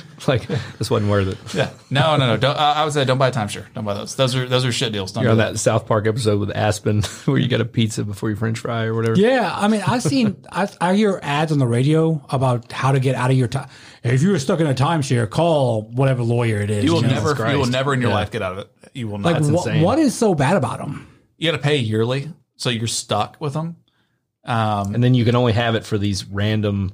S4: <laughs> Like this wasn't worth it.
S1: yeah. No, no, no. Don't, uh, I would say don't buy a timeshare. Don't buy those. Those are those are shit deals. Don't
S4: You're
S1: do
S4: on
S1: that.
S4: that South Park episode with Aspen <laughs> where you got a pizza before your French fry or whatever.
S3: Yeah, I mean, I've seen, I, I hear ads on the radio about how to get out of your time. If you were stuck in a timeshare, call whatever lawyer it is.
S1: You will
S3: know?
S1: never. You will
S4: Christ.
S1: never in your life get out of it. You will not.
S3: Like, wha-
S4: insane.
S3: what is so bad about them?
S1: you got to pay yearly, so you're stuck with them.
S4: And then you can only have it for these random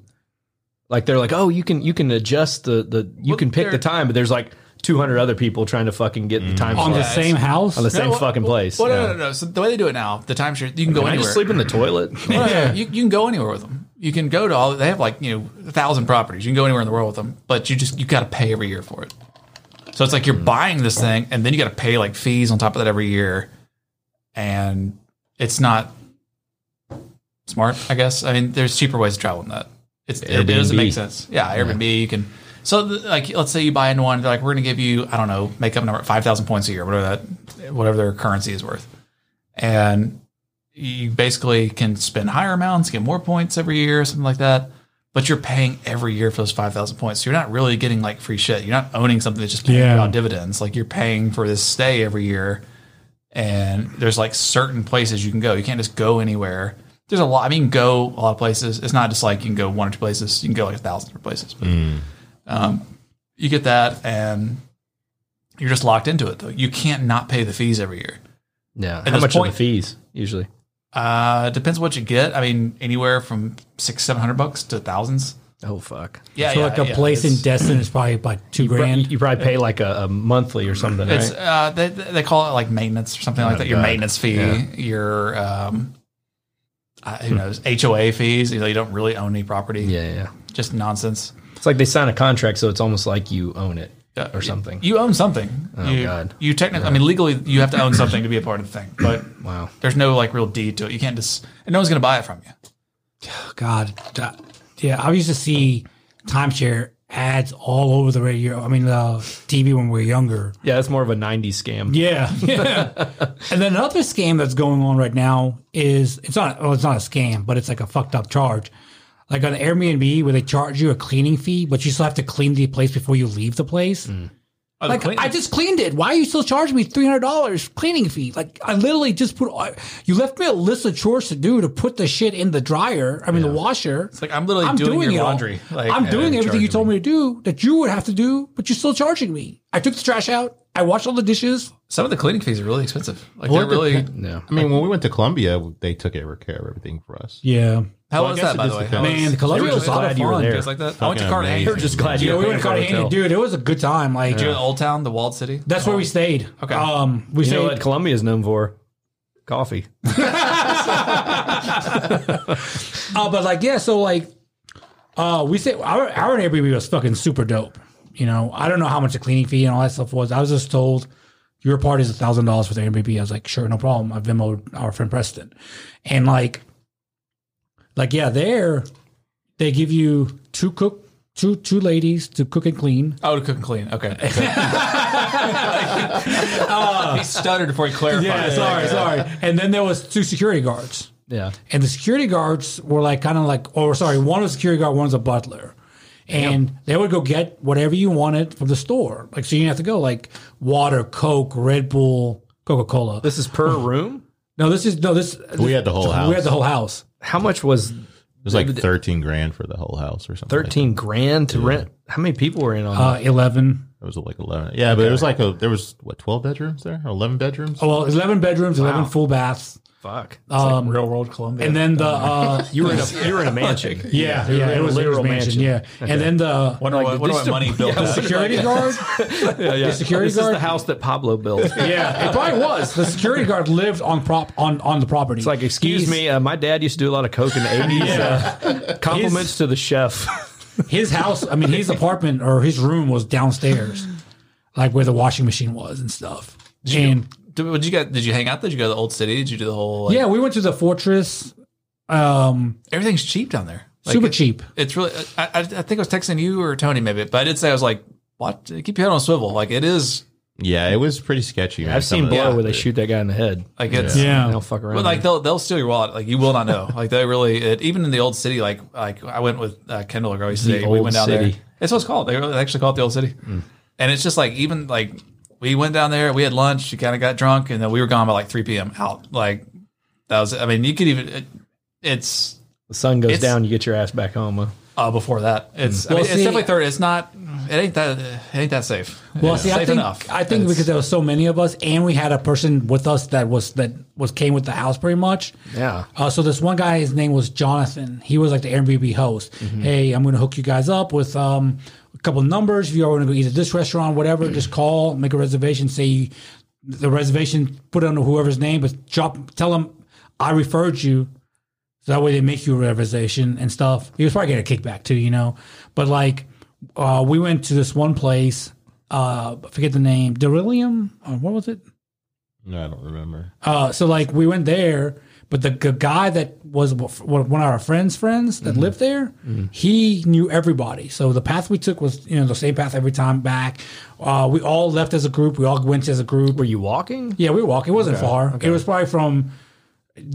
S4: like they're like, "Oh, you can you can adjust the the you
S1: Well,
S4: can pick
S1: they're-
S4: the time," but there's like 200 other people trying to fucking get the time
S3: Mm. On the
S4: slot
S3: same house?
S4: on the same
S1: No, well,
S4: fucking place.
S1: Well, no,
S4: Yeah.
S1: no, no, no. So the way they do it now, the timeshare, you can go
S4: Can I
S1: anywhere.
S4: just sleep in the toilet?
S1: No, no, no. You, you can go anywhere with them. You can go to all. They have like you know a thousand properties. You can go anywhere in the world with them, but you just you got to pay every year for it. So it's like you're buying this thing, and then you got to pay like fees on top of that every year, and it's not smart. I guess. I mean, there's cheaper ways to travel than that. It's, it doesn't make
S4: Airbnb.
S1: sense. Yeah, Airbnb. You can. So the, like, let's say you buy into one. They're like, we're going to give you I don't know, make up a number five thousand points a year, whatever that, whatever their currency is worth, and you basically can spend higher amounts, get more points every year, something like that. but you're paying every year for those 5,000 points. So you're not really getting like free shit. You're not owning something that's just paying
S8: Yeah.
S1: you out dividends. Like you're paying for this stay every year. And there's like certain places you can go. You can't just go anywhere. There's a lot. I mean, you can go a lot of places. It's not just like you can go one or two places. You can go like a thousand different places. But um, you get that, and you're just locked into it. Though you can't not pay the fees every year.
S4: Yeah.
S1: this
S4: How much
S1: point-
S4: are the fees usually?
S1: Uh, depends what you get. I mean, anywhere from six, seven hundred bucks to thousands.
S4: Oh fuck.
S1: Yeah,
S3: so
S1: yeah,
S3: like a
S1: yeah,
S3: place in
S1: it's-
S3: Destin is probably about two grand.
S4: You probably pay like a, a monthly or something, right?
S1: It's uh, they, they call it like maintenance or something like that. Your maintenance fee, your um, uh, who knows HOA fees. You know, you don't really own any property.
S4: yeah, yeah, yeah.
S1: just nonsense
S4: It's like they sign a contract, so it's almost like you own it
S1: Yeah.
S4: or something.
S1: You own something.
S4: Oh,
S1: you,
S4: God.
S1: You technically, I mean, legally, you have to own something to be a part of the thing. But
S4: wow.
S1: there's no like real deed to it. You can't just, and no one's going to buy it from you.
S3: God, that- yeah, I used to see timeshare ads all over the radio. I mean, the TV when we were younger.
S4: Yeah, that's more of a '90s
S1: <laughs>
S4: scam.
S3: Yeah, <laughs> and then another scam that's going on right now is it's not well, it's not a scam, but it's like a fucked up charge, like on Airbnb where they charge you a cleaning fee, but you still have to clean the place before you leave the place.
S1: Mm. Oh,
S3: Like I just cleaned it. Why are you still charging me three hundred dollars cleaning fee? Like I literally just put. You left me a list of chores to do to put the shit in the dryer. I mean the washer.
S1: It's like, I'm literally doing, your
S3: it all.
S1: laundry. Like,
S3: I'm doing
S1: and
S3: everything you
S1: charging
S3: told
S1: me.
S3: me to do that you would have to do, but you're still charging me. I took the trash out. I washed all the dishes.
S1: Some of the cleaning fees are really expensive. Like,
S2: Well,
S1: they're really,
S2: it depen-
S4: No.
S2: I mean, when we went to Columbia, they took care of everything for us.
S3: Yeah,
S1: how
S2: Well, I
S1: was
S2: guess
S1: that,
S2: it
S1: by
S2: just
S1: the way?
S2: depends.
S1: How
S3: Man, the Columbia
S1: They were
S3: was a lot
S4: glad
S3: of
S4: you were
S3: fun.
S4: there.
S1: Guys like that. I went to
S2: Fucking
S1: Cartagena.
S2: amazing.
S4: glad
S3: yeah, we
S4: were
S3: went to Cartagena, dude. It was a good time. Like
S1: Did you go to Old Town, the walled city?
S3: that's where we stayed.
S1: Okay.
S3: um, we
S4: You know
S3: stayed.
S4: what Columbia is known for? Coffee.
S3: Uh, but like, yeah, so like, uh, we say our, our Airbnb was fucking super dope. You know, I don't know how much the cleaning fee and all that stuff was. I was just told your part is a thousand dollars for the Airbnb. I was like, sure, no problem. I Venmoed our friend Preston, and like, like yeah, there they give you two cook, two two ladies to cook and clean.
S1: Oh, to cook and clean. <laughs> Okay. Oh, he stuttered before he clarified.
S3: sorry, sorry. And then there was two security guards.
S4: Yeah.
S3: and the security guards were like kind of like or sorry one was a security guard one's a butler and they would go get whatever you wanted from the store like so you didn't have to go like water coke red bull coca-cola
S4: This is per room.
S3: no this is no this
S2: We had the whole house.
S3: we had the whole house
S4: How much was
S2: It was like thirteen grand for the whole house or something. like that.
S4: 13 grand to rent? How many people were in on
S3: uh 11
S2: It was like eleven. Yeah, but it was like a there was what twelve bedrooms there, eleven bedrooms.
S3: oh well 11 bedrooms 11 full baths
S4: that? Fuck.
S3: um
S1: Real world Columbia.
S3: and then the uh
S4: You were in a you were in a <laughs> mansion.
S3: <laughs> yeah yeah it was, it was
S4: literal
S3: mansion, yeah and then the
S1: wonder what, wonder what money built up.
S3: security guard the security
S4: This is
S3: guard
S4: the house that Pablo built. <laughs> It's
S3: yeah it probably was the security guard lived on prop on on the property it's
S4: like, excuse me, uh, my dad used to do a lot of coke in the 80s. Uh, compliments to the chef. <laughs>
S3: his house, I mean, his apartment or his room was downstairs, like where the washing machine was and stuff. And
S1: Did, would you get, did you hang out? there? Did you go to the old city? Did you do the whole? Like,
S3: yeah, we went to the fortress, um,
S1: everything's cheap down there. Like,
S3: super
S1: it-
S3: cheap.
S1: It's really. I, I, I think I was texting you or Tony maybe, but I did say I was like, "What? Keep your head on a swivel." Like it is.
S2: Yeah, it was pretty sketchy. man.
S4: I've
S2: Some
S4: seen
S2: of the-
S4: Blow where they shoot that guy in the head.
S1: Like it's.
S3: Yeah.
S4: They don't fuck around.
S1: But like they'll they'll steal your wallet. Like you will not know. Like they really. It, even in the old city, like like I went with uh, Kendall Grove City. We
S4: old
S1: went down
S4: city.
S1: there. It's what it's called. They really actually call it the old city. And it's just like even like we went down there. We had lunch. You kind of got drunk, and then we were gone by like three p.m. Out. Like that was. I mean, you could even. It, it's
S4: the sun goes
S1: it's-
S4: down, you get your ass back home. Huh?
S1: uh, before that. It's I mean,
S3: see-
S1: it's definitely third. It's not. It ain't that. It ain't that safe.
S3: Well,
S1: It's
S3: see, I
S1: safe
S3: think
S1: enough.
S3: I think
S1: It's-
S3: because there was so many of us, and we had a person with us that was that was came with the house pretty much.
S4: Yeah.
S3: Uh, so this one guy, his name was Jonathan. He was like the Airbnb host.
S1: Mm-hmm.
S3: Hey, I'm going to hook you guys up with um, a couple numbers. If you all want to go eat at this restaurant, whatever,
S1: Mm.
S3: just call, make a reservation, say you, the reservation, put it under whoever's name, but drop, tell them I referred you. So that way they make you a reservation and stuff. He was probably getting a kickback too, you know. But like, uh, we went to this one place. Uh, I forget the name, Derillium. Or what was it?
S2: No, I don't remember.
S3: Uh, so like we went there, but the, the guy that was one of our friends' friends that lived there, he knew everybody. So the path we took was you know the same path every time back. Uh, we all left as a group. We all went as a group.
S4: Were you walking?
S3: yeah, we walked. It wasn't far. It was probably from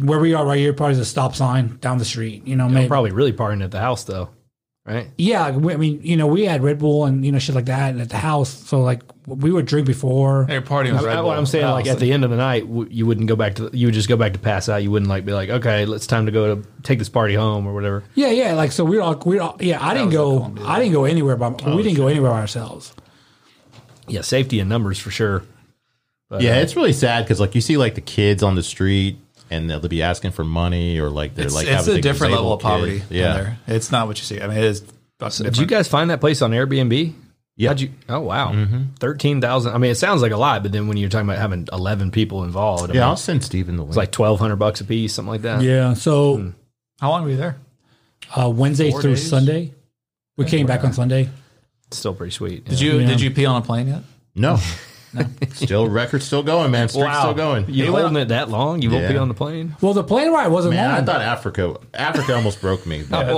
S3: where we are right here, probably the stop sign down the street. You know, maybe
S4: Probably really partying at the house though. right?
S3: Yeah, we, I mean, you know, we had Red Bull and you know shit like that at the house. So like, we would drink before.
S1: They're partying with Red
S4: That's
S1: Bull.
S4: what I'm saying.
S3: Oh,
S4: Like
S3: so-
S4: at the end of the night, w- you wouldn't go back to. You would just go back to pass out. You wouldn't like be like, okay, it's time to go to take this party home or whatever.
S3: Yeah, yeah. Like so, we we're all we we're all yeah. I didn't
S1: was
S3: go.
S1: Oklahoma, dude.
S3: I didn't go anywhere by. we didn't go anywhere by ourselves.
S4: Yeah, safety in numbers for sure.
S2: yeah, it's really sad because like you see like the kids on the street and they'll be asking for money or like they're
S1: It's,
S2: like
S1: it's
S2: have
S1: a
S2: big
S1: different level of
S2: disabled
S1: poverty.
S2: kid.
S1: Yeah,
S2: Yeah,
S1: there. it's not what you see. I mean, it is. fucking
S4: Did you
S1: different.
S4: guys find that place on Airbnb?
S2: Yeah.
S4: How'd you? Oh wow, thirteen thousand. I mean, it sounds like a lot, but then when you're talking about having eleven people involved, I
S2: yeah.
S4: mean,
S2: I'll send Steven the link.
S4: it's like twelve hundred bucks a piece, something like that.
S3: Yeah. So
S1: How long were you there?
S3: uh, Wednesday
S1: Four
S3: through
S1: days?
S3: Sunday, we came back on Sunday.
S4: It's still pretty sweet.
S1: Did you did you pee on a plane yet?
S2: no, still records still going, man. Streak's still going.
S4: You
S1: went
S4: holding it that long? You won't be
S2: Yeah.
S4: on the plane.
S3: Well, the plane ride wasn't
S2: Man,
S3: long.
S2: I thought Africa Africa almost broke me. but-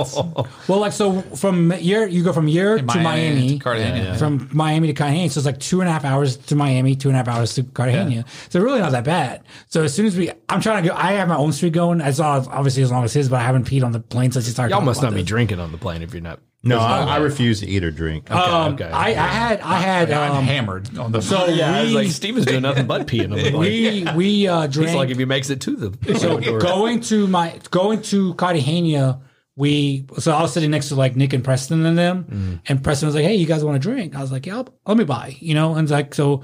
S3: well, like so from year you go from year to Miami,
S1: to Cartagena. Yeah.
S3: from Miami to Cartagena. So it's like two and a half hours to Miami, two and a half hours to Cartagena. So really not that bad. So as soon as we, I'm trying to go. I have my own street going. I saw obviously as long as his, but I haven't peed on the plane since he started.
S4: Y'all
S3: talking
S4: must
S3: about
S4: not be
S3: this.
S4: drinking on the plane if you're not.
S2: no, I, I refuse to eat or drink.
S4: Oh,
S3: Um,
S4: okay.
S3: I, I had I had
S1: I'm
S3: um,
S1: hammered on the
S3: so
S4: I was
S3: we,
S4: like, Steven's doing nothing but peeing on the plane.
S3: we we <laughs> uh,
S4: It's like
S3: drank.
S4: if he makes it to the
S3: so going to my going to Cartagena, we so I was sitting next to like Nick and Preston and them, and Preston was like, "Hey, you guys want a drink?" I was like, "Yeah, I'll- let me buy," you know, and it's like so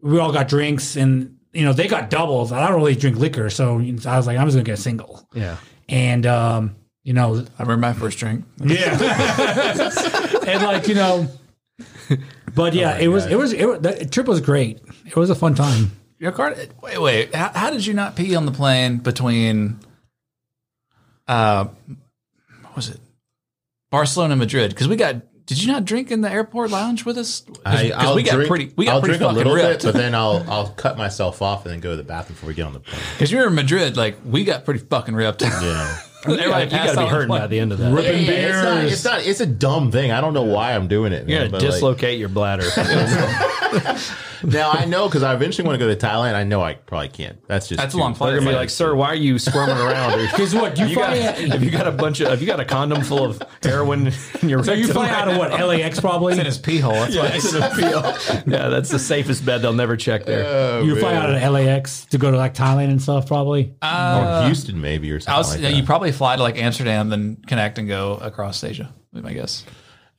S3: we all got drinks and you know they got doubles. I don't really drink liquor, so I was like, "I'm just gonna get a single,"
S4: yeah.
S3: and um, you know,
S1: I remember my first drink.
S3: yeah, <laughs> and like you know. But yeah, it was, it was it was the trip was great. It was a fun time.
S1: Your car. Wait, wait. How, how did you not pee on the plane between? Uh, what was it? Barcelona, and Madrid. Because we got. Did you not drink in the airport lounge with us? 'Cause-
S2: I,
S1: 'cause
S2: I'll
S1: we got
S2: drink,
S1: pretty. We got
S2: I'll
S1: pretty
S2: drink a
S1: fucking
S2: little
S1: ripped.
S2: bit, but then I'll I'll cut myself off and then go to the bathroom before we get on
S1: <laughs>
S2: the plane.
S1: Because you were in Madrid, like we got pretty fucking ripped.
S2: Yeah.
S1: Everybody passed
S4: you got to be
S1: out on the
S4: hurting by
S1: plane.
S4: the end of that.
S2: Yeah, it's, not, it's not. It's a dumb thing. I don't know why I'm doing it.
S4: You're
S2: man,
S4: gonna
S2: but, like,
S4: dislocate your bladder.
S2: now I know because I eventually want to go to Thailand. I know I probably can't. That's just
S1: That's a
S2: too-
S1: long flight.
S4: <laughs> They're gonna be like, "Sir, why are you squirming around?" <laughs> Or,
S3: Because what you,
S4: you got,
S3: fly,
S4: <laughs> have you got a bunch of? Have you got a condom full of heroin in your?
S3: so you
S4: rectum?
S3: fly
S4: <laughs>
S3: out of what LAX probably.
S1: in his pee hole. That's why.
S2: It's an appeal.
S4: Yeah, that's the safest bed they'll never check there.
S3: You fly out of LAX to go to like Thailand and stuff, probably.
S4: Uh,
S1: Uh,
S2: or Houston maybe or something.
S1: I was,
S2: like that.
S1: you probably fly to like Amsterdam, then connect and go across Asia. would be My guess.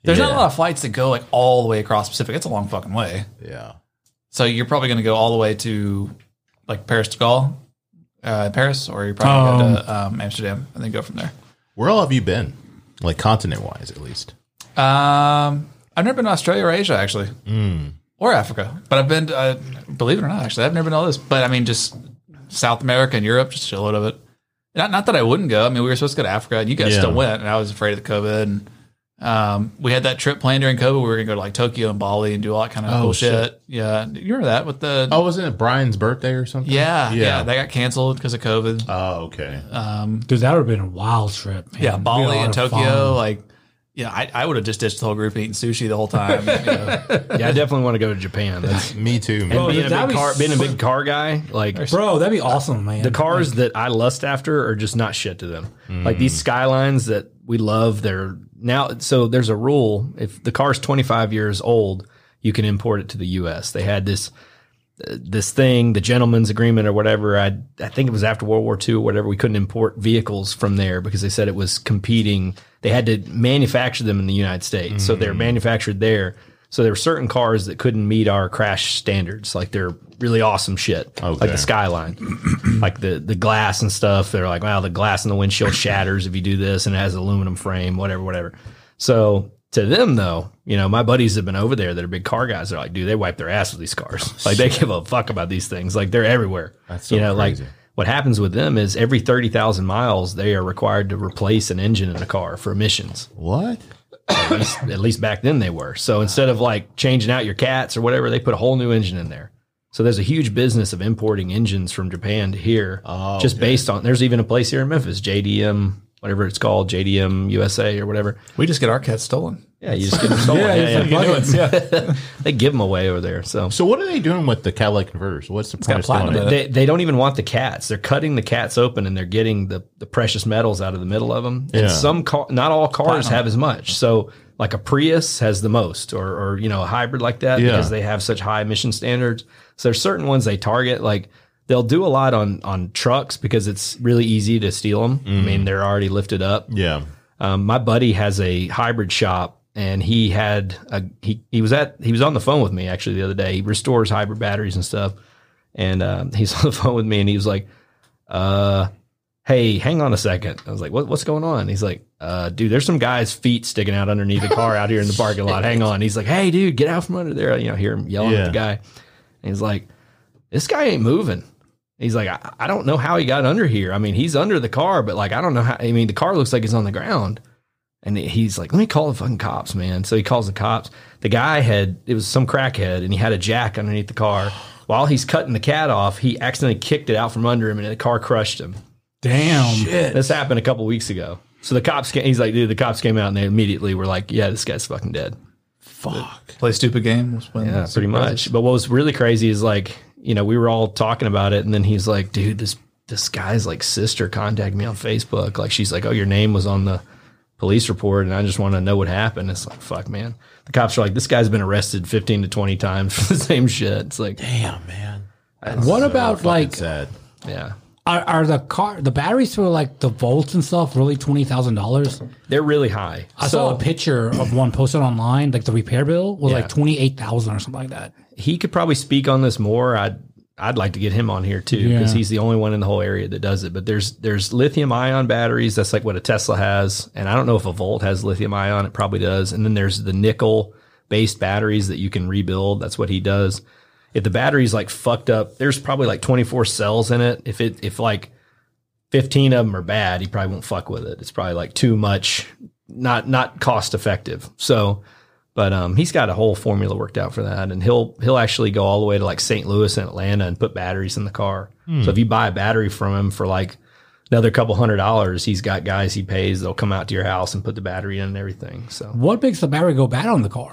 S1: There's not a
S2: Yeah.
S1: lot of flights that go like all the way across Pacific. It's a long fucking way.
S2: yeah.
S1: So you're probably going to go all the way to like Paris to Gaulle, uh, Paris, or you're probably
S3: Um,
S1: going to um, Amsterdam and then go from there.
S2: Where all have you been? Like continent wise, at least.
S1: Um, I've never been to Australia or Asia actually, Hmm. or Africa, but I've been. To, uh, believe it or not, actually, I've never been to all this. But I mean, just South America and Europe, just a shitload of it. Not, not that I wouldn't go. I mean, we were supposed to go to Africa, and you guys
S2: Yeah.
S1: still went, and I was afraid of the COVID. And um, we had that trip planned during COVID. We were going to go to like Tokyo and Bali and do all that kind of cool Oh, shit. Yeah, you remember that with the
S2: Oh, wasn't it Brian's birthday or something?
S1: yeah, Uh, yeah
S2: Yeah.
S1: that got canceled because of COVID.
S2: Oh, okay.
S3: Dude, that would have been a wild trip, man.
S1: Yeah,
S3: It'd be a
S1: Bali
S3: lot
S1: and
S3: of
S1: Tokyo.
S3: fun.
S1: Like, yeah, I, I would have just ditched the whole group eating sushi the whole time. you know.
S4: Yeah, I definitely want to go to Japan. That's
S2: Me too. Man.
S3: Bro,
S4: being, a
S3: that'd
S4: big
S3: be
S4: car, being a
S3: sick.
S4: big car guy, like
S3: Bro, that'd be
S4: Uh,
S3: awesome, man.
S4: the cars that I lust after are just not shit to them. Like these skylines that we love, they're now. So there's a rule: if the car's 25 years old, you can import it to the U.S. They had this uh, this thing, the gentleman's agreement or whatever. I I think it was after World War II or whatever. We couldn't import vehicles from there because they said it was competing. They had to manufacture them in the United States, so they're manufactured there. So there were certain cars that couldn't meet our crash standards, like they're really awesome shit, like
S2: Okay.
S4: the Skyline like the the glass and stuff. They're like, wow, the glass in the windshield shatters if you do this, and it has aluminum frame, whatever, whatever. So to them though, you know, my buddies have been over there that are big car guys. They're like, dude, they wipe their ass with these cars. Like they give a fuck about these things. Like they're everywhere.
S2: Oh, That's so
S4: you know,
S2: crazy.
S4: like what happens with them is every thirty thousand miles they are required to replace an engine in a car for emissions
S2: what?
S4: at least, at least back then they were. So instead of like changing out your cats or whatever, they put a whole new engine in there. So there's a huge business of importing engines from Japan to here,
S2: Oh,
S4: just
S2: okay.
S4: based on. There's even a place here in Memphis, JDM, whatever it's called, JDM USA or whatever.
S1: we just get our cats stolen.
S4: Yeah, you just
S2: <laughs>
S4: get them stolen.
S1: Yeah,
S4: yeah,
S1: you
S4: yeah.
S1: fucking do it. Yeah.
S4: They give them away over there. So
S2: So what are they doing with the catalytic converters? What's the
S1: got
S2: point of selling
S1: platinum
S2: it?
S1: in it.
S4: they, they don't even want the cats. They're cutting the cats open and they're getting the, the precious metals out of the middle of them.
S2: Yeah.
S4: And some car, not all cars have as much. So like a Prius has the most, or or you know a hybrid like that
S2: Yeah.
S4: because they have such high emission standards. So there's certain ones they target. Like they'll do a lot on on trucks because it's really easy to steal them. I
S2: Mm.
S4: mean they're already lifted up.
S2: Yeah.
S4: Um, my buddy has a hybrid shop, and he had a he he was at he was on the phone with me actually the other day. He restores hybrid batteries and stuff, and um, <laughs> he's on the phone with me, and he was like, "Uh, hey, hang on a second. I was like, what, "What's going on?" He's like, "Uh, dude, there's some guy's feet sticking out underneath the car out here in the parking lot. Hang on." He's like, "Hey, dude, get out from under there." You know, hear him yelling at
S2: Yeah.
S4: the guy, and he's like, "This guy ain't moving." He's like, I, I don't know how he got under here. I mean, he's under the car, but like, I don't know how. I mean, the car looks like it's on the ground. And he's like, let me call the fucking cops, man. So he calls the cops. The guy had, it was some crackhead, and he had a jack underneath the car. While he's cutting the cat off, he accidentally kicked it out from under him, and the car crushed him.
S3: Damn.
S4: This happened a couple weeks ago. So the cops came, he's like, dude, the cops came out, and they immediately were like, yeah, this guy's fucking dead.
S1: Play stupid games. When
S4: Yeah, pretty much. But what was really crazy is like, you know, we were all talking about it, and then he's like, "Dude, this this guy's like sister contacted me on Facebook. Like, she's like, oh, your name was on the police report, and I just want to know what happened." It's like, fuck, man. The cops are like, this guy's been arrested fifteen to twenty times for <laughs> the same shit. It's like,
S2: Damn, man.
S3: What about like
S2: Sad.
S4: yeah,
S3: are, are the car the batteries for like the volts and stuff really twenty thousand dollars?
S4: they're really high.
S3: I saw a picture of one posted online, like the repair bill was
S4: Yeah.
S3: like twenty eight thousand or something like that.
S4: he could probably speak on this more. I'd I'd like to get him on here too because
S3: Yeah.
S4: he's the only one in the whole area that does it. But there's there's lithium ion batteries. That's like what a Tesla has, and I don't know if a Volt has lithium ion. It probably does. And then there's the nickel based batteries that you can rebuild. That's what he does. If the battery's like fucked up, there's probably like 24 cells in it. If it if like 15 of them are bad, he probably won't fuck with it. It's probably like too much, not not cost effective. So but um, he's got a whole formula worked out for that, and he'll he'll actually go all the way to like St. Louis and Atlanta and put batteries in the car. So if you buy a battery from him for like another couple hundred dollars, he's got guys he pays. They'll come out to your house and put the battery in and everything. So
S3: What makes the battery go bad on the car?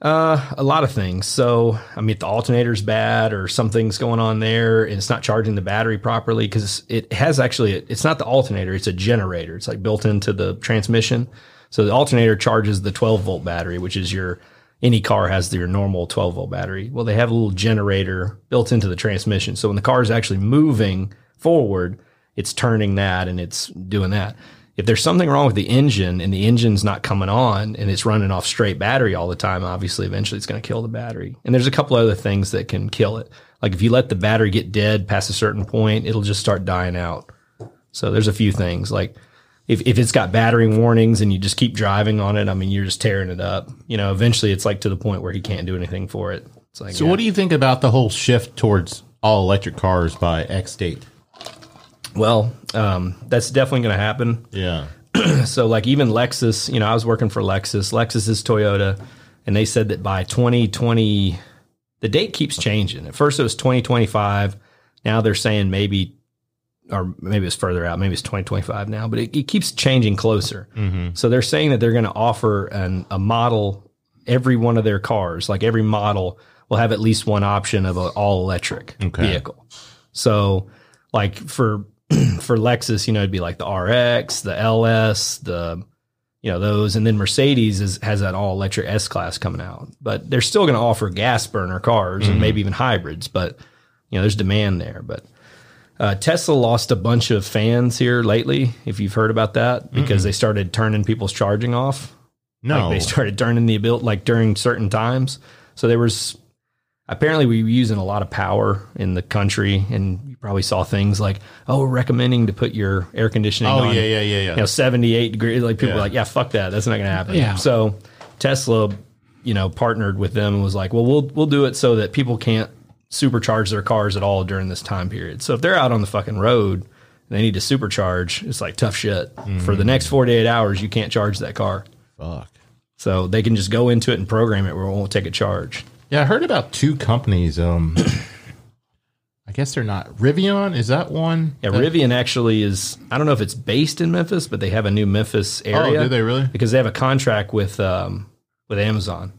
S4: uh, a lot of things. So I mean, if the alternator's bad or something's going on there, and it's not charging the battery properly because it has actually it's not the alternator, it's a generator. It's like built into the transmission. So the alternator charges the 12 volt battery, which is your any car has your normal 12 volt battery. Well, they have a little generator built into the transmission. So when the car is actually moving forward, it's turning that and it's doing that. If there's something wrong with the engine and the engine's not coming on and it's running off straight battery all the time, obviously eventually it's going to kill the battery. And there's a couple other things that can kill it. Like if you let the battery get dead past a certain point, it'll just start dying out. So there's a few things like if, if it's got battery warnings and you just keep driving on it, I mean, you're just tearing it up. You know, eventually it's like to the point where he can't do anything for it. It's like,
S2: So what do you think about the whole shift towards all electric cars by X date?
S4: well, um, that's definitely going to happen.
S2: Yeah.
S4: so like even Lexus, you know, I was working for Lexus. Lexus is Toyota, and they said that by 2020, the date keeps changing. At first it was 2025. Now they're saying maybe, or maybe it's further out. Maybe it's 2025 now, but it, it keeps changing closer. So they're saying that they're going to offer an, a model every one of their cars, like every model will have at least one option of an all electric
S2: Okay.
S4: vehicle. So like for <clears throat> for Lexus, you know, it'd be like the RX, the LS, the you know those, and then Mercedes is, has that all electric S class coming out, but they're still going to offer gas burner cars
S2: Mm-hmm.
S4: and maybe even hybrids. But you know, there's demand there. But uh, Tesla lost a bunch of fans here lately, if you've heard about that, because they started turning people's charging off.
S2: No.
S4: Like they started turning the abil like during certain times. So there was apparently we were using a lot of power in the country, and you probably saw things like, "Oh, we're recommending to put your air conditioning
S2: oh
S4: on
S2: yeah, yeah, yeah, yeah.
S4: you know 78 degrees like people
S2: Yeah.
S4: were like yeah fuck that that's not gonna happen
S3: Yeah.
S4: so tesla you know partnered with them and was like well we'll we'll do it so that people can't supercharge their cars at all during this time period so if they're out on the fucking road and they need to supercharge it's like tough shit for the next 48 hours you can't charge that car
S2: Fuck.
S4: so they can just go into it and program it where it won't take a charge
S2: Yeah, I heard about two companies. Um, <coughs> I guess they're not Rivian. Is that one?
S4: yeah
S2: That-
S4: rivian actually is i don't know if it's based in memphis but they have a new memphis area
S2: Oh, do they really?
S4: because they have a contract with um, with Amazon.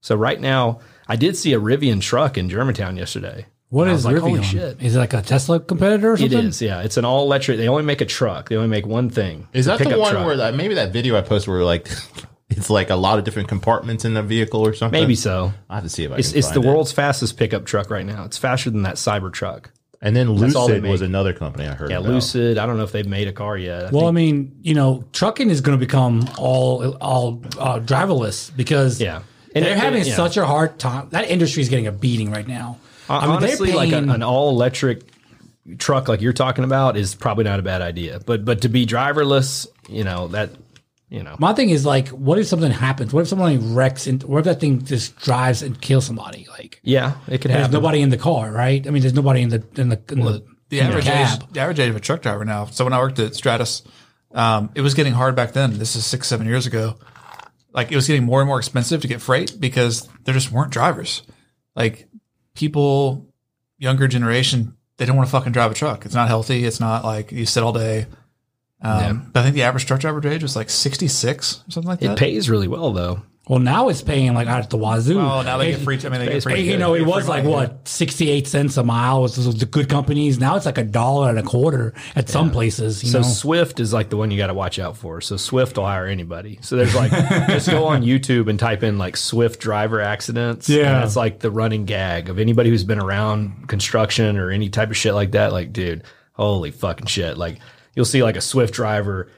S4: So right now, I did see a Rivian truck in Germantown yesterday.
S3: What
S4: I was
S3: is
S4: like, holy
S3: Rivian?
S4: shit.
S3: Is it like a Tesla competitor or
S4: It
S3: something?
S4: is, yeah. It's an all electric. They only make a truck. They only make one thing.
S2: Is
S4: It's a
S2: that the
S4: pickup
S2: one
S4: truck.
S2: where that maybe that video I posted where like <laughs> it's like a lot of different compartments in the vehicle or something?
S4: Maybe so.
S2: I have to see if I
S4: It's,
S2: can
S4: it's
S2: find
S4: the
S2: it.
S4: world's fastest pickup truck right now. It's faster than that Cybertruck.
S2: And then
S4: all they
S2: Lucid
S4: make.
S2: was another company I heard.
S4: Yeah,
S2: about.
S4: Lucid. I don't know if they've made a car yet. I
S3: Well, I
S4: think-
S3: mean, you know, trucking is going to become all all uh, driverless because
S4: yeah.
S3: they're
S4: it-
S3: having
S4: it- yeah.
S3: such a hard time. That industry is getting a beating right now.
S4: Hon-
S3: mean, they're
S4: honestly, like
S3: paying-
S4: a, an all electric truck like you're talking about is probably not a bad idea. But but to be driverless, you know that you know
S3: My thing is like, what if something happens? What if someone wrecks and what if that thing just drives and kills somebody? Like,
S4: yeah it could
S3: there's
S4: happen.
S3: nobody in the car, right? I mean, there's nobody in the in the, in the,
S1: The
S3: in the
S1: average
S3: cab.
S1: age, the average age of a truck driver now. So when I worked at Stratus, um, it was getting hard back then. This is six, seven years ago. Like it was getting more and more expensive to get freight because there just weren't drivers. Like people, younger generation, they don't want to fucking drive a truck. It's not healthy. It's not like you sit all day. Um, But I think the average truck driver age was like sixty six or something like that.
S4: It pays really well though.
S3: Well, now it's paying like out at the wazoo.
S1: oh, now they
S3: It-
S1: get free. I mean, they get free.
S3: you know,
S1: they
S3: it
S1: get
S3: was
S1: free
S3: like
S1: money.
S3: what sixty eight cents a mile was was the good companies. Now it's like a dollar and a quarter at some places. You
S4: So
S3: know,
S4: Swift is like the one you got to watch out for. So Swift will hire anybody. So there's like <laughs> just go on YouTube and type in like Swift driver accidents. and
S3: Yeah.
S4: that's like the running gag of anybody who's been around construction or any type of shit like that. Like, dude, holy fucking shit! Like you'll see like a Swift driver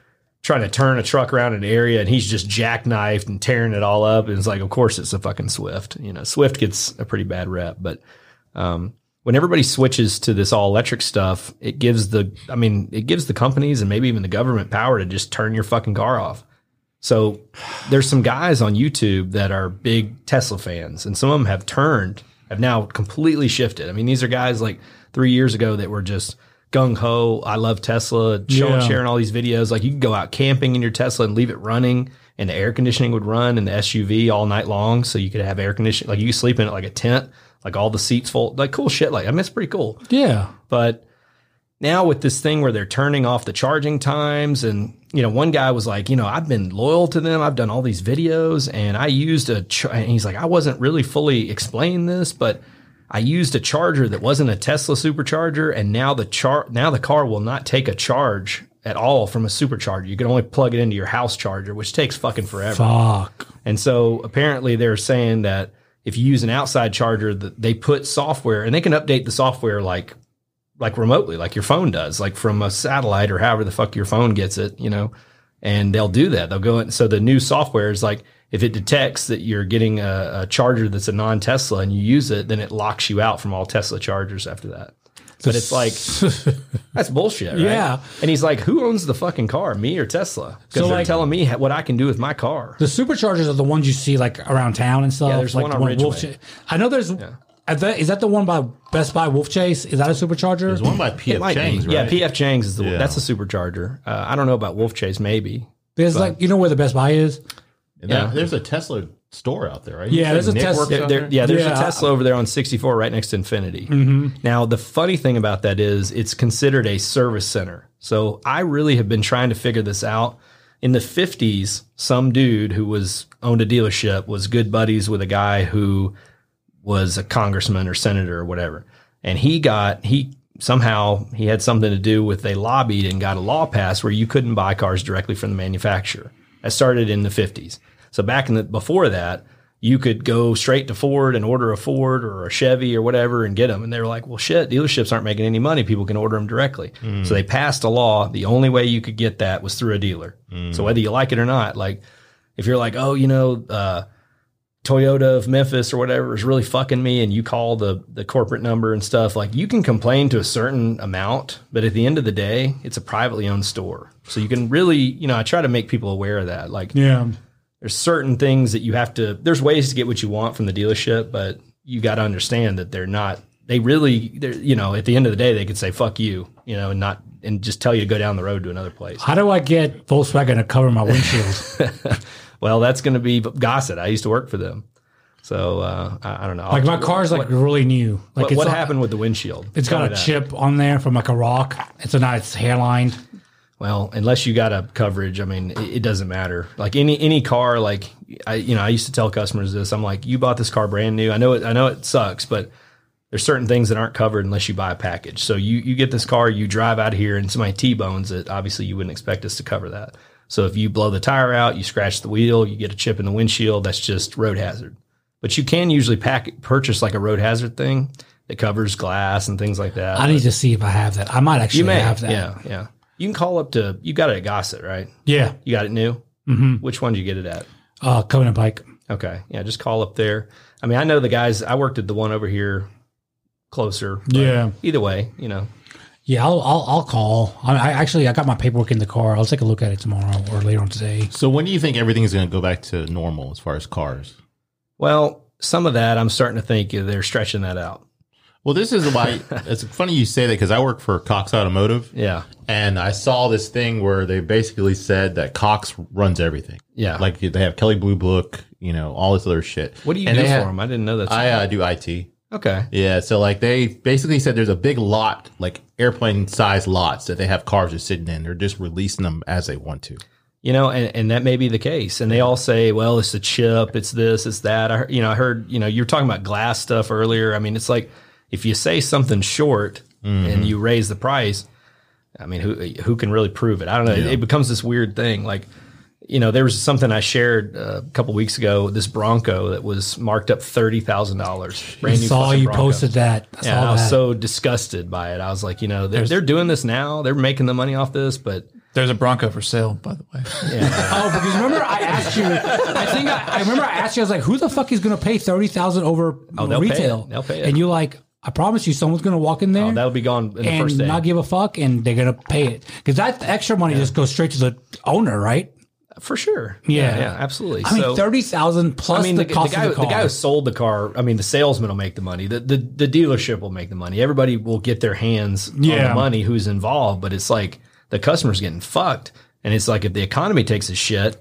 S4: trying to turn a truck around an area and he's just jackknifed and tearing it all up. And it's like, of course, it's a fucking Swift. You know, Swift gets a pretty bad rep, but um, when everybody switches to this all electric stuff, it gives the, I mean, it gives the companies and maybe even the government power to just turn your fucking car off. So there's some guys on YouTube that are big Tesla fans, and some of them have turned, have now completely shifted. I mean, these are guys like three years ago that were just gung ho. I love Tesla, showing,
S3: Yeah.
S4: sharing all these videos. Like you could go out camping in your Tesla and leave it running, and the air conditioning would run in the SUV all night long. So you could have air conditioning, like you could sleep in it like a tent, like all the seats full, like cool shit. Like I mean, it's pretty cool.
S3: yeah,
S4: But now with this thing where they're turning off the charging times and you know one guy was like you know i've been loyal to them i've done all these videos and i used a ch-, and he's like i wasn't really fully explaining this but i used a charger that wasn't a tesla supercharger and now the char now the car will not take a charge at all from a supercharger you can only plug it into your house charger which takes fucking forever
S3: fuck. <laughs>
S4: and so apparently they're saying that if you use an outside charger, that they put software and they can update the software like like remotely, like your phone does, like from a satellite or however the fuck your phone gets it, you know. And they'll do that. They'll go in. So the new software is like if it detects that you're getting a, a charger that's a non Tesla and you use it, then it locks you out from all Tesla chargers after that. But it's like that's bullshit, right?
S3: Yeah.
S4: And he's like, "Who owns the fucking car, me or Tesla?" Because
S3: So,
S4: they're
S3: like-
S4: telling me what I can do with my car.
S3: The superchargers are the ones you see like around town and stuff.
S4: Yeah, there's
S3: like
S4: one
S3: the
S4: on Ridgeway.
S3: Wolf Chase. I know there's. I bet- Is that the one by Best Buy Wolf Chase? Is that a supercharger?
S2: There's one by
S4: It might
S2: PF
S4: be.
S2: Chang's, right?
S4: Yeah, PF Chang's is the
S2: Yeah.
S4: that's a supercharger. Uh, I don't know about Wolf Chase, maybe.
S3: There's like you know where the Best Buy is.
S2: And there-
S4: Yeah.
S2: There's a Tesla store out there, right?
S3: Yeah, there's a
S2: Nick
S3: Tesla-
S2: works
S4: There-
S2: out
S4: there-
S2: there?
S4: yeah, there's
S3: Yeah.
S4: a Tesla over there on 64 right next to Infinity. Mm-hmm. Now, the funny thing about that is it's considered a service center. So I really have been trying to figure this out. In the 50s, some dude who was owned a dealership was good buddies with a guy who was a congressman or senator or whatever. And he got he somehow he had something to do with they lobbied and got a law passed where you couldn't buy cars directly from the manufacturer. That started in the 50s. So back in the before that, you could go straight to Ford and order a Ford or a Chevy or whatever and get them. And they were like, well, shit, dealerships aren't making any money. People can order them directly. So they passed a law. The only way you could get that was through a dealer. So whether you like it or not, like if you're like, oh, you know, uh, Toyota of Memphis or whatever is really fucking me and you call the the corporate number and stuff, like you can complain to a certain amount, but at the end of the day, it's a privately owned store. So you can really, you know, I try to make people aware of that. Like
S3: Yeah,
S4: there's certain things that you have to there's ways to get what you want from the dealership, but you got to understand that they're not they really they're you know, at the end of the day they could say fuck you, you know, and not and just tell you to go down the road to another place.
S3: How do I get Volkswagen to cover my
S4: <laughs>
S3: windshield?
S4: Well, that's going to be gossip. I used to work for them. So uh, I, I don't know.
S3: like my car's like really new. Like
S4: what, what
S3: all-
S4: happened with the windshield?
S3: It's
S4: Tell
S3: got
S4: me
S3: a
S4: that.
S3: chip on there from like a rock. It's so now it's hairlined.
S4: Well, unless you got a coverage, I mean, it, it doesn't matter. Like any any car, like I you know, I used to tell customers this. I'm like, you bought this car brand new. I know it. I know it sucks, but there's certain things that aren't covered unless you buy a package. So you you get this car, you drive out here, and somebody t-bones it. Obviously, you wouldn't expect us to cover that. So if you blow the tire out, you scratch the wheel, you get a chip in the windshield. That's just road hazard. But you can usually pack purchase like a road hazard thing that covers glass and things like that.
S3: I need to see if I have that. I might actually
S4: you may
S3: have that.
S4: Yeah, yeah. You can call up to you got it at Gossett, right?
S3: Yeah.
S4: You got it new.
S3: hmm
S4: Which one did you get it at?
S3: Uh, Covenant Pike.
S4: Okay. Yeah, just call up there. I mean, I know the guys I worked at the one over here closer. but
S3: Yeah.
S4: Either way, you know.
S3: Yeah, I'll I'll, I'll call. I, I actually I got my paperwork in the car. I'll take a look at it tomorrow or later on today.
S2: So when do you think everything's going to go back to normal as far as cars?
S4: Well, some of that I'm starting to think they're stretching that out.
S2: Well, this is
S4: <laughs>
S2: why it's funny you say that because I work for Cox Automotive
S4: Yeah.
S2: and I saw this thing where they basically said that Cox runs everything.
S4: Yeah.
S2: Like they have Kelly Blue Book, you know, all this other shit.
S4: What do you
S2: And
S4: do
S2: they
S4: for
S2: had-
S4: them? I didn't know that.
S2: I uh, do IT.
S4: okay.
S2: Yeah, so like they basically said there's a big lot, like airplane size lots that they have cars just sitting in. They're just releasing them as they want to.
S4: You know, and, and that may be the case. And they all say, well, it's a chip, it's this, it's that. I, heard- you know, I heard, you know, you were talking about glass stuff earlier. I mean, it's like if you say something short
S3: Mm-hmm.
S4: and you raise the price, I mean, who who can really prove it? I don't know. It becomes this weird thing. Like, you know, there was something I shared uh, a couple weeks ago. This Bronco that was marked up thirty thousand dollars.
S3: I saw
S4: fucking
S3: you
S4: Bronco.
S3: posted that. I
S4: Yeah,
S3: saw
S4: I was
S3: that.
S4: so disgusted by it. I was like, you know, they're, they're doing this now. They're making the money off this, but
S1: There's a Bronco for sale, by the way.
S3: oh,
S4: <laughs>
S3: because remember I asked you. I think I, I remember I asked you. I was like, "Who the fuck is going to pay thirty thousand over
S4: Oh, they'll pay
S3: retail?"
S4: it. They'll pay it.
S3: And you're like, "I promise you, someone's going to walk in there."
S4: oh, that'll be gone in the
S3: and
S4: first day.
S3: not give a fuck, and they're gonna pay it because that extra money just goes straight to the owner, right?
S4: For sure.
S3: Yeah.
S4: Yeah, absolutely.
S3: I mean,
S4: So,
S3: thirty thousand plus
S4: I mean,
S3: the,
S4: the,
S3: cost
S4: the guy,
S3: of the car.
S4: the guy who sold the car, I mean, the salesman will make the money. The, the the dealership will make the money. Everybody will get their hands on
S3: Yeah.
S4: the money who's involved, but it's like the customer's getting fucked. And it's like if the economy takes a shit.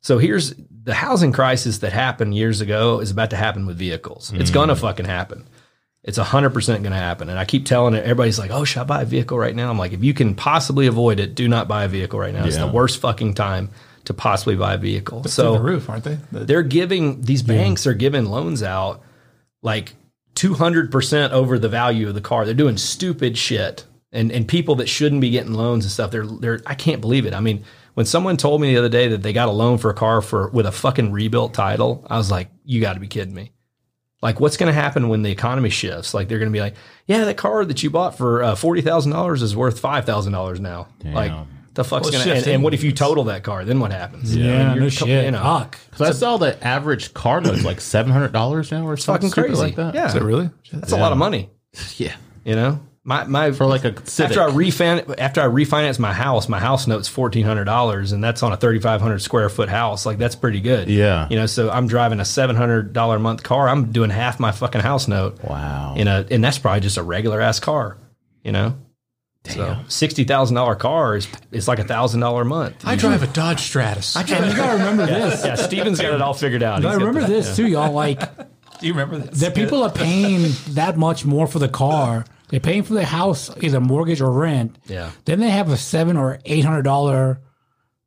S4: So here's the housing crisis that happened years ago is about to happen with vehicles. It's
S3: Mm.
S4: going to fucking happen. It's 100% going to happen. And I keep telling it, everybody's like, oh, should I buy a vehicle right now? I'm like, if you can possibly avoid it, do not buy a vehicle right now. It's the worst fucking time to possibly buy a vehicle. so
S3: Oh.
S1: Through the roof, aren't they? The-
S4: they're giving these banks are giving loans out like 200% over the value of the car they're doing stupid shit and and people that shouldn't be getting loans and stuff they're they're I can't believe it i mean when someone told me the other day that they got a loan for a car for with a fucking rebuilt title i was like you got to be kidding me like what's going to happen when the economy shifts like they're going to be like yeah that car that you bought for uh, $40,000 is worth $5,000 now like the fuck's
S1: Well,
S4: going to and,
S1: shifting.
S4: and what if you total that car then what happens
S3: yeah,
S4: I mean,
S3: no
S4: you're co-
S3: shit.
S4: <laughs>
S3: Ah,
S4: you know.
S3: Fuck.
S2: So I saw the average car note's like seven hundred dollars now or something
S4: fucking crazy.
S2: stupid like that.
S4: Yeah,
S1: Is it really? Shit.
S4: that's a lot of money.
S2: yeah.
S4: You know, my my
S2: For like a Civic.
S4: after I refin after I refinance my house, my house note's fourteen hundred dollars, and that's on a thirty five hundred square foot house. Like that's pretty good.
S2: Yeah.
S4: you know, so I'm driving a seven hundred dollar a month car. I'm doing half my fucking house note.
S2: wow.
S4: You know, and that's probably just a regular ass car. You know. So sixty thousand dollar car is it's like a thousand dollar
S1: <laughs>
S4: a month.
S1: I drive a Dodge Stratus.
S3: And you gotta remember this.
S4: yeah, Steven's got it all figured out.
S3: I
S4: He's got
S3: remember
S4: the-
S3: this too, y'all. Like
S1: Do you remember this?
S3: that, people are <laughs> paying that much more for the car. They're paying for the house, either mortgage or rent.
S4: Yeah.
S3: Then they have a seven or eight hundred dollar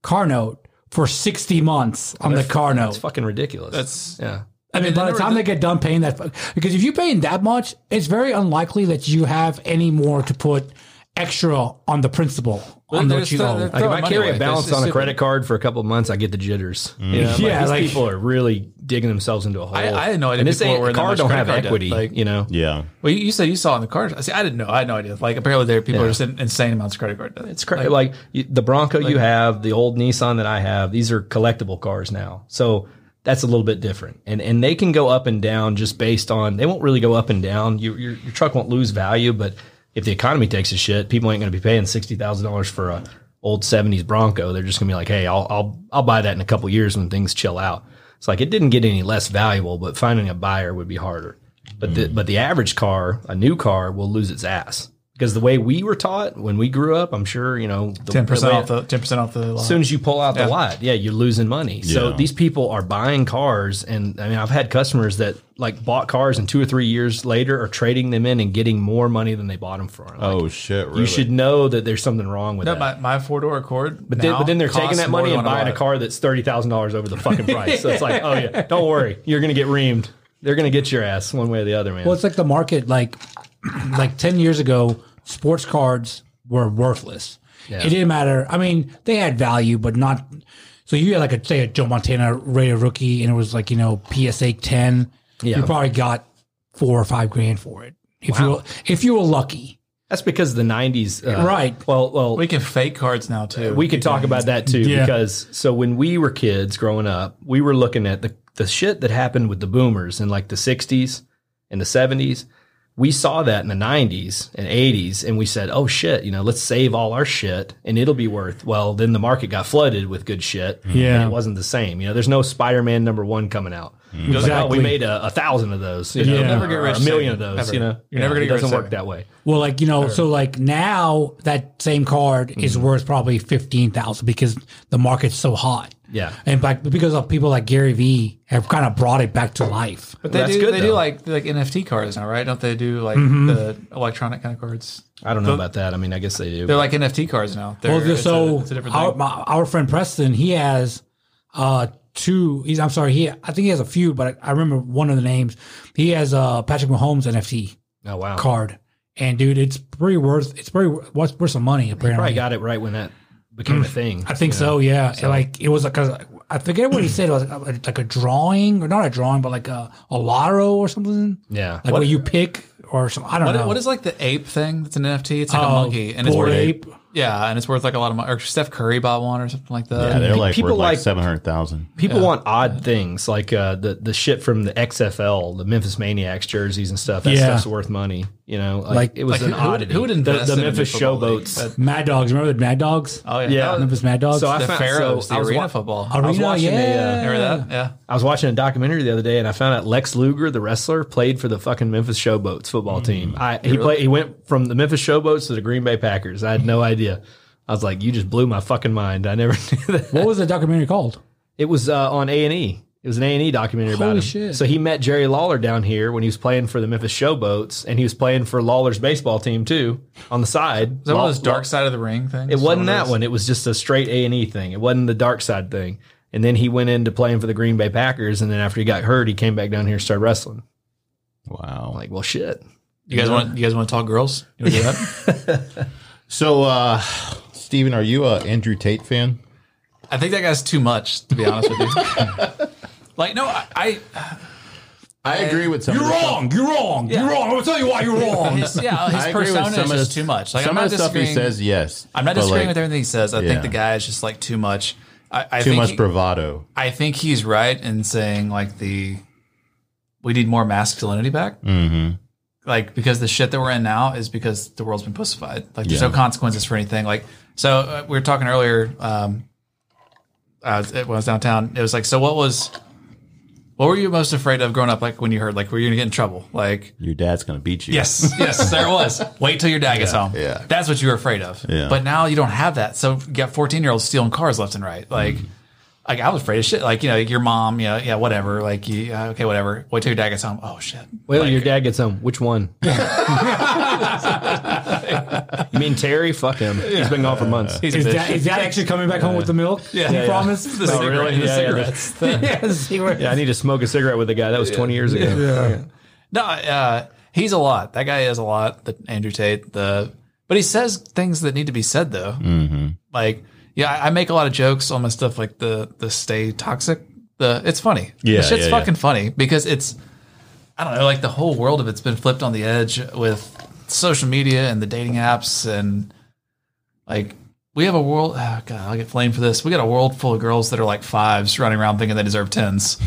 S3: car note for sixty months on the car note.
S4: It's fucking ridiculous.
S1: That's-
S4: yeah.
S3: I mean, by the time they get done paying that, because if you're paying that much, it's very unlikely that you have any more to put extra on the principal on
S1: they're
S3: what you
S1: still-
S3: owe.
S1: they're-
S4: Like if
S1: throwing
S4: I
S1: money
S4: carry
S1: away.
S4: a balance
S1: That's
S4: on a
S1: stupid.
S4: credit card for a couple of months, I get the jitters. You know,
S3: Yeah,
S4: yeah, these
S3: like-
S4: people are really digging themselves into a hole.
S1: I- I had no idea
S4: And this
S1: people
S4: ain't-
S1: were in that
S4: car
S1: much
S4: don't
S1: credit
S4: have
S1: card debt,
S4: equity.
S1: like-
S4: you know,
S2: yeah.
S1: Well, you, you said you saw in the car. I see. I didn't know. I had no idea. Like apparently, there people are just in insane amounts of credit card debt.
S4: it's crazy. Like, you the Bronco you have, the old Nissan that I have, these are collectible cars now. So that's a little bit different, and and they can go up and down just based on. They won't really go up and down. Your your, your truck won't lose value, but if the economy takes a shit, people ain't going to be paying sixty thousand dollars for a old '70s Bronco. They're just going to be like, hey, I'll I'll I'll buy that in a couple years when things chill out. It's like it didn't get any less valuable, but finding a buyer would be harder. But the but the average car, a new car, will lose its ass because Because the way we were taught when we grew up, I'm sure you know the-
S1: Ten percent
S4: the way-
S1: off the ten percent off the lot.
S4: as soon as you pull out the
S1: Yeah.
S4: lot, yeah, you're losing money. So
S2: Yeah.
S4: these people are buying cars, and I mean, I've had customers that like bought cars, and two or three years later are trading them in and getting more money than they bought them for. Like,
S2: oh shit! Really?
S4: you should know that there's something wrong with
S1: no,
S4: that.
S1: my, my four door Accord,
S4: but, then, but then they're taking that money and buying a car that's thirty thousand dollars over the fucking price. So it's like,
S1: <laughs>
S4: oh yeah, don't worry, you're gonna get reamed. They're gonna get your ass one way or the other, man.
S3: Well, it's like the market. Like, <clears throat> like ten years ago, sports cards were worthless. It didn't matter. I mean, they had value, but not. So you had like a say a Joe Montana rated rookie, and it was like you know PSA ten. You
S4: Yeah.
S3: probably got four or five grand for it if you were, if you were lucky.
S4: That's because the '90s, uh,
S3: Right.
S4: Well, well,
S1: We can fake cards now too.
S4: we could talk about that too
S3: Yeah.
S4: because so when we were kids growing up, we were looking at the the shit that happened with the boomers in like the 60s and the 70s. We saw that in the 90s and 80s and we said, "Oh shit, you know, let's save all our shit and it'll be worth." Well, then the market got flooded with good shit.
S3: Yeah.
S4: And it wasn't the same. You know, there's no Spider-Man number 1 coming out. You're like, "Oh,
S3: Exactly.
S4: we made a, a thousand of those. You know,
S3: You'll
S1: Mm. never get
S4: or
S1: rich
S4: a million of
S1: saving.
S4: those.
S1: Never.
S4: You know,
S1: You're never gonna
S4: it
S1: get rich
S4: doesn't work
S1: saving.
S4: that way.
S3: Well, like you know, so like now that same card is
S4: Mm-hmm.
S3: worth probably fifteen thousand because the market's so hot.
S4: Yeah.
S3: and like because of people like Gary Vee have kind of brought it back to life.
S1: But they
S4: That's
S1: do.
S4: good,
S1: they do
S4: though. Mm-hmm.
S1: like like NFT cards now, right? Don't they do like the electronic kind of cards?
S4: I don't know about that. I mean, I guess they do.
S1: They're like NFT cards now. They're,
S3: Well, the-
S1: it's a-
S3: so
S1: it's a different
S3: our,
S1: thing.
S3: my, our friend Preston, he has uh two. He's I'm sorry, he I think he has a few, but I, I remember one of the names. He has uh Patrick Mahomes NFT
S4: oh wow.
S3: card, and dude, it's pretty worth it's pretty worth, what's worth some money apparently.
S4: Probably got it right when that became
S1: Mm,
S4: a thing.
S3: I think so. Yeah, And, like it was like a, I forget what he said. It was like a, like a drawing or not a drawing, but like a a lotto or something.
S4: Yeah.
S3: like what you pick or some. I don't
S1: What,
S3: know.
S1: what is like the ape thing that's an NFT? It's like a
S3: Oh,
S1: monkey, and it's
S3: Bored
S1: worth
S3: Ape.
S1: yeah, and it's worth like a lot of money. Or Steph Curry bought one or something like that.
S2: Yeah, they're like
S4: people
S2: people like,
S4: like-
S2: seven hundred thousand.
S4: People want odd things like uh, the the shit from the XFL, the Memphis Maniacs jerseys and stuff. That
S3: Yeah.
S4: stuff's worth money, you know. Like,
S3: Like-
S4: it was
S1: Like,
S4: an
S1: who- who-
S4: oddity.
S1: Who would invest
S4: the,
S1: in
S4: the
S1: a
S4: Memphis
S1: new football league?
S4: Showboats?
S1: That-
S3: Mad Dogs? Remember the Mad Dogs?
S1: Oh yeah,
S4: Yeah.
S1: That was
S3: Memphis Mad Dogs.
S4: So I
S1: the
S4: found-
S1: Pharaohs,
S4: so I
S1: the
S4: was
S1: arena
S4: wa-
S1: football.
S4: I was
S3: Arena,
S4: watching a,
S3: yeah.
S4: uh,
S1: Remember that? Yeah.
S4: I was watching a documentary the other day, and I found out Lex Luger, the wrestler, played for the fucking Memphis Showboats football
S1: Mm.
S4: team. I he played. He went from the Memphis Showboats to the Green Bay Packers. I had no idea. I was like, you just blew my fucking mind. I never <laughs> knew that.
S3: What was the documentary called?
S4: It was uh, on A and E. It was an A and E documentary about
S3: Holy
S4: him.
S3: shit.
S4: So he met Jerry Lawler down here when he was playing for the Memphis Showboats, and he was playing for Lawler's baseball team too on the side.
S1: Is that one of those dark side of the ring things?
S4: It wasn't
S1: of
S4: that
S1: those-
S4: one. It was just a straight A and E thing. It wasn't the dark side thing. And then he went into playing for the Green Bay Packers, and then after he got hurt, he came back down here and started wrestling.
S2: Wow.
S4: I'm like, well, shit.
S1: You guys want? You guys want to talk girls? You wanna do that? <laughs>
S2: So, uh, Steven, are you a Andrew Tate fan?
S1: I think that guy's too much. To be honest with you. <laughs> Like no, I, I
S2: I
S1: Uh,
S2: agree with some.
S3: You're
S2: of the stuff-
S3: wrong. You're wrong. You're wrong. I'm gonna tell you why you're
S1: <laughs>
S3: wrong.
S1: his, yeah, his
S2: I agree with
S1: persona
S2: some
S1: is
S2: of the-
S1: just too much. Like
S2: some
S1: I'm
S2: of
S1: not
S2: the stuff he
S1: disagreeing-
S2: says, yes.
S1: I'm not
S2: but,
S1: disagreeing
S2: like,
S1: with everything he says. I
S2: yeah.
S1: think the guy is just like too much. I, I
S2: Too
S1: think
S2: much
S1: he-
S2: bravado.
S1: I think he's right in saying like the we need more masculinity back. Mm-hmm. Like because the shit that we're in now is because the world's been pussified. Like there's
S2: Yeah.
S1: no consequences for anything. Like so uh, we were talking earlier. Um, uh, when I was downtown, it was like so. What was what were you most afraid of growing up? Like when you heard like were you gonna get in trouble? Like
S2: Your dad's gonna beat you.
S1: Yes, yes, there it was. Wait till your dad gets home.
S2: yeah.
S1: that's what you were afraid of.
S2: Yeah.
S1: But now you don't have that. So you got fourteen year olds stealing cars left and right. Like,
S2: Mm-hmm.
S1: like I was afraid of shit. Like you know, your mom. You know, yeah, whatever. Like, you, uh, okay, whatever. Wait till your dad gets home. Oh shit.
S4: Well, your dad gets home.
S1: <laughs>
S4: Which one? you mean Terry? Fuck him. He's been gone for months.
S1: He's a
S3: Is
S1: bitch.
S3: that, is that actually coming back home with the milk? Yeah, you promised.
S1: The cigarette,
S4: really?
S1: the
S4: Yeah, yeah,
S1: cigarettes.
S3: <laughs> yes, you were.
S4: Yeah, I need to smoke a cigarette with a guy. That was 20 years ago. Yeah.
S1: No, uh, he's a lot. That guy is a lot. The Andrew Tate. The but he says things that need to be said though. Mm-hmm. Like yeah, I, I make a lot of jokes on my stuff. Like the the stay toxic. The it's funny.
S2: Yeah,
S1: the shit's
S2: yeah, yeah.
S1: fucking funny because it's I don't know. Like the whole world of it's been flipped on the edge with social media and the dating apps and like. We have a world. Oh God, I'll get flamed for this. We got a world full of girls that are like fives running around thinking they deserve tens,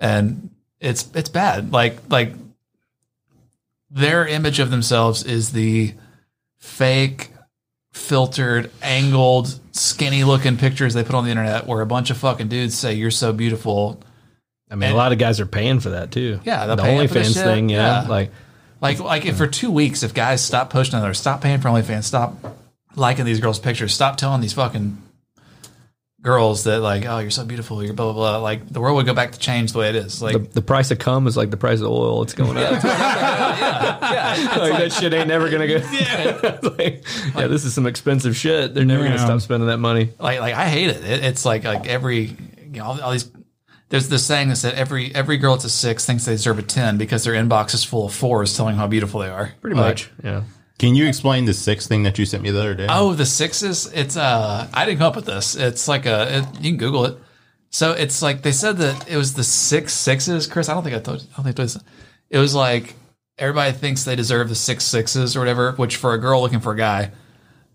S1: and it's it's bad. Like like their image of themselves is the fake, filtered, angled, skinny looking pictures they put on the internet where a bunch of fucking dudes say, You're so beautiful.
S4: I mean, a lot of guys are paying for that too.
S1: Yeah, they're
S4: the
S1: paying for the
S4: OnlyFans
S1: shit.
S4: thing. You know,
S1: Yeah.
S4: like
S1: Like like if for two weeks, if guys stop posting on there, stop paying for OnlyFans, stop liking these girls' pictures, stop telling these fucking girls that like, oh, you're so beautiful, you're blah blah blah. Like the world would go back to change the way it is. Like
S4: The, the price of cum is like the price of oil. It's going up. like, that shit ain't never gonna go.
S1: <laughs>
S4: Yeah. <laughs> like, yeah, this is some expensive shit. They're never gonna
S3: Yeah.
S4: stop spending that money.
S1: like like I hate it. it it's like like every you know all, all these. There's this saying that said every every girl that's a six thinks they deserve a ten because their inbox is full of fours telling how beautiful they are.
S4: Pretty
S1: Like,
S4: much. Yeah.
S2: Can you explain the six thing that you sent me the other day?
S1: Oh, the sixes. It's uh, I didn't come up with this. It's like a it, you can Google it. So it's like they said that it was the six sixes. Chris, I don't think I told. I don't think it was. It was like everybody thinks they deserve the six sixes or whatever. Which for a girl looking for a guy,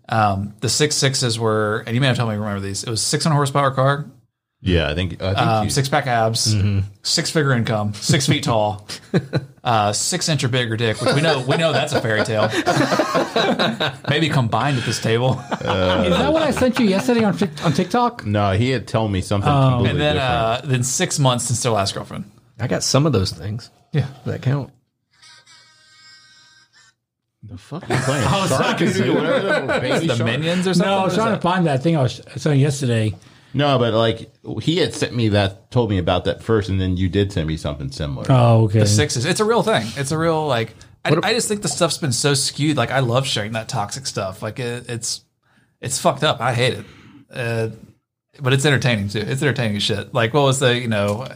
S1: um, the six sixes were. And you may have told me to remember these. It was six hundred horsepower car,
S2: yeah, I think, I think
S1: um,
S2: you-
S1: six pack abs, six figure income, six feet tall, uh, six inch or bigger dick, which we know we know that's a fairy tale. Maybe combined at this table.
S3: Is that what I sent you yesterday on Tik- on TikTok?
S2: No, he had told me something completely
S1: and then
S2: different.
S1: uh, then six months since their last girlfriend.
S4: I got some of those things.
S1: Yeah.
S4: Does that count?
S2: the fuck you playing? Sharknado, <laughs> whatever
S1: <laughs>
S2: the- Baby
S1: The
S2: Shark?
S1: minions or something.
S3: No, I was
S1: Is
S3: trying to
S1: that-
S3: find that thing I was saying yesterday.
S2: No, but like he had sent me that, told me about that first, and then you did send me something similar.
S3: Oh, okay.
S1: the sixes. It's a real thing. It's a real like. I, I just think the stuff's been so skewed. Like I love sharing that toxic stuff. Like it, it's it's fucked up. I hate it. Uh, but it's entertaining too. It's entertaining as shit. Like what was the you know,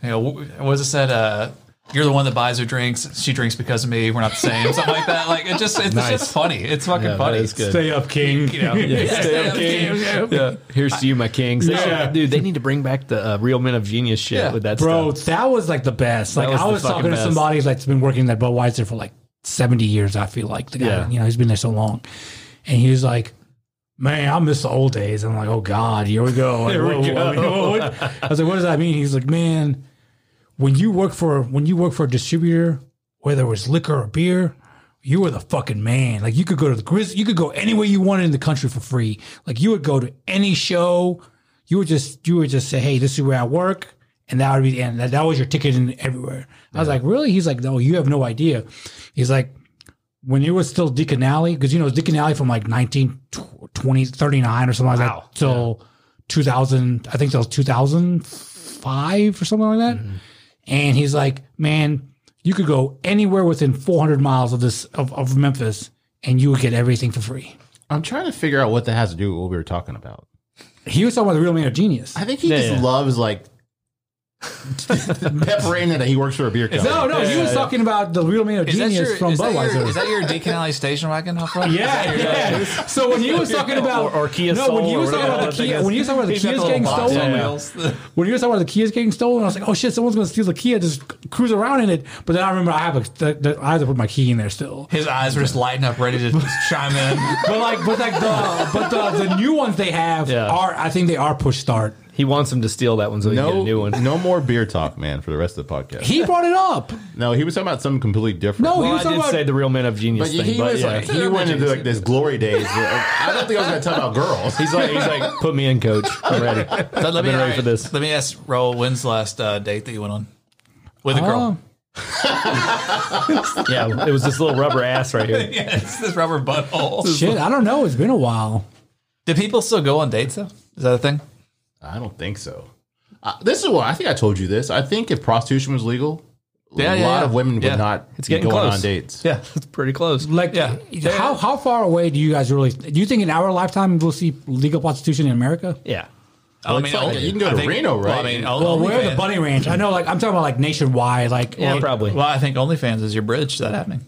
S1: you know what was it said? Uh, you're the one that buys her drinks. She drinks because of me. We're not the same. Something like that. Like it just it's just funny. It's fucking funny.
S4: is good.
S3: Stay up, King.
S4: <laughs>
S1: You know.
S4: Stay up, king. Yeah. Here's to you, my kings. They
S3: Yeah.
S4: should- dude, they need to bring back the uh, real men of genius shit with that
S3: Bro,
S4: stuff.
S3: that was like the best. Like
S4: was
S3: I
S4: the
S3: was talking
S4: fucking
S3: to
S4: best.
S3: somebody that's been working at Budweiser for like seventy years. I feel like the guy,
S4: Yeah.
S3: you know, he's been there so long, and he was like, "Man, I miss the old days." I'm like, "Oh God, here we go." Like,
S4: we
S3: what- what- what- what- I was like, "What does that mean?" He's like, "Man, when you work for when you work for a distributor, whether it was liquor or beer." You were the fucking man. Like you could go to the Grizz, you could go anywhere you wanted in the country for free. Like you would go to any show, you would just you would just say, "Hey, this is where I work," and that would be the end. That, that was your ticket in everywhere. I was like, "Really?" He's like, "No, you have no idea." He's like, "When it was still Deacon Alley, because you know it was Deacon Alley from like 19, 20, 39 or something like that till two thousand, I think till two thousand five or something like that." And he's like, "Man, you could go anywhere within four hundred miles of this of, of Memphis." And you would get everything for free.
S2: I'm trying to figure out what that has to do with what we were talking about.
S3: He was talking about the real man of genius.
S2: I think he just loves like pepperoni that he works for a beer company.
S3: No, no, he was talking about the real man of
S1: Is that
S3: genius
S1: your,
S3: from
S1: is
S3: Budweiser.
S1: That your, is that your Deacon Alley station wagon? Off road?
S3: Yeah, yeah. So when you
S1: <laughs>
S3: was talking about
S4: Or- or Kia
S3: no, when
S4: Soul
S3: you was
S4: or
S3: talking
S4: whatever
S3: about
S4: that
S3: the
S4: thing
S3: Kia,
S4: is.
S3: when you was talking about the
S1: He's got
S3: Kia's
S1: the
S3: getting
S1: little box
S3: stolen,
S1: on
S4: yeah.
S1: wheels. <laughs>
S4: <laughs>
S3: when you were talking about the Kia's getting stolen, I was like, oh shit, someone's gonna steal the Kia, just cruise around in it. But then I remember I have a, the, the, I have to put my key in there still.
S1: His eyes were just lighting up, ready <laughs> to just chime in.
S3: But like, but like the but the, the new ones they have
S4: Yeah.
S3: are I think they are push start.
S4: He wants him to steal that one so he can get a new
S2: No,
S4: one.
S2: no more beer talk, man, for the rest of the podcast.
S3: He brought it up.
S2: no, he was talking about something completely different.
S3: No,
S4: Well,
S3: he
S4: I
S3: was talking
S4: did
S3: about
S4: say the real men of genius
S2: but
S4: thing,
S2: he
S4: but
S2: was
S4: yeah.
S2: like, he went into like this glory days. where- I don't think I was going to talk about girls.
S4: he's like, he's like, put me in, coach. I'm ready.
S1: But let me
S4: been ready
S1: all
S4: for this.
S1: Let me ask Roll, when's the last uh, date that you went on with a girl? <laughs>
S3: Oh,
S4: Yeah, it was this little rubber ass right here.
S1: yeah, it's <laughs> this rubber
S3: Oh,
S1: butthole.
S3: shit, I don't know. It's been a while.
S1: Do people still go on dates though? Is that a thing?
S2: I don't think so. Uh, this is what I think I told you this. I think if prostitution was legal,
S1: Yeah,
S2: a
S1: yeah,
S2: lot
S1: yeah.
S2: of women would
S1: Yeah.
S2: not
S4: It's
S2: be
S4: getting
S2: going
S4: close.
S2: on dates.
S4: <laughs> Yeah, it's pretty close.
S3: Like,
S1: Yeah.
S3: how how far away do you guys really? Do you think in our lifetime we'll see legal prostitution in America?
S4: Yeah.
S1: I
S2: it's like- you can go to Reno,
S1: Well, I
S2: right?
S1: mean,
S3: Well, where are the
S1: OnlyFans-
S3: bunny ranch? I know, like I'm talking about like nationwide, like
S4: Yeah,
S3: or-
S4: probably. Hmm.
S1: Well, I think OnlyFans is your bridge to that happening.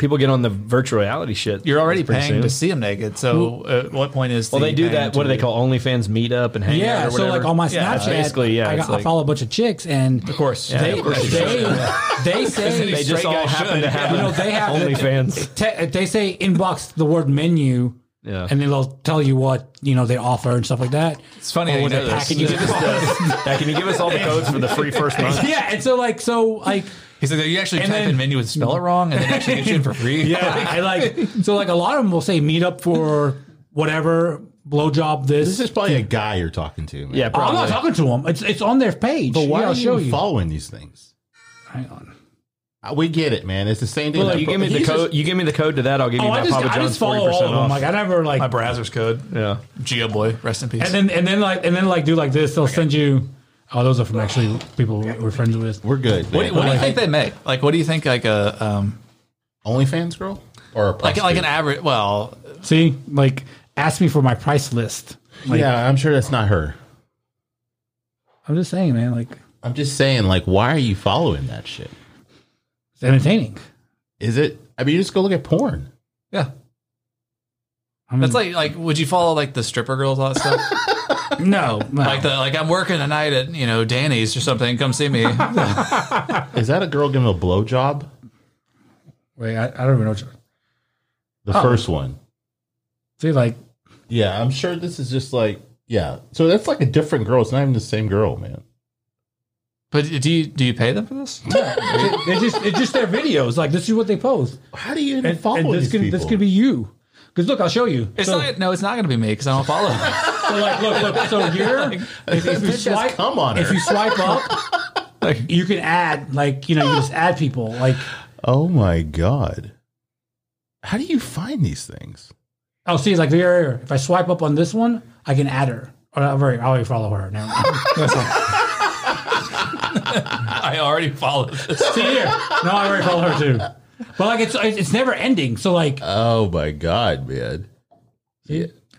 S4: People get on the virtual reality shit.
S1: You're already
S4: pretty
S1: paying
S4: soon.
S1: to see them naked. So, uh, what point is?
S4: Well,
S1: the
S4: they do
S1: paying
S4: that. What
S1: to-
S4: do they call OnlyFans meetup and hang out
S3: Yeah,
S4: or
S3: so
S4: whatever?
S3: like on my Snapchat,
S1: Yeah, it's
S4: basically, yeah,
S3: I,
S4: it's
S3: got,
S4: like-
S3: I follow a bunch of chicks, and
S1: Of course,
S4: Yeah,
S1: they,
S4: of course you <laughs>
S3: they they say
S4: they just
S1: straight
S4: all
S1: guy
S4: happen
S1: should.
S4: to have
S3: You know, they have-
S4: OnlyFans.
S3: te- they say inbox the word menu,
S4: Yeah.
S3: and then they'll tell you what you know they offer and stuff like that.
S1: It's funny
S3: Or
S1: how you
S3: what
S1: know
S3: they
S1: this. <laughs> Can
S3: package
S1: you
S3: it
S1: give
S4: <laughs> yeah, can you give us all the codes for the free first month?
S3: <laughs> yeah, and so like so like
S1: He said you actually type
S3: then-
S1: in menu and spell it wrong, and then actually get you in for <laughs> free.
S3: yeah, <laughs> I like so like a lot of them will say meet up for whatever blowjob this.
S2: This is probably a guy you're talking to. Man.
S4: Yeah,
S3: Oh, I'm
S4: probably.
S3: not talking to them. It's it's on their page.
S2: But why
S3: Yeah,
S2: are
S3: I'll
S2: you
S3: show you.
S2: following these things?
S3: Hang on.
S2: Uh, We get it, man. It's the same thing.
S4: Well,
S2: that
S4: you give me
S3: He's
S4: the
S3: just-
S4: code. You give me the code to that. I'll give you
S3: Oh, I
S4: my
S3: just,
S4: Papa
S3: I
S4: John's
S3: just follow Oh all
S4: forty
S3: of
S4: percent
S3: them.
S4: off.
S3: Like I never like,
S1: My browser's code.
S4: yeah,
S1: Geo Boy, rest in peace.
S3: and then and then like and then like do like this. They'll send you. Oh, those are from actually people we're friends with.
S2: We're good.
S1: what,
S2: Man.
S1: what do you think they make? Like, what do you think? Like a um,
S2: OnlyFans girl or a
S1: like like an
S2: prostitute?
S1: average. Well,
S3: See, like ask me for my price list. Like,
S2: yeah, I'm sure that's not her.
S3: I'm just saying, man. Like
S2: I'm just saying, like, why are you following that shit?
S3: it's entertaining.
S2: Is it? I mean, you just go look at porn.
S1: yeah,
S3: I mean,
S1: that's like like. Would you follow like the stripper girls all that stuff? <laughs>
S3: <laughs> no, no.
S1: like the like I'm working a night at you know Danny's or something. Come see <laughs> me.
S2: Is that a girl giving a blowjob?
S3: Wait, I, I don't even know. What you
S2: The first one.
S3: see, like
S2: Yeah, I'm sure this is just like yeah. So that's like a different girl. It's not even the same girl, man.
S1: But do you do you pay them for this?
S3: it's just it's just their videos. Like this is what they post.
S2: How do you even
S3: And,
S2: follow
S3: and this
S2: these
S3: could
S2: people?
S3: this could be you. Because look, I'll show you.
S1: It's
S3: so,
S1: not. No, it's not going to be me because I don't follow. them.
S3: so like look look. So
S1: <laughs>
S3: you're if, if you
S2: Bitch has
S3: swipe
S2: come on
S3: if
S2: her.
S3: you swipe
S2: <laughs>
S3: up,
S1: Like-
S3: you can add like you know you just add people like
S2: oh my god. How do you find these things?
S3: oh see like here, here if I swipe up on this one I can add her. Or, I've already, I already follow her now.
S1: <laughs>
S3: <laughs>
S1: I already follow this.
S3: See here, no, I already follow her too. But like it's it's it's never ending. So like
S2: Oh my god, man.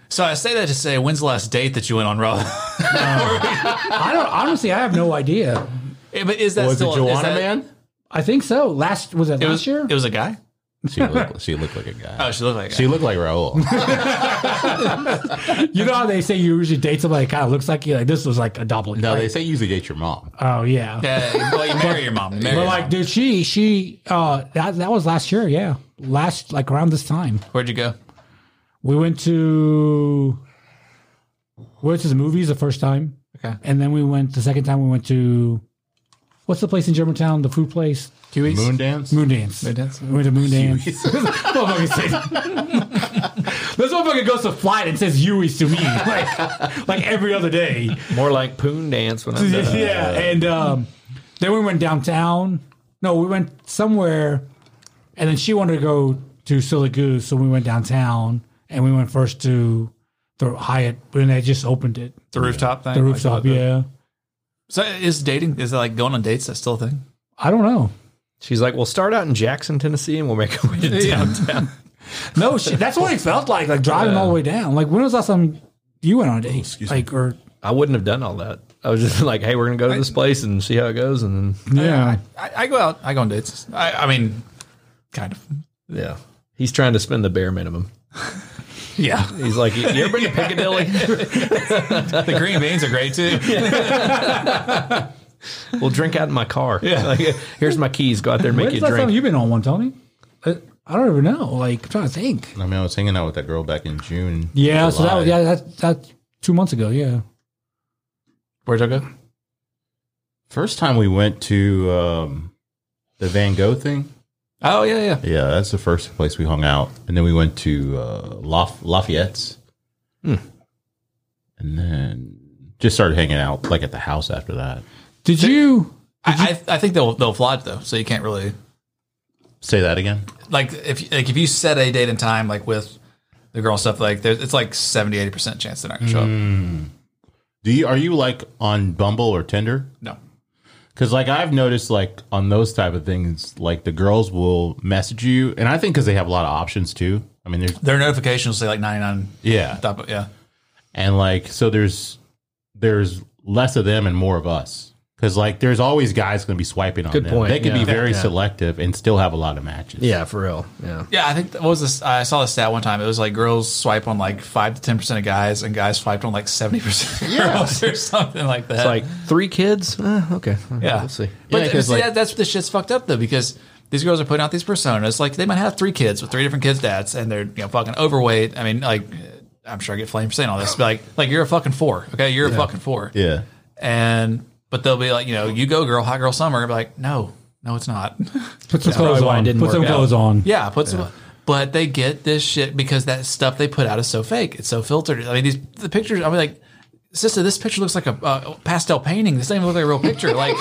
S1: So I say that to say, when's the last date that you went on, Rob?
S3: I don't honestly I have no idea.
S1: <laughs> Yeah, but is that
S2: Was
S1: still
S2: it Joanna
S1: is that-
S2: man?
S3: I think so. Last was it,
S1: It
S3: last
S1: was
S3: year?
S1: It was a guy.
S2: She looked, she looked like a guy.
S1: Oh, she looked like a guy.
S2: She looked like
S3: <laughs>
S2: Raul.
S3: You know how they say you usually date somebody that kind of looks like you? Like, this was like a doppelganger.
S2: No, they say you usually date your mom.
S3: oh, yeah.
S1: yeah, well, you marry your mom. You marry
S3: But
S1: your
S3: like,
S1: mom.
S3: dude, she, she, uh, that, that was last year. Yeah. Last, like around this time.
S1: where'd you go?
S3: We went to, we went to the movies the first time.
S1: Okay.
S3: And then we went, the second time we went to, what's the place in Germantown? The food place?
S1: Kiwis.
S2: Moon dance?
S3: Moon Dance.
S1: Dance?
S3: We went to Moon Dance. <laughs> this motherfucker says, <laughs> this motherfucker goes to flight and says Yui's to me. <laughs> Like, like every other day.
S4: more like poon
S3: <laughs>
S4: dance when I'm done.
S3: yeah, and um, then we went downtown. No, we went somewhere, and then she wanted to go to Silly Goose, so we went downtown, and we went first to the Hyatt when they just opened it,
S1: The rooftop thing.
S3: the rooftop.
S1: Like,
S3: yeah,
S1: So is dating? Is that like going on dates? That's still a thing.
S3: I don't know.
S4: She's like, we'll start out in Jackson, Tennessee, and we'll make our way to
S1: <laughs>
S4: downtown.
S3: No, she, that's what it felt like, like driving all the way down. Like when was the last time you went on a date? like or
S4: I wouldn't have done all that. I was just <laughs> like, hey, we're gonna go to this place and see how it goes, and then
S3: yeah,
S1: I, I go out. I go on dates. I, I mean, kind of.
S4: yeah. He's trying to spend the bare minimum.
S1: Yeah.
S4: He's like, you you ever been to Piccadilly?
S1: the green beans are great <laughs> too.
S4: we'll drink out in my car. Yeah. <laughs> Like, here's my keys. Go out there and make
S3: when's
S4: you
S3: the
S4: a
S3: last time
S4: drink.
S3: you've been on one, Tony? I, Uh, I don't even know. Like I'm trying to think.
S2: I mean, I was hanging out with that girl back in June.
S3: Yeah, so that was
S2: July.
S3: yeah, that that's two months ago. Yeah.
S1: Where'd you go?
S2: First time we went to um, the Van Gogh thing.
S1: Oh yeah, yeah.
S2: Yeah, that's the first place we hung out, and then we went to uh, Laf- Lafayette's, and then just started hanging out like at the house after that.
S3: Did you?
S1: I, I I think they'll they'll flood though, so you can't really
S2: Say that again.
S1: like if like if you set a date and time like with the girl and stuff like there's it's like 70 80 percent chance they're not gonna show up.
S2: Do you are you like on Bumble or Tinder?
S1: No,
S2: Because like I've noticed like on those type of things, like the girls will message you, and I think because they have a lot of options too. I mean, there's
S1: their notifications will say like 99.
S2: yeah,
S1: Stop, yeah,
S2: and like so there's there's less of them and more of us because like there's always guys going to be swiping on
S4: Good
S2: them.
S4: point,
S2: They can be
S4: yeah.
S2: very selective and still have a lot of matches.
S4: yeah, for real. Yeah.
S1: yeah. I think that what was this? I saw the stat one time. It was like girls swipe on like five to ten percent of guys, and guys swiped on like seventy percent of girls or something like that.
S4: It's like three kids. Eh, okay.
S1: yeah,
S4: We'll see.
S1: But
S2: Yeah,
S1: th-
S2: 'cause,
S1: see,
S2: like-
S1: that, that's what the shit's fucked up though because. These girls are putting out these personas. Like they might have three kids with three different kids' dads, and they're you know fucking overweight. I mean, like I'm sure I get flamed for saying all this, but like like you're a fucking four, okay? You're a fucking four.
S2: Yeah.
S1: and but they'll be like, you know, you go girl, hot girl summer. And be like, no, no, it's not.
S3: Put some clothes
S4: why it
S3: on.
S4: didn't
S3: Put
S4: work
S3: some
S4: out.
S3: clothes on.
S1: yeah, put some. But they get this shit because that stuff they put out is so fake. It's so filtered. I mean, these the pictures. I mean, like It's just that this picture looks like a uh, pastel painting. This doesn't even look like a real picture. Like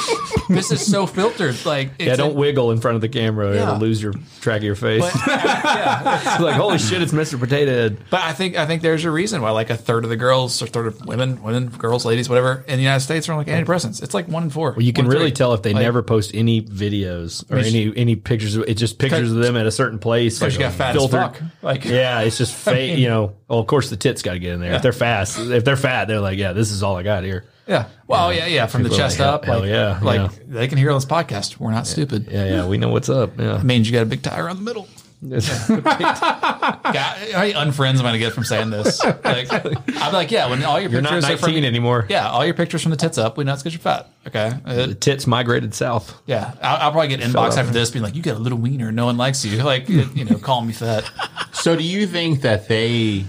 S1: this is so filtered. Like it's
S4: Yeah, don't wiggle in front of the camera. or
S1: Yeah.
S4: It'll lose your track of your face. <laughs> It's like, holy shit, it's Mr. Potato Head.
S1: But I think I think there's a reason why like a third of the girls or third of women, women, girls, ladies, whatever in the United States are on like antidepressants. It's like one in four.
S4: You can
S1: one in
S4: really
S1: three.
S4: tell if they
S1: Like,
S4: never post any videos or any any pictures. Of, it's just pictures of them at a certain place.
S1: Because you got fat as
S4: filtered.
S1: fuck. Like
S4: <laughs> Yeah, it's just fake. you know, well, of course the tits got to get in there. If they're fast, if they're fat, they're like, yeah, this is all I got here.
S1: yeah. Well, yeah, yeah. From the
S4: People are
S1: chest
S4: like,
S1: up.
S4: hell
S1: like,
S4: yeah,
S1: Like
S4: yeah.
S1: they can hear on this podcast. We're not stupid.
S4: Yeah, yeah, we know what's up. Yeah, <laughs>
S1: It means you got a big tire on the middle.
S4: Ah.
S1: God, how many unfriends am I gonna get from saying
S4: <laughs>
S1: this? Like, I'm like, yeah. When all your
S4: you're not
S1: pictures are
S4: 19
S1: from,
S4: anymore.
S1: yeah, all your pictures from the tits up, we know it's because you're fat. Okay. Uh,
S4: The tits migrated south.
S1: Yeah, I'll, I'll probably get inbox after this, being like, "You got a little wiener, no one likes you." Like, you know, call me fat.
S2: So do you think that they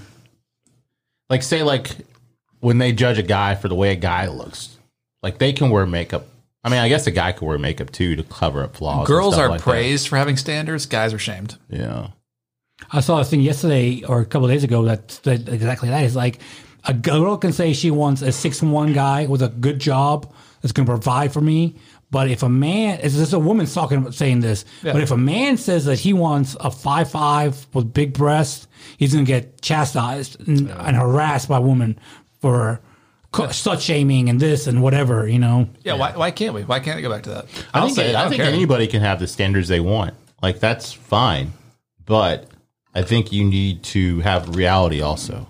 S2: like say like when they judge a guy for the way a guy looks, like they can wear makeup. I mean, I guess a guy could wear makeup too to cover up flaws. and
S1: Girls
S2: stuff
S1: are
S2: like that.
S1: praised for having standards. Guys are shamed.
S2: Yeah.
S3: I saw this thing yesterday or a couple of days ago that said exactly that. It's like a girl can say she wants a six one guy with a good job that's going to provide for me. But if a man, is this is a woman's talking about saying this? But if a man says that he wants a five five with big breasts, he's going to get chastised and, and harassed by women for co- slut shaming and this and whatever. You know,
S1: Yeah, Why, why can't we? Why can't I go back to that?
S2: I
S1: I'll
S2: think,
S1: say it. I
S2: I
S1: don't
S2: think
S1: care.
S2: anybody can have the standards they want. Like that's fine, but I think you need to have reality also.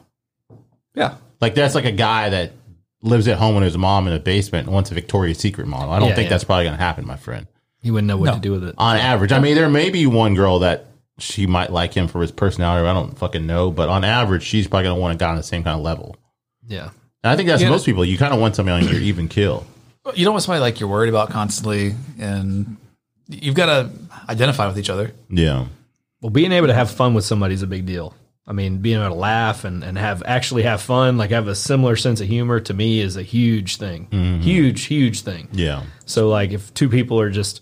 S1: Yeah,
S2: Like that's like a guy that lives at home with his mom in a basement and wants a Victoria's Secret model. I don't
S4: Yeah,
S2: think
S4: yeah.
S2: that's probably going to happen, my friend.
S4: You wouldn't know what to do with it.
S2: on average. I mean, there may be one girl that she might like him for his personality. I don't fucking know, but on average, she's probably gonna want a guy on the same kind of level.
S4: Yeah,
S2: And I think that's most people. You kind of want somebody on your even kill.
S1: But you don't want somebody like you're worried about constantly, and you've got to identify with each other.
S2: Yeah,
S4: Well, being able to have fun with somebody is a big deal. I mean, being able to laugh and, and have actually have fun, like have a similar sense of humor to me is a huge thing. Huge, huge thing.
S2: yeah,
S4: So like if two people are just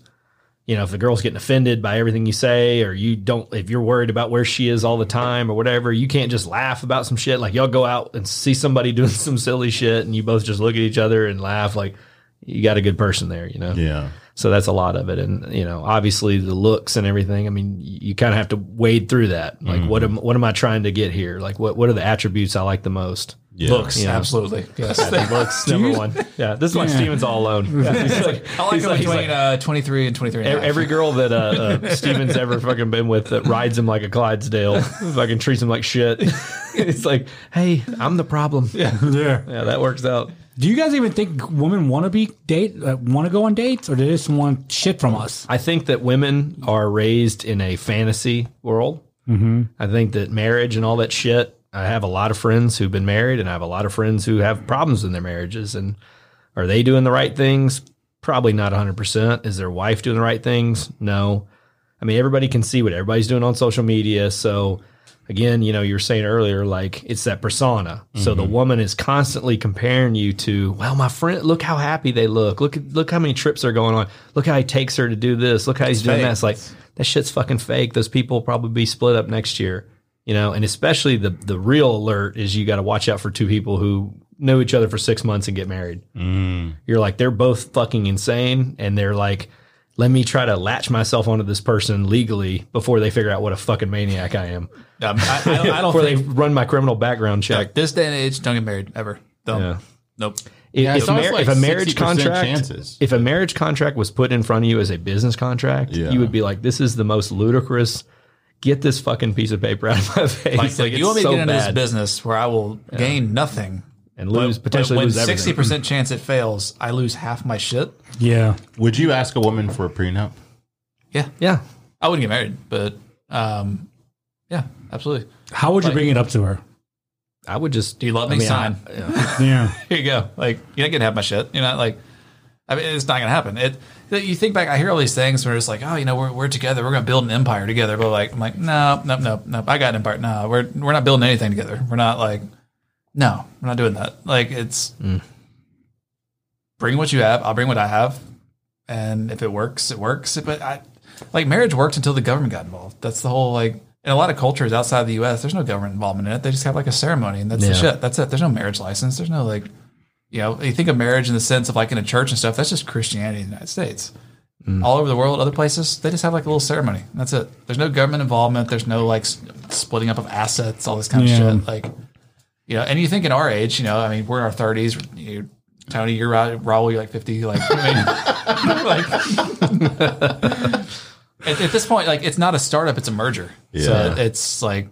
S4: you know, if the girl's getting offended by everything you say or you don't if you're worried about where she is all the time or whatever, you can't just laugh about some shit. Like y'all go out and see somebody <laughs> doing some silly shit and you both just look at each other and laugh like you got a good person there, you know?
S2: yeah.
S4: So that's a lot of it. And, you know, obviously the looks and everything, I mean, you, you kind of have to wade through that. Like, what
S2: Mm-hmm.
S4: am, what am I trying to get here? Like, what, what are the attributes I like the most?
S2: Yeah.
S1: Looks,
S4: Yeah. <laughs>
S1: absolutely. Yes.
S4: Looks number one. <laughs> Yeah. This is why Steven's all alone. He's like,
S1: I like
S4: he's
S1: it
S4: like- he's
S1: between
S4: like-
S1: uh, 23 and 23 and a
S4: ev-
S1: half. <laughs>
S4: Every girl that uh, uh, Steven's ever fucking been with that rides him like a Clydesdale, fucking treats him like shit. <laughs> it's like, hey, I'm the problem. Yeah,
S3: yeah.
S4: yeah, that works out.
S3: Do you guys even think women want to be date uh, want to go on dates, or they just want shit from us?
S4: I think that women are raised in a fantasy world. Mm-hmm. I think that marriage and all that shit. I have a lot of friends who've been married, and I have a lot of friends who have problems in their marriages. And are they doing the right things? Probably not 100%. Is their wife doing the right things? No. I mean, everybody can see what everybody's doing on social media. So, again, you know, you were saying earlier, like it's that persona. So the woman is constantly comparing you to, well, my friend, look how happy they look. Look, at look how many trips are going on. Look how he takes her to do this. Look how he's doing that. It's like that shit's fucking fake. Those people will probably be split up next year, you know. And especially the the real alert is you got to watch out for two people who know each other for six months and get married you're like they're both fucking insane and they're like let me try to latch myself onto this person legally before they figure out what a fucking maniac I am.
S1: Um, I, I don't, I don't
S4: <laughs> before
S1: think
S4: they run my criminal background check.
S1: like, this day and age, don't get married ever. Don't.
S4: Yeah.
S1: Nope.
S2: Yeah,
S4: if,
S2: it's almost
S4: mar-
S2: like
S4: if a marriage
S2: 60%
S4: contract,
S2: chances.
S4: if a marriage contract was put in front of you as a business contract,
S2: Yeah.
S4: you would be like, "This is the most ludicrous. Get this fucking piece of paper out of my face.
S1: Like, like,
S4: it's
S1: you want me
S4: so
S1: to get into
S4: bad.
S1: this business where I will gain nothing
S4: and lose
S1: But
S4: potentially
S1: when
S4: lose
S1: sixty
S4: everything."
S1: percent chance it fails, I lose half my shit.
S3: Yeah,
S2: Would you ask a woman for a prenup?
S1: Yeah,
S4: Yeah,
S1: I wouldn't get married, but um, yeah, absolutely.
S3: how would you bring it up to her?
S4: I would just
S1: Do you love me?
S4: I mean,
S1: Sign.
S4: I-
S3: Yeah,
S1: <laughs> Here you go. Like you're not gonna have my shit. You're not like. I mean, it's not gonna happen. It. You think back. I hear all these things where it's like, oh, you know, we're, we're together. We're gonna build an empire together. But like, I'm like, no, no, no, no. I got an empire. No, we're we're not building anything together. We're not like, no, we're not doing that. Like it's. Bring what you have. I'll bring what I have, and if it works, it works. But I, like, marriage worked until the government got involved. That's the whole like. In a lot of cultures outside the U.S., there's no government involvement in it. They just have like a ceremony, and that's the
S4: Yeah.
S1: shit. That's it. There's no marriage license. There's no like you know, you think of marriage in the sense of like in a church and stuff. That's just Christianity in the United States. All over the world, other places, they just have like a little ceremony. and That's it. There's no government involvement. There's no like s- splitting up of assets, all this kind of
S3: Yeah.
S1: shit. Like, you know, and you think in our age, you know, I mean, we're in our 30s. You, Tony, you're right. Raul, you're like 50. Like, I mean, <laughs> like at, at this point, like, it's not a startup, it's a merger.
S2: Yeah.
S1: So it's like,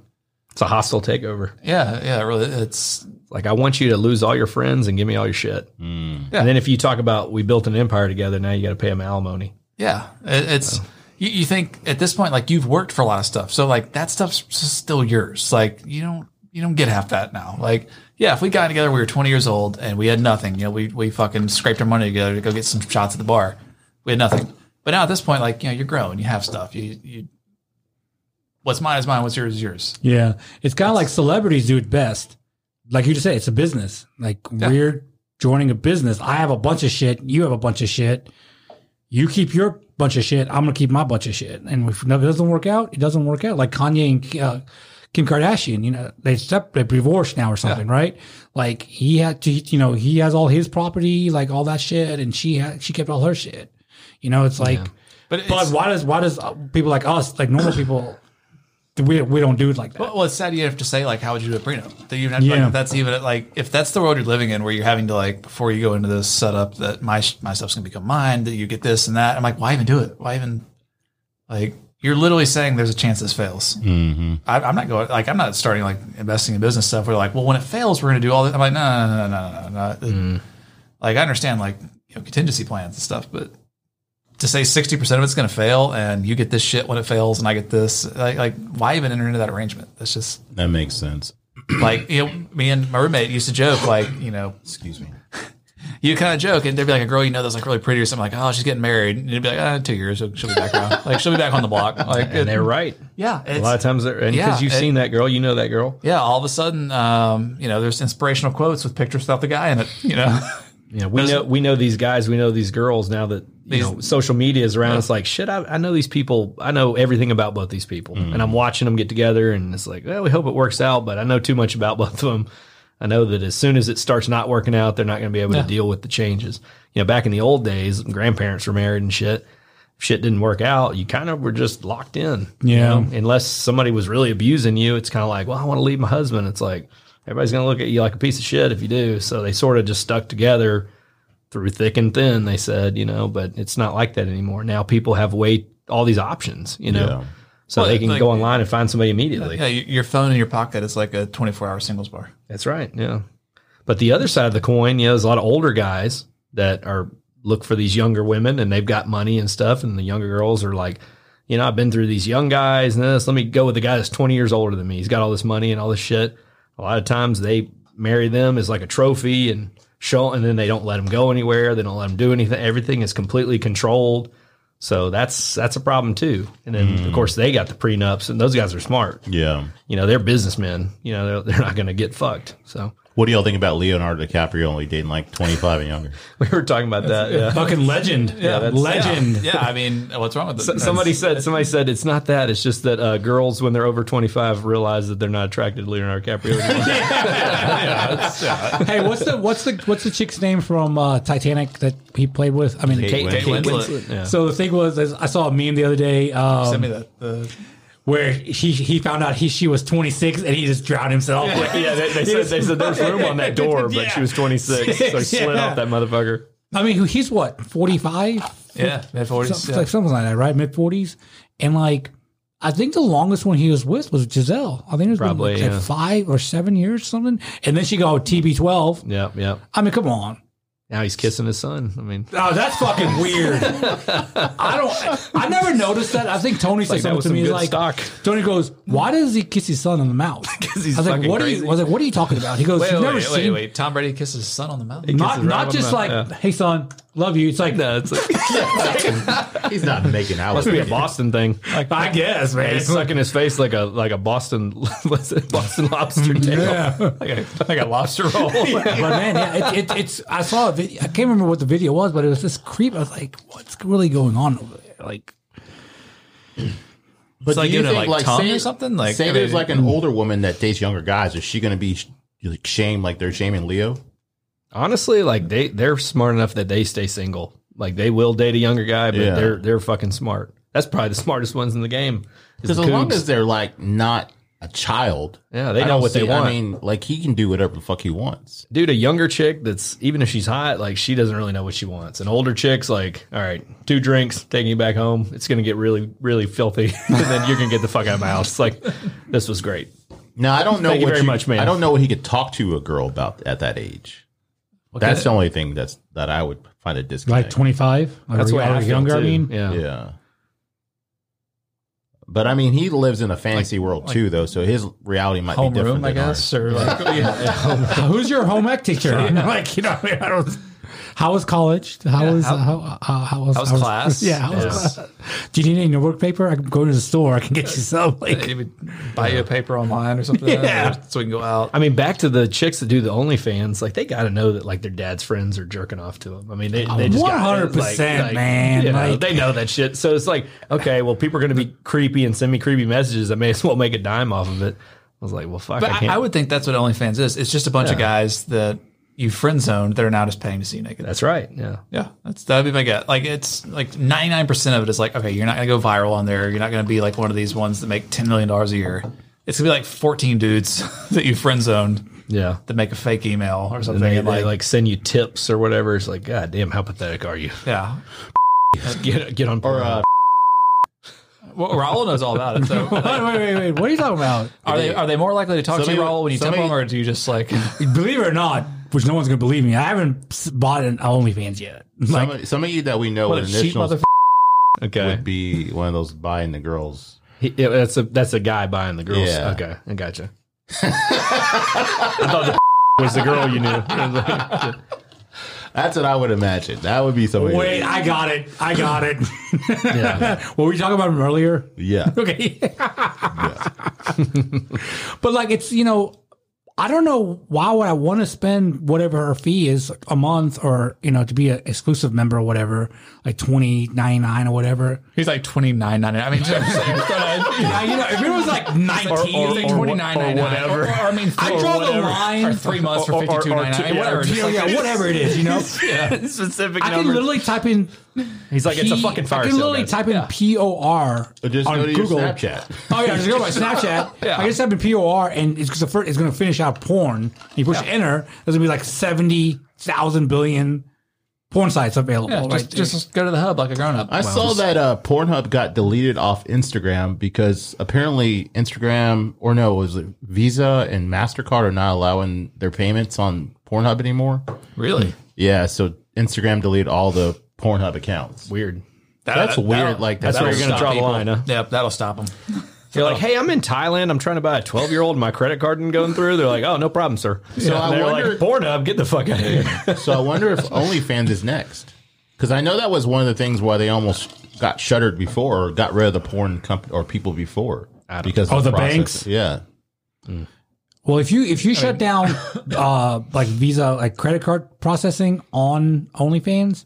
S4: It's a hostile takeover.
S1: yeah, yeah, really. It's,
S4: Like I want you to lose all your friends and give me all your shit. And then if you talk about we built an empire together, now you got to pay them alimony.
S1: Yeah, it, it's you, you think at this point like you've worked for a lot of stuff, so like that stuff's s- still yours. Like you don't you don't get half that now. Like yeah, if we got together, we were twenty years old and we had nothing. You know, we we fucking scraped our money together to go get some shots at the bar. We had nothing. But now at this point, like you know, you're grown, you have stuff. You you what's mine is mine. What's yours is yours.
S3: Yeah. It's kind of like celebrities do it best. Like you just said, it's a business. Like we're joining a business. I have a bunch of shit. You have a bunch of shit. You keep your bunch of shit. I'm going to keep my bunch of shit. And if it doesn't work out, it doesn't work out. Like Kanye and uh, Kim Kardashian, you know, they sep- they divorced now or something, right? Like he had to, you know, he has all his property, like all that shit. And she, ha- she kept all her shit. You know, it's like,
S1: But it's,
S3: but why does, why does uh, people like us, like normal people, we, we don't do it like that.
S1: Well, well, it's sad you have to say like, how would you do a prenup? That you have to,
S3: Yeah.
S1: like, if that's even like, if that's the world you're living in, where you're having to like, before you go into this setup that my sh- my stuff's gonna become mine, that you get this and that. I'm like, why even do it? Why even like? You're literally saying there's a chance this fails.
S2: Mm-hmm.
S1: I, I'm not going like I'm not starting like investing in business stuff. We're like, well, when it fails, we're gonna do all this. I'm like, no, no, no, no, no, no. no. Like I understand like you know contingency plans and stuff, but to say 60 percent of it's gonna fail and you get this shit when it fails and I get this, like, like why even enter into that arrangement? That's just
S2: That makes sense.
S1: like you know, me and my roommate used to joke like you know
S2: Excuse me.
S1: you kind of joke and there'd be like a girl you know that's like really pretty or something like oh she's getting married and you'd be like ah, two years she'll, she'll be back around like she'll be back on the block like
S4: And they're right.
S1: yeah
S4: A lot of
S1: it's,
S4: times, they're, and
S1: Yeah,
S4: because you've
S1: it-
S4: seen that girl, you know that girl.
S1: yeah all of a sudden um, you know there's inspirational quotes with pictures without the guy in it you know
S4: Yeah, we know we know these guys, we know these girls. Now that you
S1: These-
S4: know social media is around, it's like shit. I, I know these people. I know everything about both these people, and I'm watching them get together, and it's like, well, we hope it works out, but I know too much about <laughs> both of them. I know that as soon as it starts not working out, they're not going to be able to deal with the changes. You know, back in the old days, grandparents were married and shit. If shit didn't work out, you kind of were just locked in. you
S3: Yeah.
S4: know? Unless somebody was really abusing you, it's kind of like, well, I want to leave my husband. It's like, everybody's going to look at you like a piece of shit if you do. So they sort of just stuck together through thick and thin, they said, you know, but it's not like that anymore. Now people have way all these options, you know.
S2: Yeah.
S4: So
S1: Well,
S4: they can
S1: like-
S4: go online and find somebody immediately.
S1: yeah y- your phone in your pocket is like a 24 hour singles bar
S4: That's right. Yeah. But the other side of the coin, you know, there's a lot of older guys that are look for these younger women and they've got money and stuff. And the younger girls are like, you know, I've been through these young guys and this. Let me go with the guy that's 20 years older than me. He's got all this money and all this shit. A lot of times they marry them as like a trophy and show, and then they don't let them go anywhere. They don't let them do anything. Everything is completely controlled. So that's that's a problem too. And then of course they got the prenups, and those guys are smart.
S2: Yeah.
S4: You know, they're businessmen. You know, they're, they're not going to get fucked. So
S2: What do y'all think about Leonardo DiCaprio only dating like 25 and younger?
S4: We were talking about that. Yeah.
S3: Fucking legend. Yeah,
S4: that's-
S3: legend.
S1: <laughs> yeah I mean what's wrong with it
S4: Somebody said. Somebody said it's not that. It's just that uh, girls, when they're over twenty five, realize that they're not attracted to Leonardo DiCaprio. anymore.
S3: <laughs> Hey, what's the what's the what's the chick's name from uh, Titanic that he played with? I mean,
S2: Kate
S1: Kate
S2: Winslet.
S1: Winslet.
S4: Yeah.
S3: so the thing was, is I saw a meme the other day um,
S1: send me that the
S3: where he he found out he she was 26 and he just drowned himself. Like,
S4: yeah, they, they said they said there's
S3: <laughs>
S4: room on that door, but she was twenty six, so he slid
S3: Yeah.
S4: off that motherfucker.
S3: I mean, who- he's what 45,
S1: yeah mid 40s
S3: something, like, something like that, right? Mid 40s, and like I think the longest one he was with was Giselle. I think it was
S4: Probably,
S3: been, like,
S4: yeah.
S3: five or seven years, something. And then she got TB12.
S4: Yeah, yeah.
S3: I mean, come on.
S4: Now he's kissing his son. I mean,
S3: Oh, that's fucking weird. I don't. I never noticed that. I think Tony said
S4: like that
S3: something
S4: was
S3: to
S4: some
S3: me. He's
S4: good
S3: like,
S4: stock.
S3: Tony goes, "Why does he kiss his son on the
S4: <laughs>
S3: mouth?"
S4: he's
S3: I was like,
S4: fucking
S3: "What are
S4: crazy.
S3: you?" I was like, "What are you talking about?" He goes,
S1: wait
S3: "You've never
S1: wait wait,
S3: seen."
S1: wait Tom Brady kisses his son on the mouth <laughs>
S3: Not
S4: kisses right
S3: not
S4: on
S3: just
S4: the
S3: like,
S4: mouth,
S3: "Hey son, love you." It's like,
S4: No, it's
S3: <laughs>
S4: like
S2: He's not making out
S4: must
S2: with
S4: be a
S2: me.
S4: Boston thing.
S3: I guess, man.
S4: He's sucking his face like a like a Boston <laughs> what's it? Boston lobster tail,
S3: <laughs> Yeah.
S4: like a like a lobster roll.
S3: <laughs> but man, yeah, it, it, it's. I saw. A video, I can't remember what the video was, but it was this creep. I was like, "What's really going on over there?" Like,
S2: But
S1: It's like
S2: do you
S1: giving it,
S2: think,
S1: like, tongue
S2: say-
S1: or something? Like,
S2: say
S1: I
S2: there's
S1: mean-
S2: like
S4: hmm.
S2: an older woman that dates younger guys. Is she going to be sh- like shamed like they're shaming Leo?
S4: Honestly, like they they're smart enough that they stay single. Like they will date a younger guy, but
S2: Yeah.
S4: they're they're fucking smart. That's probably the smartest ones in the game. is
S2: Because
S4: the
S2: as long
S4: Cougs.
S2: as they're like not a child,
S4: Yeah, they
S2: I
S4: know
S2: don't
S4: what they want.
S2: I mean, like he can do whatever the fuck he wants.
S4: dude, a younger chick that's even if she's hot, like she doesn't really know what she wants. An older chick's like, all right, two drinks, taking you back home. It's gonna get really, really filthy, <laughs> and then you're gonna get the fuck out of my house. It's like, this was great.
S2: No, I don't know
S4: Thank you
S2: what
S4: very much, man.
S2: I don't know what he could talk to a girl about at that age. That's the only thing that's that I would find a disconnect.
S3: Like 25?
S4: That's
S3: or,
S4: what I
S3: or
S4: feel,
S3: younger, I
S4: too.
S3: mean?
S4: yeah.
S2: Yeah. But I mean, he lives in a fantasy world too, though. So his reality might be different.
S1: homeroom, I
S2: than ours.
S1: guess, or like <laughs>
S3: Who's your home ec <laughs> teacher? like, you know, I, mean, I don't. <laughs> How was college? How was
S1: how-
S3: how, how, how, was,
S1: how's class?
S3: <laughs> Yeah, how was class? Do you need any notebook paper? I can go to the store. I can get you some. Like,
S1: maybe buy you a paper online or something.
S3: Yeah.
S1: so we can go out.
S4: I mean, back to the chicks that do the OnlyFans, like they got to know that like their dad's friends are jerking off to them. I mean, they they just got-
S3: 100%, man,
S4: you know,
S3: like-
S4: they know that shit. So it's like, okay, well, people are going to be creepy and send me creepy messages. I may as well make a dime off of it. I was like, well, fuck,
S1: But
S4: I
S1: I,
S4: can't.
S1: I would think that's what OnlyFans is. It's just a bunch of guys that you friend zoned that are now just paying to see you naked.
S4: That's right. Yeah,
S1: yeah, that's that'd be my guess. Like it's like ninety nine percent of it is like okay, you're not gonna go viral on there. You're not gonna be like one of these ones that make ten million dollars a year. It's gonna be like fourteen dudes <laughs> that you friend zoned
S4: yeah.
S1: that make a fake email or something.
S4: And they,
S1: and,
S4: they
S1: like,
S4: like send you tips or whatever. It's like, god damn, how pathetic are you?
S1: yeah,
S4: <laughs> Get get on board.
S2: Or, uh,
S1: well, Raul knows all about it. So
S3: <laughs> wait, wait, wait, wait. What are you talking about?
S1: <laughs> are they are they more likely to talk
S2: Somebody-
S1: to you, Raul, when you tell
S2: somebody-
S1: them, or do you just like? <laughs>
S3: Believe it or not, which no one's going to believe me, I haven't s- bought an OnlyFans yet. Like,
S2: some, of, some of you that we know
S1: What
S2: with
S1: a cheap
S2: initials
S4: okay,
S2: would be one of those buying the girls.
S4: He- yeah, that's a that's a guy buying the girls.
S2: Yeah.
S4: Okay, I gotcha. I thought the <laughs> was the girl you knew.
S2: That's what I would imagine. That would be somebody.
S3: wait, I got it. I got <laughs> it. <laughs>
S4: yeah.
S3: Were we talking about him earlier?
S2: Yeah.
S3: <laughs> Okay. <laughs> but like it's you know, I don't know why would I want to spend whatever her fee is a month or you know to be an exclusive member or whatever, like twenty ninety nine or whatever.
S1: <laughs> He's like twenty nine ninety nine. I <laughs> mean,
S3: Yeah, you know, if it was like nineteen,
S1: or, or, twenty nine ninety nine. Or, I mean,
S3: I
S1: or
S3: draw the
S1: whatever.
S3: line.
S1: or three months for
S4: Or- or- or
S1: fifty two ninety
S4: two-
S1: nine.
S4: yeah,
S1: Whatever. Just
S3: yeah,
S1: like-
S3: yeah, whatever it is, you <laughs> know,
S4: specific
S3: I can literally type in.
S4: He's like, it's a fucking fire
S3: I can
S4: sale,
S3: literally
S4: guys.
S3: type in P O R
S2: Or just
S3: on
S2: go to
S3: Google.
S2: your Snapchat.
S3: Oh yeah, just go to
S1: <laughs>
S3: my Snapchat. I just type in POR and it's the first, it's gonna finish out porn. You push enter, there's gonna be like seventy thousand billion porn sites available.
S1: Yeah,
S3: right?
S1: just, just go to the hub like a grown up.
S2: I saw that uh, Pornhub got deleted off Instagram because apparently Instagram or no, was it Visa and Mastercard are not allowing their payments on Pornhub anymore.
S1: Really?
S2: Yeah, so Instagram deleted all the Pornhub accounts.
S4: weird.
S2: That's weird. like
S4: That's where
S2: that's
S4: you're gonna
S2: stop
S4: draw
S2: people.
S4: the line, huh?
S1: Yep, that'll stop them.
S4: You're like, hey, I'm in Thailand. I'm trying to buy a 12 year old. My credit card and going through. They're like, oh, no problem, sir. So
S2: I
S4: they're
S2: wonder-
S4: like, Pornhub, get the fuck out of here.
S2: So I wonder if OnlyFans is next. Because I know that was one of the things why they almost got shuttered before or got rid of the porn company or people before.
S4: don't-
S2: Because of
S3: Oh, the
S2: process.
S3: banks?
S2: Yeah.
S3: well, if you if you shut down
S1: <laughs>
S3: uh, like Visa like credit card processing on OnlyFans,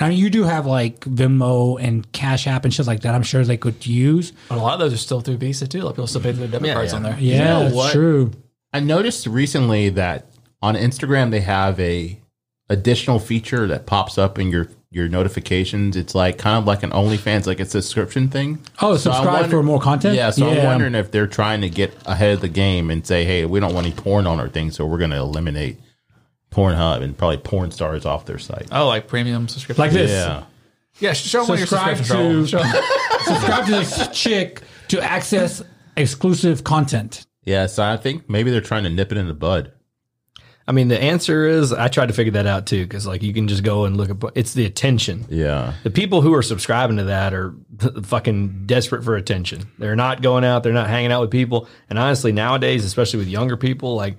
S3: I mean you do have like Venmo and Cash App and shit like that. I'm sure they could use.
S1: But a lot of those are still through Visa too. Like people still pay their debit cards on there.
S3: Yeah,
S2: know
S3: that's
S2: what?
S3: true.
S2: I noticed recently that on Instagram they have a additional feature that pops up in your your notifications. It's like kind of like an OnlyFans, like it's a subscription thing.
S3: Oh,
S2: I
S3: subscribe for more content?
S2: Yeah, so I'm
S3: Yeah.
S2: wondering if they're trying to get ahead of the game and say, hey, we don't want any porn on our thing, so we're going to eliminate Pornhub and probably porn stars off their site.
S1: Oh, like premium subscription.
S3: Like this.
S2: Yeah,
S1: Yeah, sh- show them what your
S3: Subscribe
S1: subscription
S3: to- <laughs> Subscribe to this chick to access exclusive content.
S2: yeah. So I think maybe they're trying to nip it in the bud.
S4: I mean, the answer is I tried to figure that out too, because like you can just go and look at, it's the attention.
S2: Yeah,
S4: The people who are subscribing to that are fucking desperate for attention. They're not going out. They're not hanging out with people. And honestly, nowadays, especially with younger people, like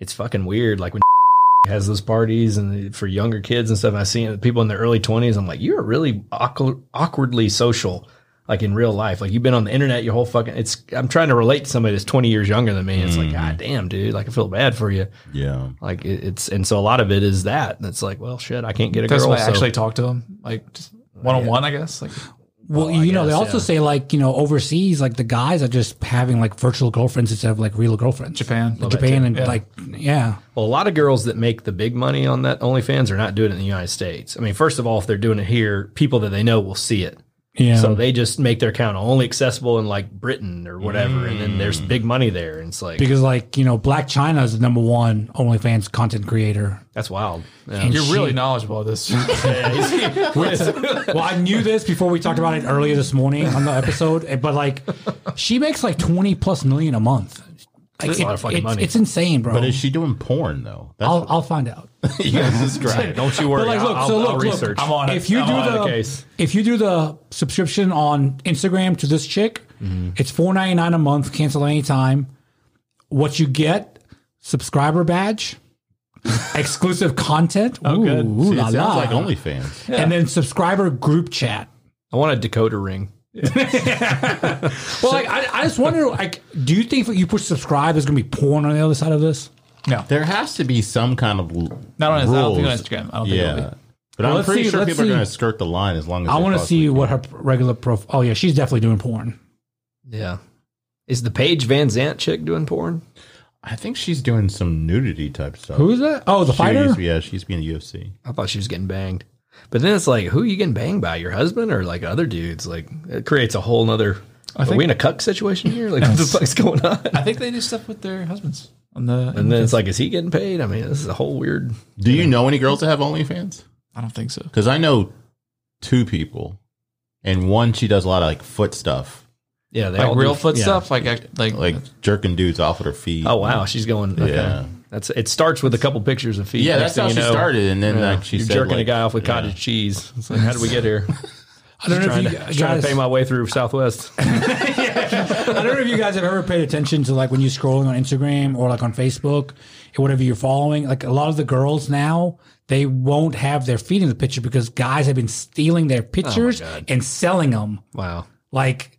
S4: it's fucking weird. Like when <laughs> has those parties and for younger kids and stuff, and I see it, people in their early twenties. I'm like, you're really awkward, awkwardly social, like in real life. Like you've been on the internet your whole fucking. It's. I'm trying to relate to somebody that's 20 years younger than me. It's like, god damn, dude. Like I feel bad for you.
S2: yeah.
S4: Like it, it's, and so a lot of it is that. That's like, well, shit, I can't get a
S1: Because
S4: girl.
S1: I
S4: so-
S1: actually talk to them, like just one on one, I guess. Like
S4: Oh,
S3: Well, you know, they also say like you know overseas, like the guys are just having like virtual girlfriends instead of like real girlfriends.
S1: Japan. Love that
S3: Japan,
S1: too.
S3: and
S1: Yeah.
S3: like yeah,
S4: Well, a lot of girls that make the big money on that OnlyFans are not doing it in the United States. I mean, first of all, if they're doing it here, people that they know will see it.
S3: yeah.
S4: So they just make their account only accessible in like Britain or whatever, and then there's big money there, and it's like
S3: Mm. because like you know, Black China is the number one OnlyFans content creator.
S4: that's
S3: <laughs>
S4: wild. Yeah. <laughs>
S3: And
S1: You're
S3: she-
S1: really knowledgeable of <laughs> this.
S3: <laughs> well, I knew this before we talked about it earlier this morning on the episode, eh, but like she makes like twenty plus million a month. Like,
S4: That's a lot of fucking
S3: it's,
S4: money.
S3: It's insane, bro.
S2: But is she doing porn though? That's <laughs>
S3: I'll I'll find out.
S2: you guys
S3: <laughs>
S2: just tried.
S4: Don't you worry.
S3: But like,
S4: I'll,
S3: look,
S4: I'll-
S3: so
S4: I'll
S3: look, look,
S4: research.
S1: I'm on it.
S3: if you
S1: I'm
S3: do
S1: on
S4: it.
S3: the
S4: Case.
S3: if you do the subscription on Instagram to this chick, it's four ninety nine a month, cancel anytime. What you get, subscriber badge, exclusive content. Oh, ooh,
S1: good.
S3: ooh
S2: See, it
S3: la
S2: sounds
S3: la.
S2: like OnlyFans.
S3: and then subscriber group chat.
S4: I want a decoder ring.
S3: Well, like, I, I just wonder, like, do you think if you push subscribe, there's gonna be porn on the other side of this?
S1: no,
S2: There has to be some kind of l-
S1: not on. I don't think on
S2: rules.
S1: Instagram. I don't think it'll
S2: Yeah,
S1: be.
S2: but I'm
S3: let's
S2: pretty
S3: see-
S2: sure
S3: let's
S2: people are
S3: see.
S2: going to skirt the line as long as
S3: I
S2: they
S3: want to
S2: possibly
S3: see
S2: can.
S3: what her regular profile. Oh yeah, she's definitely doing porn.
S4: Yeah. Is the Paige Van Zant chick doing porn?
S2: I think she's doing some nudity type stuff.
S3: Who is that? Oh, the
S2: She
S3: fighter.
S2: used to be- yeah, she used to be in the UFC.
S4: I thought she was getting banged. But then it's like, who are you getting banged by? Your husband or like other dudes? Like it creates a whole nother. are we in a cuck situation
S2: <laughs>
S4: here? Like what the fuck's going on?
S1: I think they do stuff with their husbands on the.
S4: And then it's like, is he getting paid? I mean, this is a whole weird.
S2: Do you know any girls that have OnlyFans?
S1: I don't think so.
S2: Because I know two people, and one she does a lot of like foot stuff,
S4: Yeah, they all
S1: Like
S4: do-
S1: real foot
S4: yeah.
S1: stuff. Like act- like
S2: like jerking dudes off with her feet.
S4: Oh wow, she's going. Okay.
S2: Yeah.
S4: that's it. Starts with a couple pictures of feet.
S2: yeah,
S4: Next
S2: that's how
S4: thing
S2: she
S4: you know,
S2: started, and then
S4: yeah,
S2: like she
S4: you're
S2: said,
S4: jerking
S2: like,
S4: a guy off with
S2: yeah.
S4: cottage cheese. It's like, how did we
S2: <laughs>
S4: get here?
S3: I don't know
S4: trying
S3: if
S4: to,
S3: you guys,
S4: trying to pay my way
S2: <laughs>
S4: through Southwest.
S3: I don't know if you guys have ever paid attention to like when you're scrolling on Instagram or like on Facebook or whatever you're following. Like a lot of the girls now, they won't have their feet in the picture because guys have been stealing their pictures and selling them.
S4: Wow.
S3: Like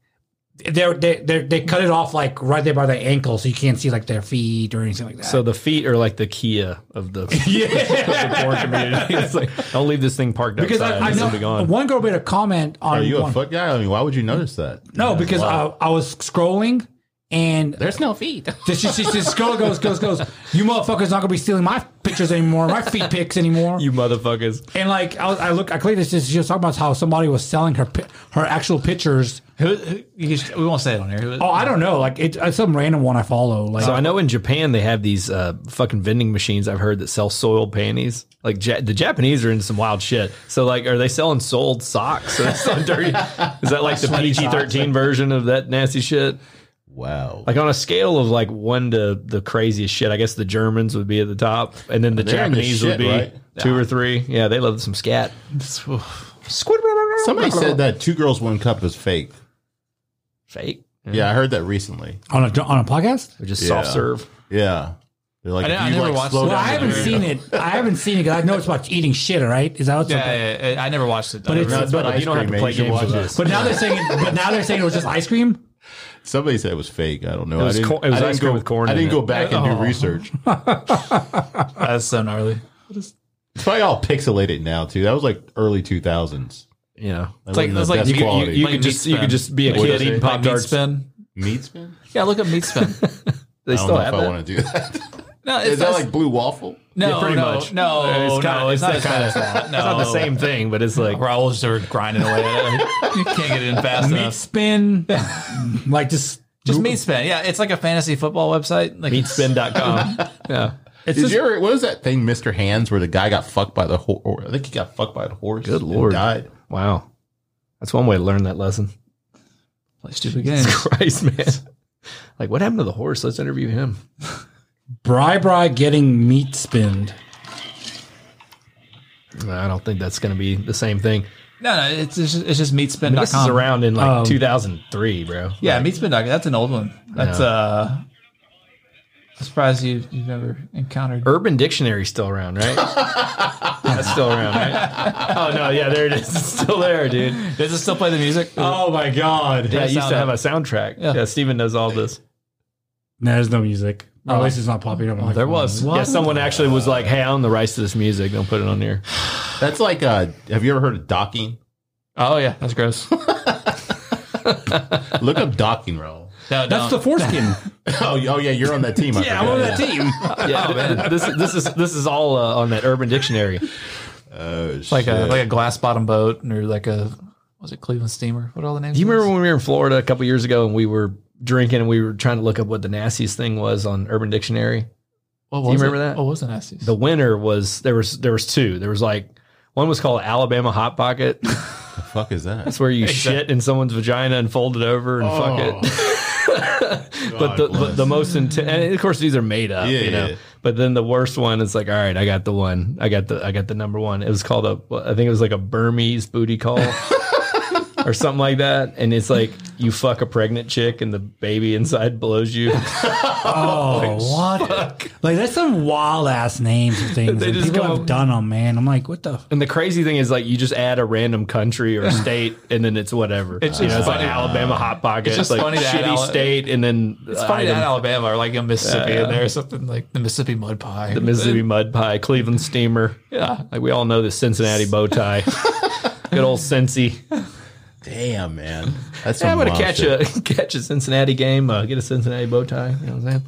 S3: they're, they they they cut it off like right there by their ankle, so you can't see like their feet or anything like that. <laughs>
S4: So the feet are like the Kia of
S2: <laughs>
S4: the, of the porn community. It's like, don't leave this thing parked
S3: because
S4: outside.
S3: I, I
S4: this will be
S3: know
S4: gone.
S3: one girl made a comment on
S2: Are you
S3: one-
S2: a foot guy? I mean, why would you notice that?
S3: No, because I, I was scrolling and
S2: There's no feet.
S3: <laughs> This she, she, she girl goes, goes, goes. You motherfuckers not gonna be stealing my pictures anymore, my feet pics anymore.
S4: You motherfuckers.
S3: and like I, was, I look, I clicked this. She was talking about how somebody was selling her pi- her actual pictures.
S1: who, who, you just- we won't say it on here.
S3: Oh, I don't know. Like it, it's some random one I follow. Like
S4: So I know in Japan they have these uh, fucking vending machines I've heard that sell soiled panties. Like ja- the Japanese are into some wild shit. So like, are they selling soiled socks? <laughs> So that's so dirty. Is that like the PG thirteen version of that nasty shit?
S2: Wow.
S4: Like on a scale of like one to the craziest shit, I guess the Germans would be at the top, and then the
S2: They're into
S4: Japanese would
S2: shit,
S4: be
S2: right?
S4: two or three. Yeah, they love some <sighs> scat. Squid
S2: Somebody said that two girls, one cup was fake.
S4: fake
S2: Yeah, I heard that recently.
S3: on a on a podcast.
S4: or just
S2: Yeah.
S4: soft serve.
S2: Yeah. They're like,
S1: I ne-
S2: if
S1: I
S2: you
S1: never
S2: like
S1: watched
S2: slow
S1: it.
S3: Well,
S2: down
S3: I haven't
S2: the-
S3: seen it. I haven't seen it because I know it's about eating shit. Right? Is that what's?
S1: Yeah, yeah, yeah, I never watched it.
S3: But it's-
S2: No, it's
S4: But
S2: about ice
S4: you don't
S2: cream,
S4: have to
S2: man.
S4: play
S2: You should
S4: games
S2: watch
S4: with
S2: it.
S4: us.
S3: But now they're saying. It, but now they're saying it was just ice cream.
S2: Somebody said it was fake. I don't know.
S4: It was
S2: I didn't,
S4: cor- it was
S2: I didn't
S4: ice cream
S2: go,
S4: with corn
S2: I
S4: in
S2: didn't
S4: it. Oh.
S2: go back and do research.
S1: that's so gnarly.
S2: It's probably all pixelated now too. That was like early two thousands.
S4: Yeah,
S2: It's
S1: like- it's like
S2: best
S1: you- you-
S2: quality.
S4: you
S1: Like
S4: could just
S1: meat
S4: you could
S1: spin.
S4: just be a
S2: Like what
S4: kid
S2: is it?
S4: eating
S2: Like
S4: pop
S1: meat
S4: tarts.
S1: spin.
S2: meat spin.
S1: Yeah, look up meat spin.
S4: They
S2: I don't know
S4: still
S2: if
S4: have
S2: I
S4: that.
S2: want to do that.
S1: No, it's,
S2: Is that
S1: that's-
S2: like blue waffle?
S1: no,
S4: Yeah, pretty
S1: no,
S4: much.
S1: no,
S4: It's
S1: no,
S4: kinda- it's
S1: not
S4: that
S1: as bad as that. <laughs> No,
S4: It's not the same thing, but
S1: <laughs>
S4: it's like
S1: Raul's are grinding away. at it. you can't get it in fast
S3: Meat
S1: enough. <laughs>
S3: spin. like just
S1: Just meat spin. Yeah, it's like a fantasy football website. Like
S4: meatspin.com.
S1: <laughs>
S4: yeah.
S2: Is your what is that thing, Mister Hands, where the guy got fucked by the horse? I think he got fucked by the horse. Good
S4: lord.
S2: died.
S4: Wow. That's one way to learn that lesson.
S1: play stupid games.
S4: <laughs> Christ, man. Like, what happened to the horse? Let's interview him.
S3: Bri Bri getting meat spinned.
S4: I don't think that's going to be the same thing.
S1: No, no, it's it's just, it's just meatspin.com.
S4: This is around in like
S3: Um,
S4: 2003, bro.
S1: Yeah, meatspin.com. That's an old one. That's
S4: Yeah.
S1: uh. I'm surprised you you've never encountered.
S4: Urban Dictionary's still
S1: <laughs>
S4: around, right? that's still around, right? Oh, no. Yeah, there it is. It's still there, dude.
S1: Does it still play the music?
S4: Oh, my God. Yeah, I used
S1: sound
S4: to have a soundtrack. Yeah, Steven knows all this.
S3: No, there's no music. Or at least it's not popular. on my
S1: there
S3: phone.
S1: was.
S4: Yeah, someone actually was like, hey, I own the rights to this music. Don't put it on here.
S2: That's like uh, have you ever heard of docking?
S1: Oh yeah, that's gross. No,
S2: Look up docking roll.
S3: That's the foreskin.
S2: <laughs> Oh, y- oh yeah, you're on that team. I yeah,
S3: I'm on that team.
S4: Yeah, <laughs> this this is this is all uh, on that Urban Dictionary.
S2: Oh, shit.
S1: like a like a glass bottom boat or like a was it Cleveland steamer? What are all the names?
S4: Do you
S1: of
S4: remember when we were in Florida a couple years ago and we were drinking and we were trying to look up what the nastiest thing was on Urban Dictionary?
S1: those? What
S4: you
S1: Oh, was
S4: remember
S1: it?
S4: that?
S1: What was the nasty?
S4: The winner was there was there was two. There was like one was called Alabama Hot Pocket. <laughs>
S2: the fuck is that?
S4: That's where you shit in someone's vagina and fold it over and fuck
S2: Oh,
S4: it. but the, but the most intense, and of course, these are made up,
S2: Yeah,
S4: you know.
S2: yeah.
S4: But then the worst one is like, all right, I got the one, I got the, I got the number one. It was called a, I think it was like a Burmese
S1: <laughs>
S4: booty call or something like that. And it's like you fuck a pregnant chick and the baby inside
S1: <laughs>
S4: blows you.
S3: Oh, what? Like that's some wild ass names and things that
S4: They just
S3: people
S4: go-
S3: have done them, man. I'm like, what the? F-?
S4: and the crazy thing is, like, you just add a random country or state, and then it's whatever. It's,
S1: It's
S4: you know,
S1: just
S4: it's like
S1: funny.
S4: Alabama hot pocket. It's,
S1: It's just
S4: like
S1: funny to add
S4: shitty
S1: Ala-
S4: state, and then
S1: It's funny that
S4: item.
S1: Alabama or like a Mississippi in there or something like the Mississippi mud pie.
S4: the Mississippi mud pie, Cleveland steamer.
S1: Yeah.
S4: Like we all know the Cincinnati bow
S1: <laughs>
S4: tie. Good old Cincy.
S2: Damn, man. That's
S4: Yeah,
S2: some
S4: I'm gonna
S2: wild
S4: catch
S2: shit.
S4: a <laughs> catch a Cincinnati game. Uh, get a Cincinnati bow tie. You know what I'm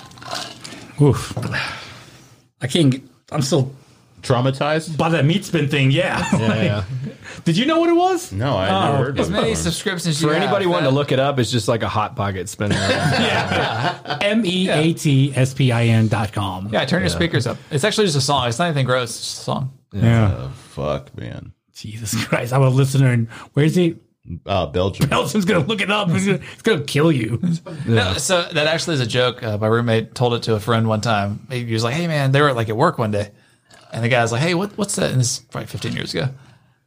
S4: saying?
S3: Oof. I can't. Get, I'm still
S2: traumatized.
S3: by that meat spin thing. Yeah.
S4: Yeah.
S3: <laughs> Did you know what it was?
S2: No, I never heard of
S1: As many
S2: it.
S1: subscriptions
S4: For
S1: you
S4: anybody
S1: have,
S4: wanting to
S1: that-
S4: look it up, it's just like a hot pocket spinner. <laughs>
S3: M e a t s p i n dot com.
S1: Yeah, turn your speakers up. It's actually just a song. It's not anything gross. It's just a song.
S3: Yeah.
S2: Oh, fuck, man.
S3: Jesus Christ! I'm a listener, and where's he?
S2: Uh, Belgium.
S3: Nelson's gonna look it up. <laughs> He's gonna, it's gonna kill you.
S1: No, so that actually is a joke. Uh, my roommate told it to a friend one time. He was like, "Hey, man, they were like at work one day, and the guy's like, "Hey, what, what's that?" And this is probably 15 years ago.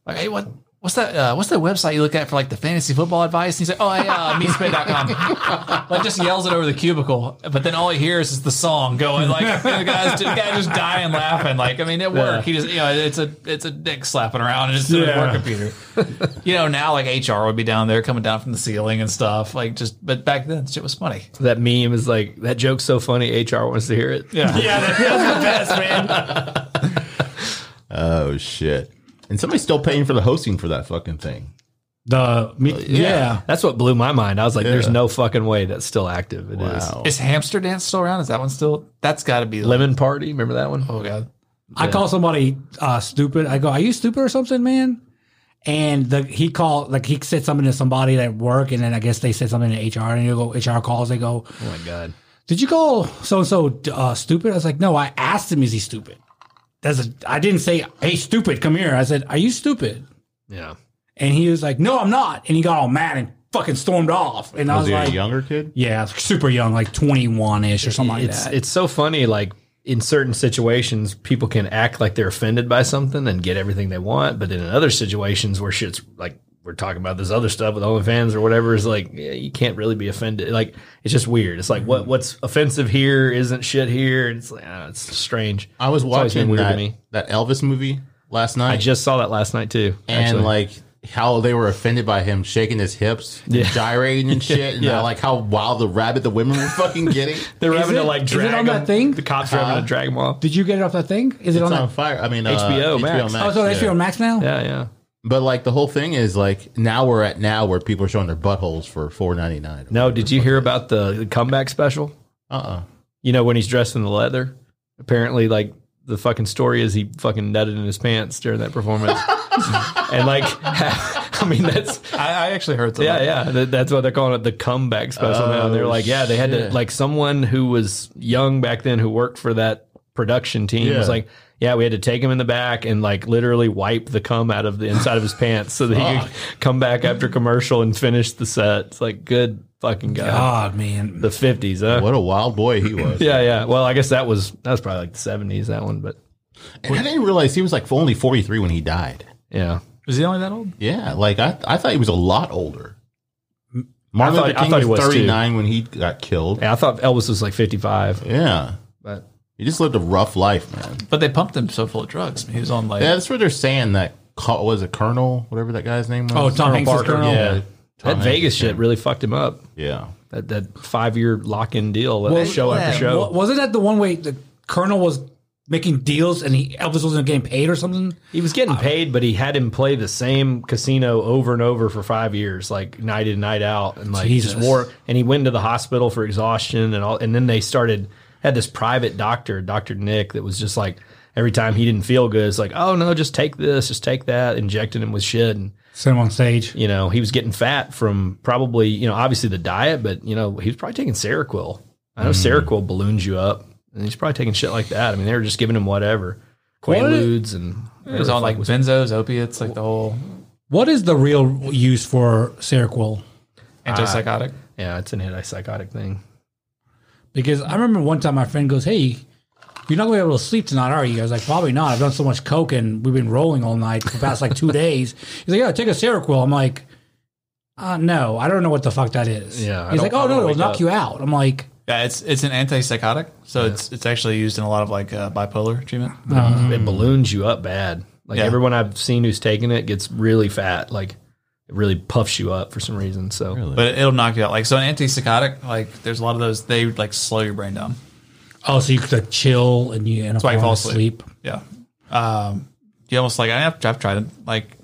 S1: Like, "Hey, what, what's that? Uh, what's that website you look at for like the fantasy football advice?" And he's like, "Oh, hey, uh, meatspit.com." <laughs> like, just yells it over the cubicle, but then all he hears is the song going. Like, and the guy's the guy just dying laughing. Like, I mean, at work, he just you know, it's a it's a dick slapping around and just through his
S3: Yeah.
S1: work computer you know, now like HR would be down there coming down from the ceiling and stuff. Like just, but back then shit was funny.
S4: that meme is like that joke's so funny. HR wants to hear it. Yeah.
S3: <laughs> yeah, that, that's the best, man.
S2: Oh shit. And somebody's still paying for the hosting for that fucking thing.
S3: The meat, yeah.
S4: That's what blew my mind. I was like, "There's
S2: Yeah.
S4: no fucking way that's still active." It is
S2: Wow.
S1: Is Hamster Dance still around? Is that one still? That's got to be.
S4: Lemon Party. Remember that one?
S1: oh god.
S3: I call somebody uh, stupid. I go, "Are you stupid or something, man?" And the, he called, like he said something to somebody at work, and then I guess they said something to HR, and you go, HR calls, they go,
S4: Oh my god.
S3: "Did you call so and so stupid?" I was like, "No, I asked him, is he stupid?" That's a, I didn't say, "Hey, stupid, come here." I said, "Are you stupid?"
S4: Yeah.
S3: And he was like, "No, I'm not," and he got all mad and fucking stormed off. And
S4: Oh,
S3: I
S2: Was
S3: was
S2: he
S3: like,
S2: a younger kid?
S3: "Yeah, super young, like 21 ish or something like
S4: it's
S3: that."
S4: it's so funny like in certain situations people can act like they're offended by something and get everything they want but in other situations where shit's like we're talking about this other stuff with OnlyFans or whatever is like yeah, you can't really be offended like it's just weird it's like what
S3: Mm-hmm.
S4: what's offensive here isn't shit here and it's like I don't know, it's strange
S2: I was
S4: It's always been
S2: watching
S4: weird to
S2: that,
S4: me.
S2: that Elvis movie last night.
S4: I just saw that last night too
S2: and like how they were offended by him shaking his hips, and gyrating
S4: <laughs>
S2: and shit, and
S4: Yeah.
S2: uh, like how wild the rabbit the women were
S4: <laughs>
S2: fucking getting.
S4: they're
S3: Is
S4: having
S3: it-
S4: to like
S3: is it
S4: drag
S3: on that
S4: them.
S3: thing? Uh-huh.
S4: the cops are having to drag them off
S3: Did you get it off that thing? Is it
S2: It's
S3: on
S2: on
S3: that?
S2: fire. I mean, uh,
S4: HBO Max.
S3: Oh, so
S2: yeah.
S3: that's your Max now.
S4: yeah yeah
S2: But like the whole thing is like now we're at now where people are showing their buttholes for four ninety nine.
S4: no did you hear about the, the comeback special
S2: Uh uh
S4: you know, when he's dressed in the leather. Apparently, like the fucking story is he fucking nutted in his pants during that performance. and like, <laughs> I mean, that's
S1: I, I actually heard that.
S4: yeah, yeah. That, that's what they're calling it, the comeback special now. They're like, yeah, they had to like someone who was young back then who worked for that production team was
S2: Yeah.
S4: like. Yeah, we had to take him in the back and like literally wipe the cum out of the inside of his pants so that he could come back after commercial and finish the set. It's like good fucking god.
S3: God, man.
S4: The fifties, huh?
S2: What a wild boy he was.
S4: <laughs> Yeah, yeah. Well, I guess that was that was probably like the seventies. That one, but
S2: And I didn't realize he was like only forty three when he died.
S4: yeah.
S1: Was he only that old?
S2: Yeah, like I I thought he was a lot older. Martin
S4: I thought-
S2: Luther
S4: I
S2: King
S4: thought he
S2: was,
S4: was, too.
S2: thirty nine when he got killed.
S4: yeah I thought Elvis was like fifty five,
S2: Yeah,
S4: but
S2: he just lived a rough life, man.
S1: But they pumped him so full of drugs. I mean, he was on like.
S2: Yeah, that's what they're saying. That co- was it Colonel, whatever that guy's name
S3: Oh,
S2: was.
S3: Tom Hanks' Colonel.
S2: Yeah,
S4: that
S2: Tom
S4: Vegas
S2: Hanks.
S4: shit really fucked him up.
S2: Yeah,
S4: That that five year lock in deal, that show after
S1: yeah,
S4: show.
S3: Wa- wasn't that the one way the Colonel was making deals and he Elvis wasn't getting paid or something?
S4: He was getting paid, but he had him play the same casino over and over for five years, like night in, night out, and like
S3: Jesus.
S4: just wore. And he went to the hospital for exhaustion and all. And then they started had this private doctor, Doctor Nick, that was just like every time he didn't feel good, it's like, oh no, just take this, just take that, injecting him with shit, and
S3: Sent him on stage.
S4: you know he was getting fat from probably you know obviously the diet, but you know he was probably taking Seroquel. I know
S1: Mm.
S4: Seroquel balloons you up, and he's probably taking shit like that. I mean, they were just giving him whatever. Quaaludes and
S1: It was on like benzos, opiates, like the whole
S3: What is the real use for Seroquel?
S1: Uh, antipsychotic.
S4: Yeah, it's an antipsychotic thing.
S3: Because I remember one time my friend goes, "Hey, you're not gonna be able to sleep tonight, are you?" I was like, "Probably not. I've done so much coke and we've been rolling all night for the past like <laughs> two days." He's like, "Yeah, take a Seroquel." I'm like, uh, "No, I don't know what the fuck that is."
S4: Yeah, I
S3: He's
S4: don't-
S3: like, "Oh
S4: I don't
S3: no, it'll
S4: wake
S3: knock
S4: up."
S3: you out." I'm like,
S1: yeah, it's it's an antipsychotic, so it's it's actually used in a lot of like uh, bipolar treatment.
S4: it balloons you up bad. Like
S1: Uh, Yeah.
S4: everyone I've seen who's taken it gets really fat. Like it really puffs you up for some reason. So
S1: But it'll knock you out. Like so, an antipsychotic, like there's a lot of those. They like slow your brain down.
S3: "Oh, so you could like, chill and you end up
S1: why you
S3: falling
S1: fall
S3: asleep."
S1: asleep. Yeah. Um, you almost like I have, I've tried it. Like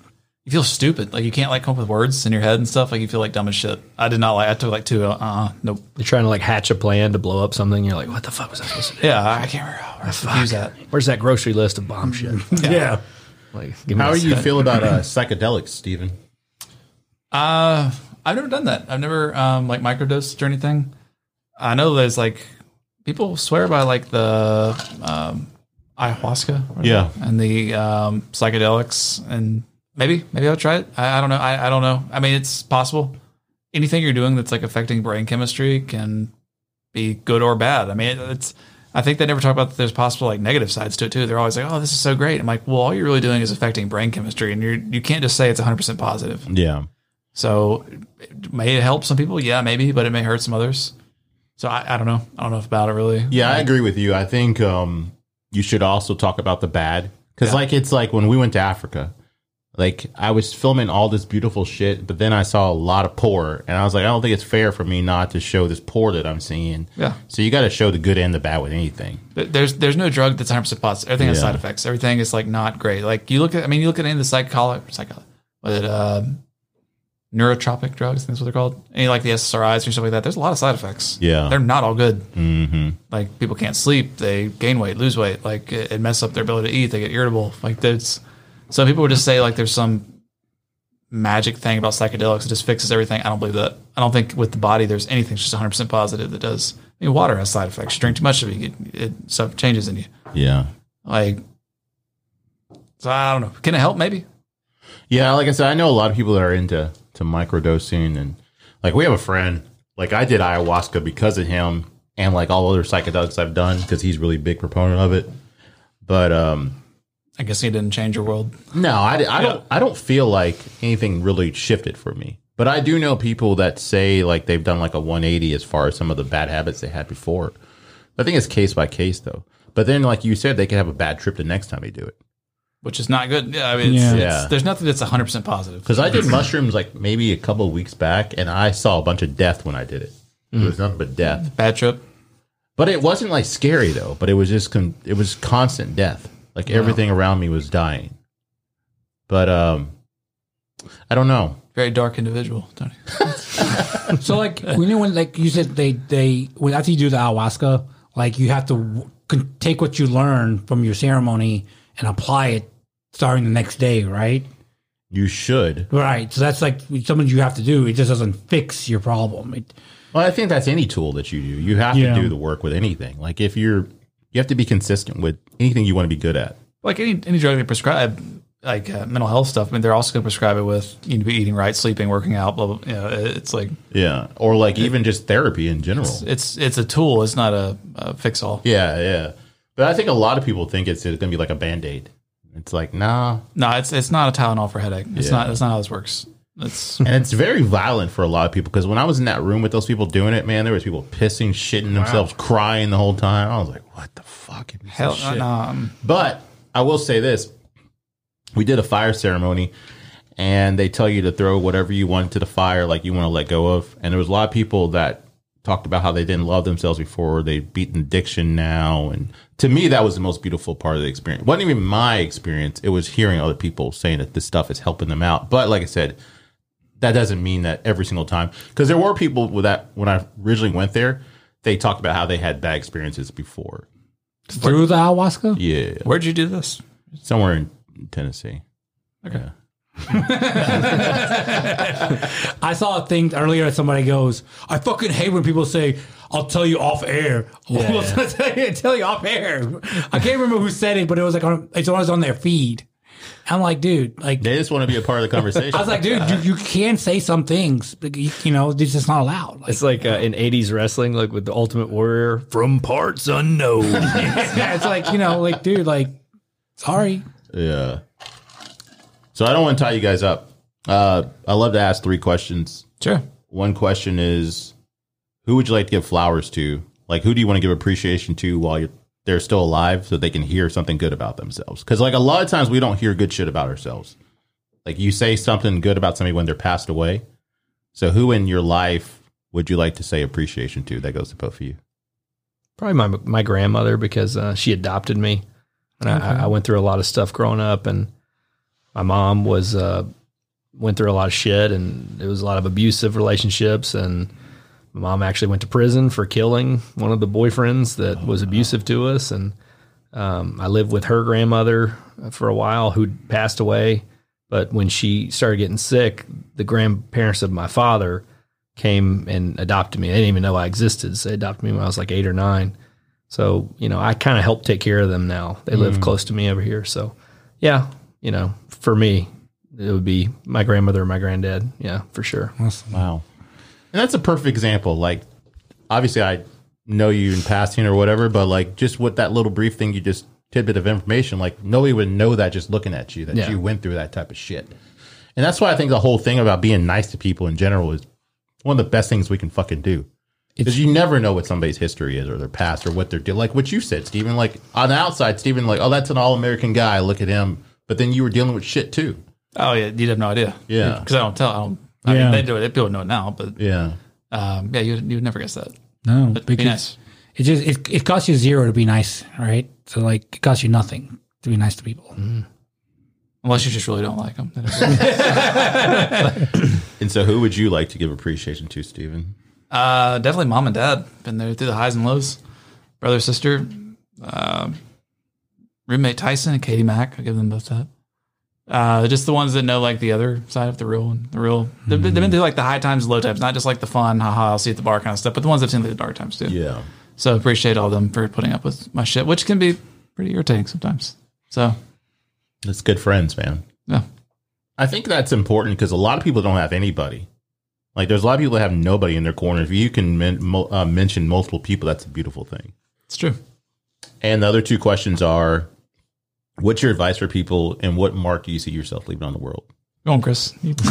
S1: you feel stupid. Like you can't like come up with words in your head and stuff. Like you feel like dumb as shit. I did not like. I took like two. Uh, uh nope.
S4: you're trying to like hatch a plan to blow up something. You're like, what the fuck was I supposed to do?
S1: Yeah, I can't remember. I refuse that.
S4: Where's that grocery list of
S1: <laughs>
S4: bomb shit?
S3: Yeah.
S4: Like, give me
S2: How
S4: a
S2: do you
S4: sec.
S2: feel about
S4: <laughs>
S2: uh, psychedelics, Steven?
S1: Uh, I've never done that. I've never um like microdosed or anything. I know there's like people swear by like the um ayahuasca. or
S2: Yeah.
S1: and the um, psychedelics and maybe maybe I'll try it. I, I don't know. I, I don't know. I mean, it's possible. Anything you're doing that's like affecting brain chemistry can be good or bad. I mean, it, it's. I think they never talk about that there's possible like negative sides to it too. They're always like, "Oh, this is so great." I'm like, "Well, all you're really doing is affecting brain chemistry, and you're you can't just say it's 100 percent positive."
S2: Yeah.
S1: So, it- may it help some people? Yeah, maybe, but it may hurt some others. So I, I don't know. I don't know about it really.
S2: Yeah, I agree with you. I think um, you should also talk about the bad because, like, it's like when we went to Africa. Like, I was filming all this beautiful shit, but then I saw a lot of poor, and I was like, I don't think it's fair for me not to show this poor that I'm seeing.
S1: Yeah.
S2: So you got to show the good and the bad with anything.
S1: Th- There's there's no drug that's 100 percent positive. Everything has
S2: Yeah.
S1: side effects. Everything is like not great. Like you look at, I mean, you look at any of the psychology, psychology, was it um, neurotropic drugs? I think That's what they're called. Any like the SSRIs or stuff like that. There's a lot of side effects.
S2: Yeah.
S1: they're not all good. Mm-hmm. Like people can't sleep. They gain weight, lose weight. Like it, it messes up their ability to eat. They get irritable. Like there's some people would just say like there's some magic thing about psychedelics that just fixes everything. I don't believe that. I don't think with the body there's anything that's just 100 percent positive that does. I mean, water has side effects. You drink too much of it, you get, it stuff changes in you.
S2: Yeah.
S1: Like, so I don't know. Can it help? Maybe.
S2: Yeah, like I said, I know a lot of people that are into to microdosing and like we have a friend. Like I did ayahuasca because of him and like all other psychedelics I've done because he's really big proponent of it. But um
S1: I guess it didn't change your world.
S2: no, I, I don't I don't feel like anything really shifted for me. But I do know people that say like they've done like a 180 as far as some of the bad habits they had before. I think it's case by case though. But then like you said they could have a bad trip the next time they do it.
S1: Which is not good. Yeah, I mean, it's,
S3: Yeah.
S1: it's-
S2: Yeah.
S1: there's nothing that's 100% positive.
S2: Because I did mushrooms like maybe a couple of weeks back, and I saw a bunch of death when I did it. It was nothing but death.
S1: Bad trip.
S2: But it wasn't like scary though. But it was just con- it was constant death. Like everything around me was dying. But um, I don't know.
S1: Very dark individual, Tony.
S3: So <laughs> like you know when like you said they they when after you do the ayahuasca like you have to w- con- take what you learn from your ceremony and apply it starting the next day right
S2: You should.
S3: right so that's like something you have to do it just doesn't fix your problem it,
S2: Well, I think that's any tool that you do. You have
S3: Yeah.
S2: to do the work with anything. Like if you're, you have to be consistent with anything you want to be good at.
S1: Like any, any drug they prescribe, like uh, mental health stuff, I mean, they're also going to prescribe it with you need to be eating right, sleeping, working out, blah, blah. You know, it- it's like,
S2: Yeah. Or like even just therapy in general.
S1: it's it's a tool. It's not a, a fix all.
S2: Yeah, yeah. But I think a lot of people think it's, it's going to be like a band aid. It's like, nah.
S1: No, it's it's not a Tylenol for headache. It's
S2: Yeah.
S1: not. That's not how this works.
S2: <laughs>
S1: It's
S2: And it's very violent for a lot of people because when I was in that room with those people doing it, man, there was people pissing, shitting themselves, crying the whole time. I was like, what the fuck? is this
S1: hell.
S2: shit?
S1: no, um,
S2: But I will say this: we did a fire ceremony, and they tell you to throw whatever you want to the fire, like you want to let go of. And there was a lot of people that talked about how they didn't love themselves before. They've beaten addiction now. And to me, that was the most beautiful part of the experience. It wasn't even my experience. It was hearing other people saying that this stuff is helping them out. But like I said, that doesn't mean that every single time because there were people with that when I originally went there, they talked about how they had bad experiences before.
S3: Through the ayahuasca?
S2: Yeah,
S1: Where'd you do this?
S2: somewhere in Tennessee. Okay.
S3: I saw a thing earlier. Somebody goes, "I fucking hate when people say." I'll tell you off air. <laughs> I'll tell you- tell you off air. I can't remember who said it, but it was like on, it's always on their feed. I'm like, dude, like
S2: They just want to be a part of the conversation.
S3: <laughs> I was like, dude, you, you can say some things, but you, you know, it's just not allowed. Like, <laughs>
S4: It's like uh, in '80s wrestling, like with the Ultimate Warrior from parts unknown.
S3: yeah, it's like you know, like dude, like sorry.
S2: Yeah. So I don't want to tie you guys up. Uh, I love to ask three questions.
S1: Sure.
S2: One question is, who would you like to give flowers to? Like, who do you want to give appreciation to while you're, they're still alive, so they can hear something good about themselves? Because like a lot of times we don't hear good shit about ourselves. Like you say something good about somebody when they're passed away. So who in your life would you like to say appreciation to? That goes to both of you.
S4: probably my my grandmother because uh, she adopted me, and I, I went through a lot of stuff growing up, and my mom was uh, went through a lot of shit, and it was a lot of abusive relationships, and my mom actually went to prison for killing one of the boyfriends that was abusive to us, and um, I lived with her grandmother for a while, who passed away, but when she started getting sick, the grandparents of my father came and adopted me. They didn't even know I existed. So they adopted me when I was like eight or nine. So, you know, I kind of help take care of them now. They live close to me over here. So, yeah, you know, for me, it would be my grandmother or my granddad. Yeah, for sure.
S2: Wow. And that's a perfect example. Like, obviously, I know you in passing or whatever, but like, just with that little brief thing, you just tidbit of information, like, nobody would know that just looking at you, that
S4: Yeah.
S2: you went through that type of shit. And that's why I think the whole thing about being nice to people in general is one of the best things we can fucking do. Because you never know what somebody's history is or their past or what they're doing. Like what you said, Steven, like on the outside, Steven, like, oh, that's an all American guy. Look at him. But then you were dealing with shit too.
S1: Oh yeah, you'd have no idea.
S2: Yeah.
S1: Because I don't tell. I don't. I
S3: Yeah.
S1: mean, they do it. People know it now, but
S2: Yeah.
S1: um, yeah, you you would never guess that.
S3: No,
S1: But be nice.
S3: it just it, it costs you zero to be nice, right? So like it costs you nothing to be nice to people.
S1: Unless you just really don't like them.
S2: And so who would you like to give appreciation to, Steven?
S1: uh, definitely mom and dad. Been there through the highs and lows. Brother, sister, um, roommate Tyson and Katie Mack. I give them both that. Uh, just the ones that know like the other side of the real one. The real. They've, been- they've been through like the high times, low times, not just like the fun, haha, I'll see you at the bar kind of stuff, but the ones that've seen through the dark times too.
S2: Yeah.
S1: So I appreciate all of them for putting up with my shit, which can be pretty irritating sometimes. So
S2: That's good friends, man.
S1: yeah,
S2: I think that's important because a lot of people don't have anybody. Like, there's a lot of people that have nobody in their corner. If you can men- mo- uh, mention multiple people, that's a beautiful thing.
S1: it's true.
S2: And the other two questions are what's your advice for people and what mark do you see yourself leaving on the world?
S1: Go on, Chris. You- <laughs>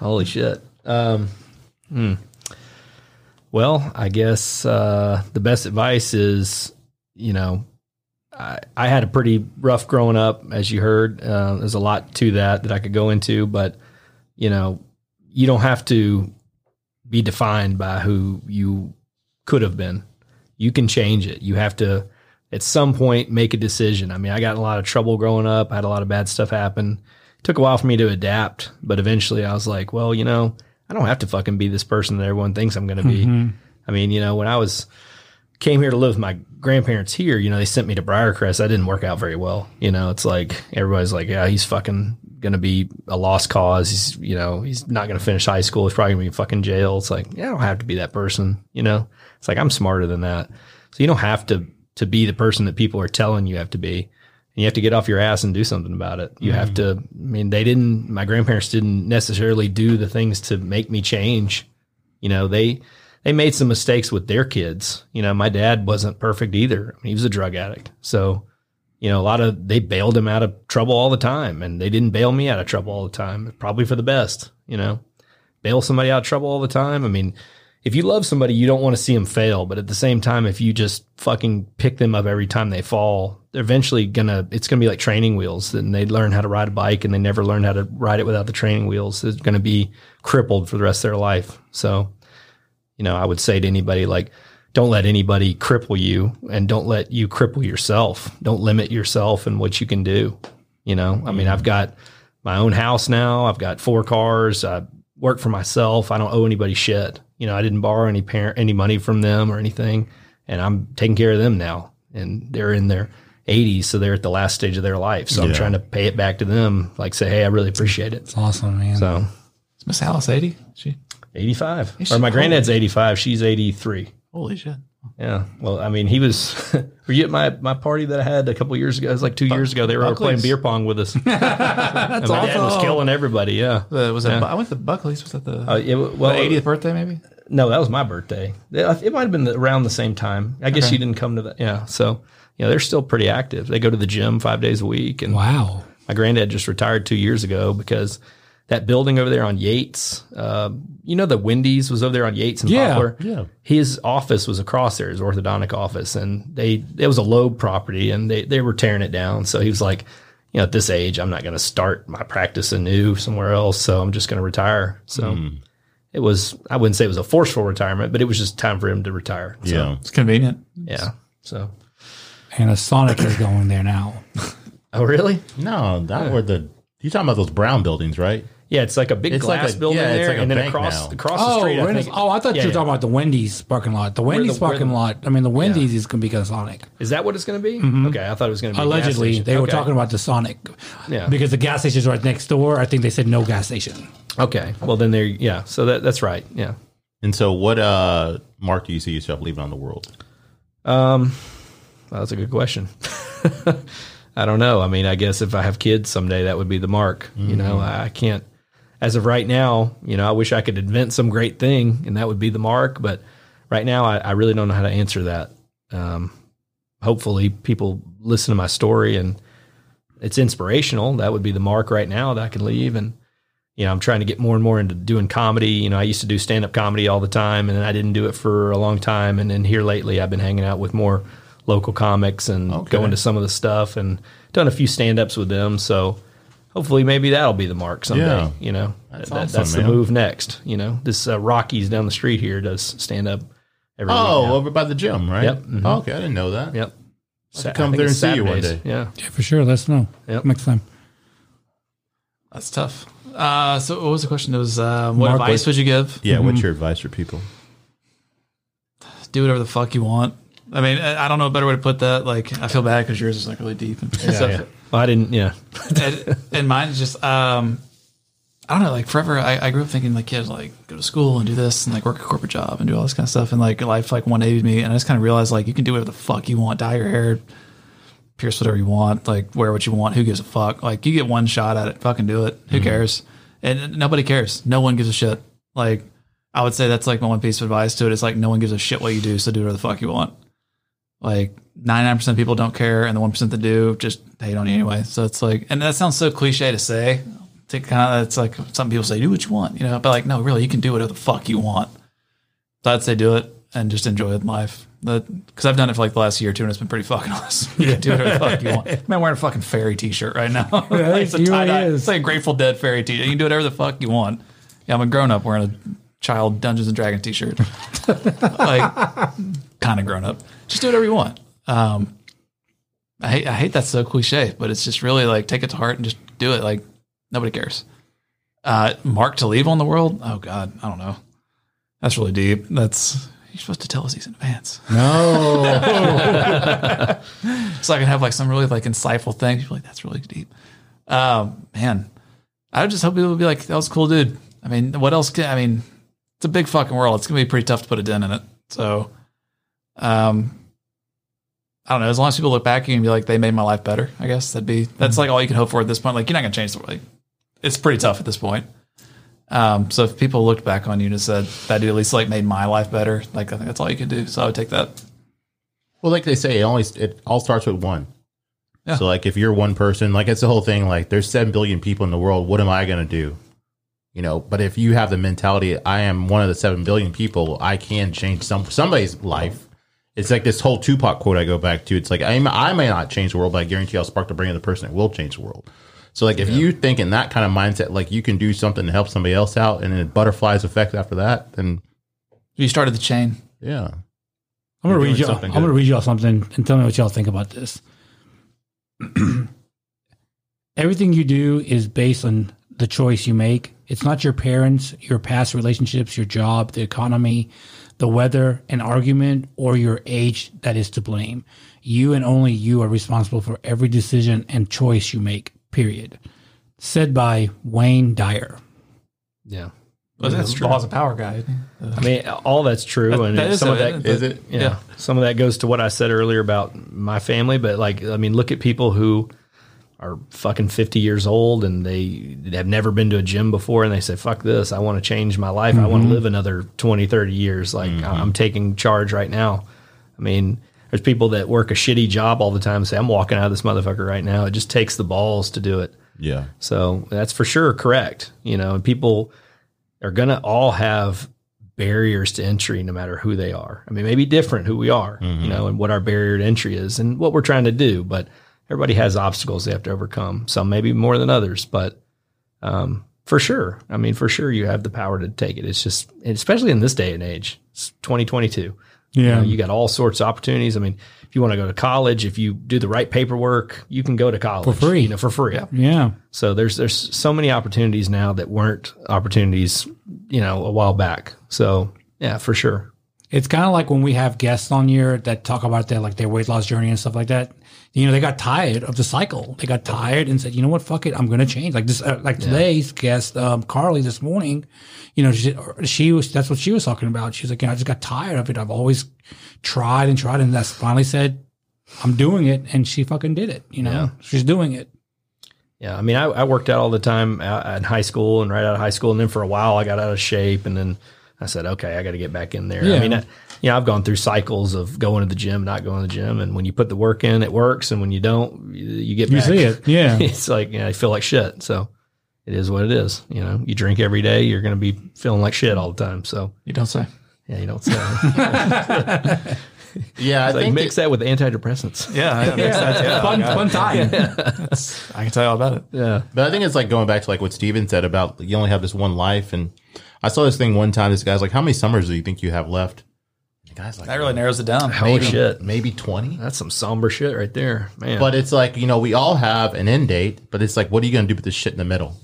S4: Holy shit. Um, hmm. Well, I guess uh, the best advice is, you know, I, I had a pretty rough growing up, as you heard. Uh, there's a lot to that that I could go into, but you know, you don't have to be defined by who you could have been. You can change it. You have to, at some point, make a decision. I mean, I got in a lot of trouble growing up. I had a lot of bad stuff happen. It took a while for me to adapt, but eventually I was like, well, you know, I don't have to fucking be this person that everyone thinks I'm going to be. I mean, you know, when I was came here to live with my grandparents here, you know, they sent me to Briarcrest. I didn't work out very well. You know, it's like everybody's like, yeah, he's fucking going to be a lost cause. He's, you know, he's not going to finish high school. He's probably going to be in fucking jail. It's like, yeah, I don't have to be that person. You know, it's like I'm smarter than that. So you don't have to to be the person that people are telling you have to be. And you have to get off your ass and do something about it. You have to. I mean, they didn't. My grandparents didn't necessarily do the things to make me change you know they they made some mistakes with their kids you know my dad wasn't perfect either I mean, he was a drug addict so you know a lot of they bailed him out of trouble all the time and they didn't bail me out of trouble all the time probably for the best you know bail somebody out of trouble all the time i mean if you love somebody you don't want to see them fail but at the same time if you just fucking pick them up every time they fall they're eventually gonna it's gonna be like training wheels and they learn how to ride a bike and they never learn how to ride it without the training wheels they're gonna be crippled for the rest of their life so you know, I would say to anybody like, don't let anybody cripple you and don't let you cripple yourself. Don't limit yourself and what you can do. You know, I mean, I've got my own house now. I've got four cars. I work for myself. I don't owe anybody shit. You know, I didn't borrow any parent, any money from them or anything. And I'm taking care of them now. And they're in their 80s. So they're at the last stage of their life. So I'm trying to pay it back to them. Like, say, hey, I really appreciate it.
S3: It's awesome, man.
S4: So
S1: Is Miss Alice 80? She
S4: 85. Or my granddad's 85. She's 83.
S1: holy shit.
S4: Yeah. Well, I mean, he was. <laughs> were you at my, my party that I had a couple years ago? It was like two years ago. They were playing beer pong with us. That's and my dad was
S1: awesome.
S4: killing everybody. Yeah.
S1: Uh, was that, I went to Buckley's. Was that the,
S4: Uh, it, w- well,
S1: the 80th birthday, maybe?
S4: no, that was my birthday. It, it might have been the, around the same time. I guess you didn't come to that. Yeah. So, yeah, they're still pretty active. They go to the gym five days a week. And
S3: Wow.
S4: my granddad just retired two years ago because that building over there on Yates, uh, you know, the Wendy's was over there on Yates and
S3: Yeah,
S4: Poplar.
S2: yeah.
S4: His office was across there, his orthodontic office, and they it was a Loeb property, and they they were tearing it down. So he was like, you know, at this age, I'm not going to start my practice anew somewhere else, so I'm just going to retire. So.
S2: Hmm.
S4: It was, I wouldn't say it was a forceful retirement, but it was just time for him to retire. So,
S2: Yeah.
S1: It's convenient.
S4: Yeah. So,
S3: And a Sonic is going there now.
S4: oh, really?
S2: No, not where the you talking about those brown buildings, right?
S4: Yeah. It's like a big
S2: It's like
S4: glass
S2: a-
S4: building
S2: yeah, it's
S4: there.
S2: like a
S4: and then
S2: bank
S4: across,
S2: now.
S4: across the
S3: Oh,
S4: street. I
S3: Renaissance-
S4: think,
S3: oh, I thought
S4: Yeah,
S3: you were
S4: yeah.
S3: talking about the Wendy's parking lot. The Wendy's
S4: where
S3: parking
S4: the-
S3: lot. I mean, the Wendy's is going to be because Sonic.
S4: Is that what it's going to be? Okay, I thought it was going to be a
S3: Mm-hmm.
S4: gas
S3: Allegedly,
S4: station.
S3: they were
S4: Okay.
S3: talking about the Sonic.
S4: Yeah.
S3: Because the gas station's right next door. I think they said no gas station.
S4: Okay, well then there, yeah. So that that's right. Yeah.
S2: And so, what uh mark do you see yourself leaving on the world?
S4: Um, well, that's a good question. <laughs> I don't know. I mean, I guess if I have kids someday, that would be the mark. You know,
S3: Mm-hmm.
S4: I I can't. As of right now, you know, I wish I could invent some great thing, and that would be the mark. But right now, I, I really don't know how to answer that. Um, hopefully, people listen to my story, and it's inspirational. That would be the mark right now that I can leave. And you know, I'm trying to get more and more into doing comedy. You know, I used to do stand up comedy all the time and then I didn't do it for a long time. And then here lately, I've been hanging out with more local comics and going to some of the stuff and done a few stand ups with them. So hopefully, maybe that'll be the mark someday.
S2: Yeah.
S4: You know,
S2: That's
S4: That-
S2: awesome,
S4: that's the
S2: man.
S4: move next. You know, this uh, Rockies down the street here does stand up every
S2: Oh,
S4: week now.
S2: over by the gym, right?
S4: Yep. Mhm.
S2: Oh, okay, I didn't know that.
S4: yep. Sa- I
S2: come
S4: think
S2: there
S4: it's
S2: and see you one
S4: Saturdays.
S2: day.
S4: Yeah.
S3: Yeah, for sure. Let us know
S4: Yep.
S3: next time.
S1: That's tough. Uh, so what was the question? It was um, what
S3: Mark,
S1: advice would you give?
S2: Yeah.
S4: Mm-hmm.
S2: What's your advice for people?
S1: Do whatever the fuck you want. I mean, I I don't know a better way to put that. Like, I feel bad because yours is like really deep and stuff.
S4: Well, I didn't, yeah.
S1: and, and mine's just um I don't know, like forever I, I grew up thinking like kids like go to school and do this and like work a corporate job and do all this kind of stuff and like life like one eighty me and I just kinda realized like you can do whatever the fuck you want, dye your hair, pierce whatever you want, like wear what you want, who gives a fuck? Like you get one shot at it, fucking do it. Who cares? And nobody cares. No one gives a shit. Like I would say that's like my one piece of advice to it. It's like no one gives a shit what you do, so do whatever the fuck you want. Like 99% of people don't care, and the 1% that do just hate on you anyway. So it's like, and that sounds so cliche to say. It's kind of, it's like some people say, do what you want, you know, but like, no, really, you can do whatever the fuck you want. So I'd say do it and just enjoy life. Because I've done it for like the last year or two, and it's been pretty fucking <laughs> awesome. You can do whatever the fuck you want. Man, I'm wearing a fucking fairy t shirt right now. <laughs> Like, it's, a
S3: it really
S1: tie-dye.
S3: is.
S1: it's like a Grateful Dead fairy t shirt. You can do whatever the fuck you want. Yeah, I'm a grown up wearing a child Dungeons and Dragons t shirt. <laughs> like, kind of grown up. Just do whatever you want. Um, I hate, I hate that's so cliche, but it's just really like take it to heart and just do it. Like nobody cares. Uh, Mark to leave on the world? Oh God, I don't know. That's really deep. That's you're supposed to tell us these in advance,
S2: No.
S1: <laughs> so I can have like some really like insightful things. You're like, that's really deep. Um, man, I would just hope people would be like, that was a cool, dude. I mean, what else can? I mean, it's a big fucking world. It's gonna be pretty tough to put a dent in it. So, um, I don't know. As long as people look back at you and be like, they made my life better, I guess that'd be that's like all you can hope for at this point. Like you're not gonna change the world. Like, it's pretty tough at this point. Um, so if people looked back on you and said that dude at least like made my life better, like I think that's all you can do. So I would take that.
S2: Well, like they say, it only it all starts with one.
S1: Yeah.
S2: So, like, if you're one person, like it's the whole thing. Like, there's seven billion people in the world. What am I going to do? You know. But if you have the mentality, I am one of the seven billion people. I can change some somebody's life. It's like this whole Tupac quote I go back to. It's like I may, I may not change the world, but I guarantee I'll spark the brain of the person that will change the world. So, like, if you think in that kind of mindset, like you can do something to help somebody else out, and then butterflies effect after that, then
S1: You started the chain.
S2: Yeah.
S3: I'm gonna
S2: You're
S3: read
S2: doing
S3: you. I'm
S2: something
S3: gonna
S2: good.
S3: read y'all something and tell me what y'all think about this. <clears throat> Everything you do is based on the choice you make. It's not your parents, your past relationships, your job, the economy, the weather, an argument, or your age that is to blame. You and only you are responsible for every decision and choice you make. Period. Said by Wayne Dyer.
S4: Yeah.
S1: Well, that's true. Laws of power guy.
S4: I mean, all that's true,
S1: That-
S4: and
S1: that is
S4: some of
S1: it,
S4: that
S1: isn't
S2: it? Is
S4: Yeah,
S1: Yeah.
S4: some of that goes to what I said earlier about my family. But like, I mean, look at people who are fucking fifty years old and they have never been to a gym before, and they say, "Fuck this! I want to change my life. I want to live another 20, 30 years. Like, I- I'm taking charge right now." I mean, there's people that work a shitty job all the time. And say, "I'm walking out of this motherfucker right now." It just takes the balls to do it.
S2: Yeah.
S4: So that's for sure correct. You know, and people are going to all have barriers to entry no matter who they are. I mean, maybe different who we are,
S3: Mm-hmm.
S4: you know, and what our barrier to entry is and what we're trying to do. But everybody has obstacles they have to overcome, some maybe more than others. But um, for sure, I mean, for sure, you have the power to take it. It's just, and especially in this day and age, it's 2022. You, know, you got all sorts of opportunities. I mean, if you want to go to college, if you do the right paperwork, you can go to college for
S3: free.
S4: You know, for free.
S3: Yeah.
S4: So there's there's so many opportunities now that weren't opportunities, you know, a while back. So yeah, for sure.
S3: It's kind of like when we have guests on here that talk about their like their weight loss journey and stuff like that. You know, they got tired of the cycle. They got tired and said, "You know what? Fuck it. I'm going to change." Like this, uh, like today's guest, um, Carly, this morning. You know, she, she was that's what she was talking about. She's like, you know, "I just got tired of it. I've always tried and tried, and that's finally said, I'm doing it." And she fucking did it. You know,
S4: Yeah.
S3: she's doing it.
S4: Yeah, I mean, I, I worked out all the time out in high school and right out of high school, and then for a while I got out of shape, and then I said, okay, I got to get back in there.
S3: Yeah.
S4: I mean, I, you know, I've gone through cycles of going to the gym, not going to the gym, and when you put the work in, it works, and when you don't, you, you get back.
S3: yeah.
S4: <laughs> it's like you know, I feel like shit. So it is what it is. You know, you drink every day, you're going to be feeling like shit all the time. So
S1: You don't say.
S4: yeah, you don't say.
S2: Yeah. I
S4: It's like mix that with
S1: <laughs>
S4: antidepressants.
S1: Yeah, that makes sense. yeah.
S3: Fun, fun time.
S1: That's- I can tell you all about it.
S4: Yeah.
S2: But I think it's like going back to like what Steven said about you only have this one life. And I saw this thing one time. This guy's like, "How many summers do you think you have left?" The guy's like,
S1: That really narrows it down.
S4: Holy shit.
S2: maybe twenty.
S4: That's some somber shit right there, man.
S2: But it's like you know, we all have an end date. But it's like, what are you going to do with this shit in the middle?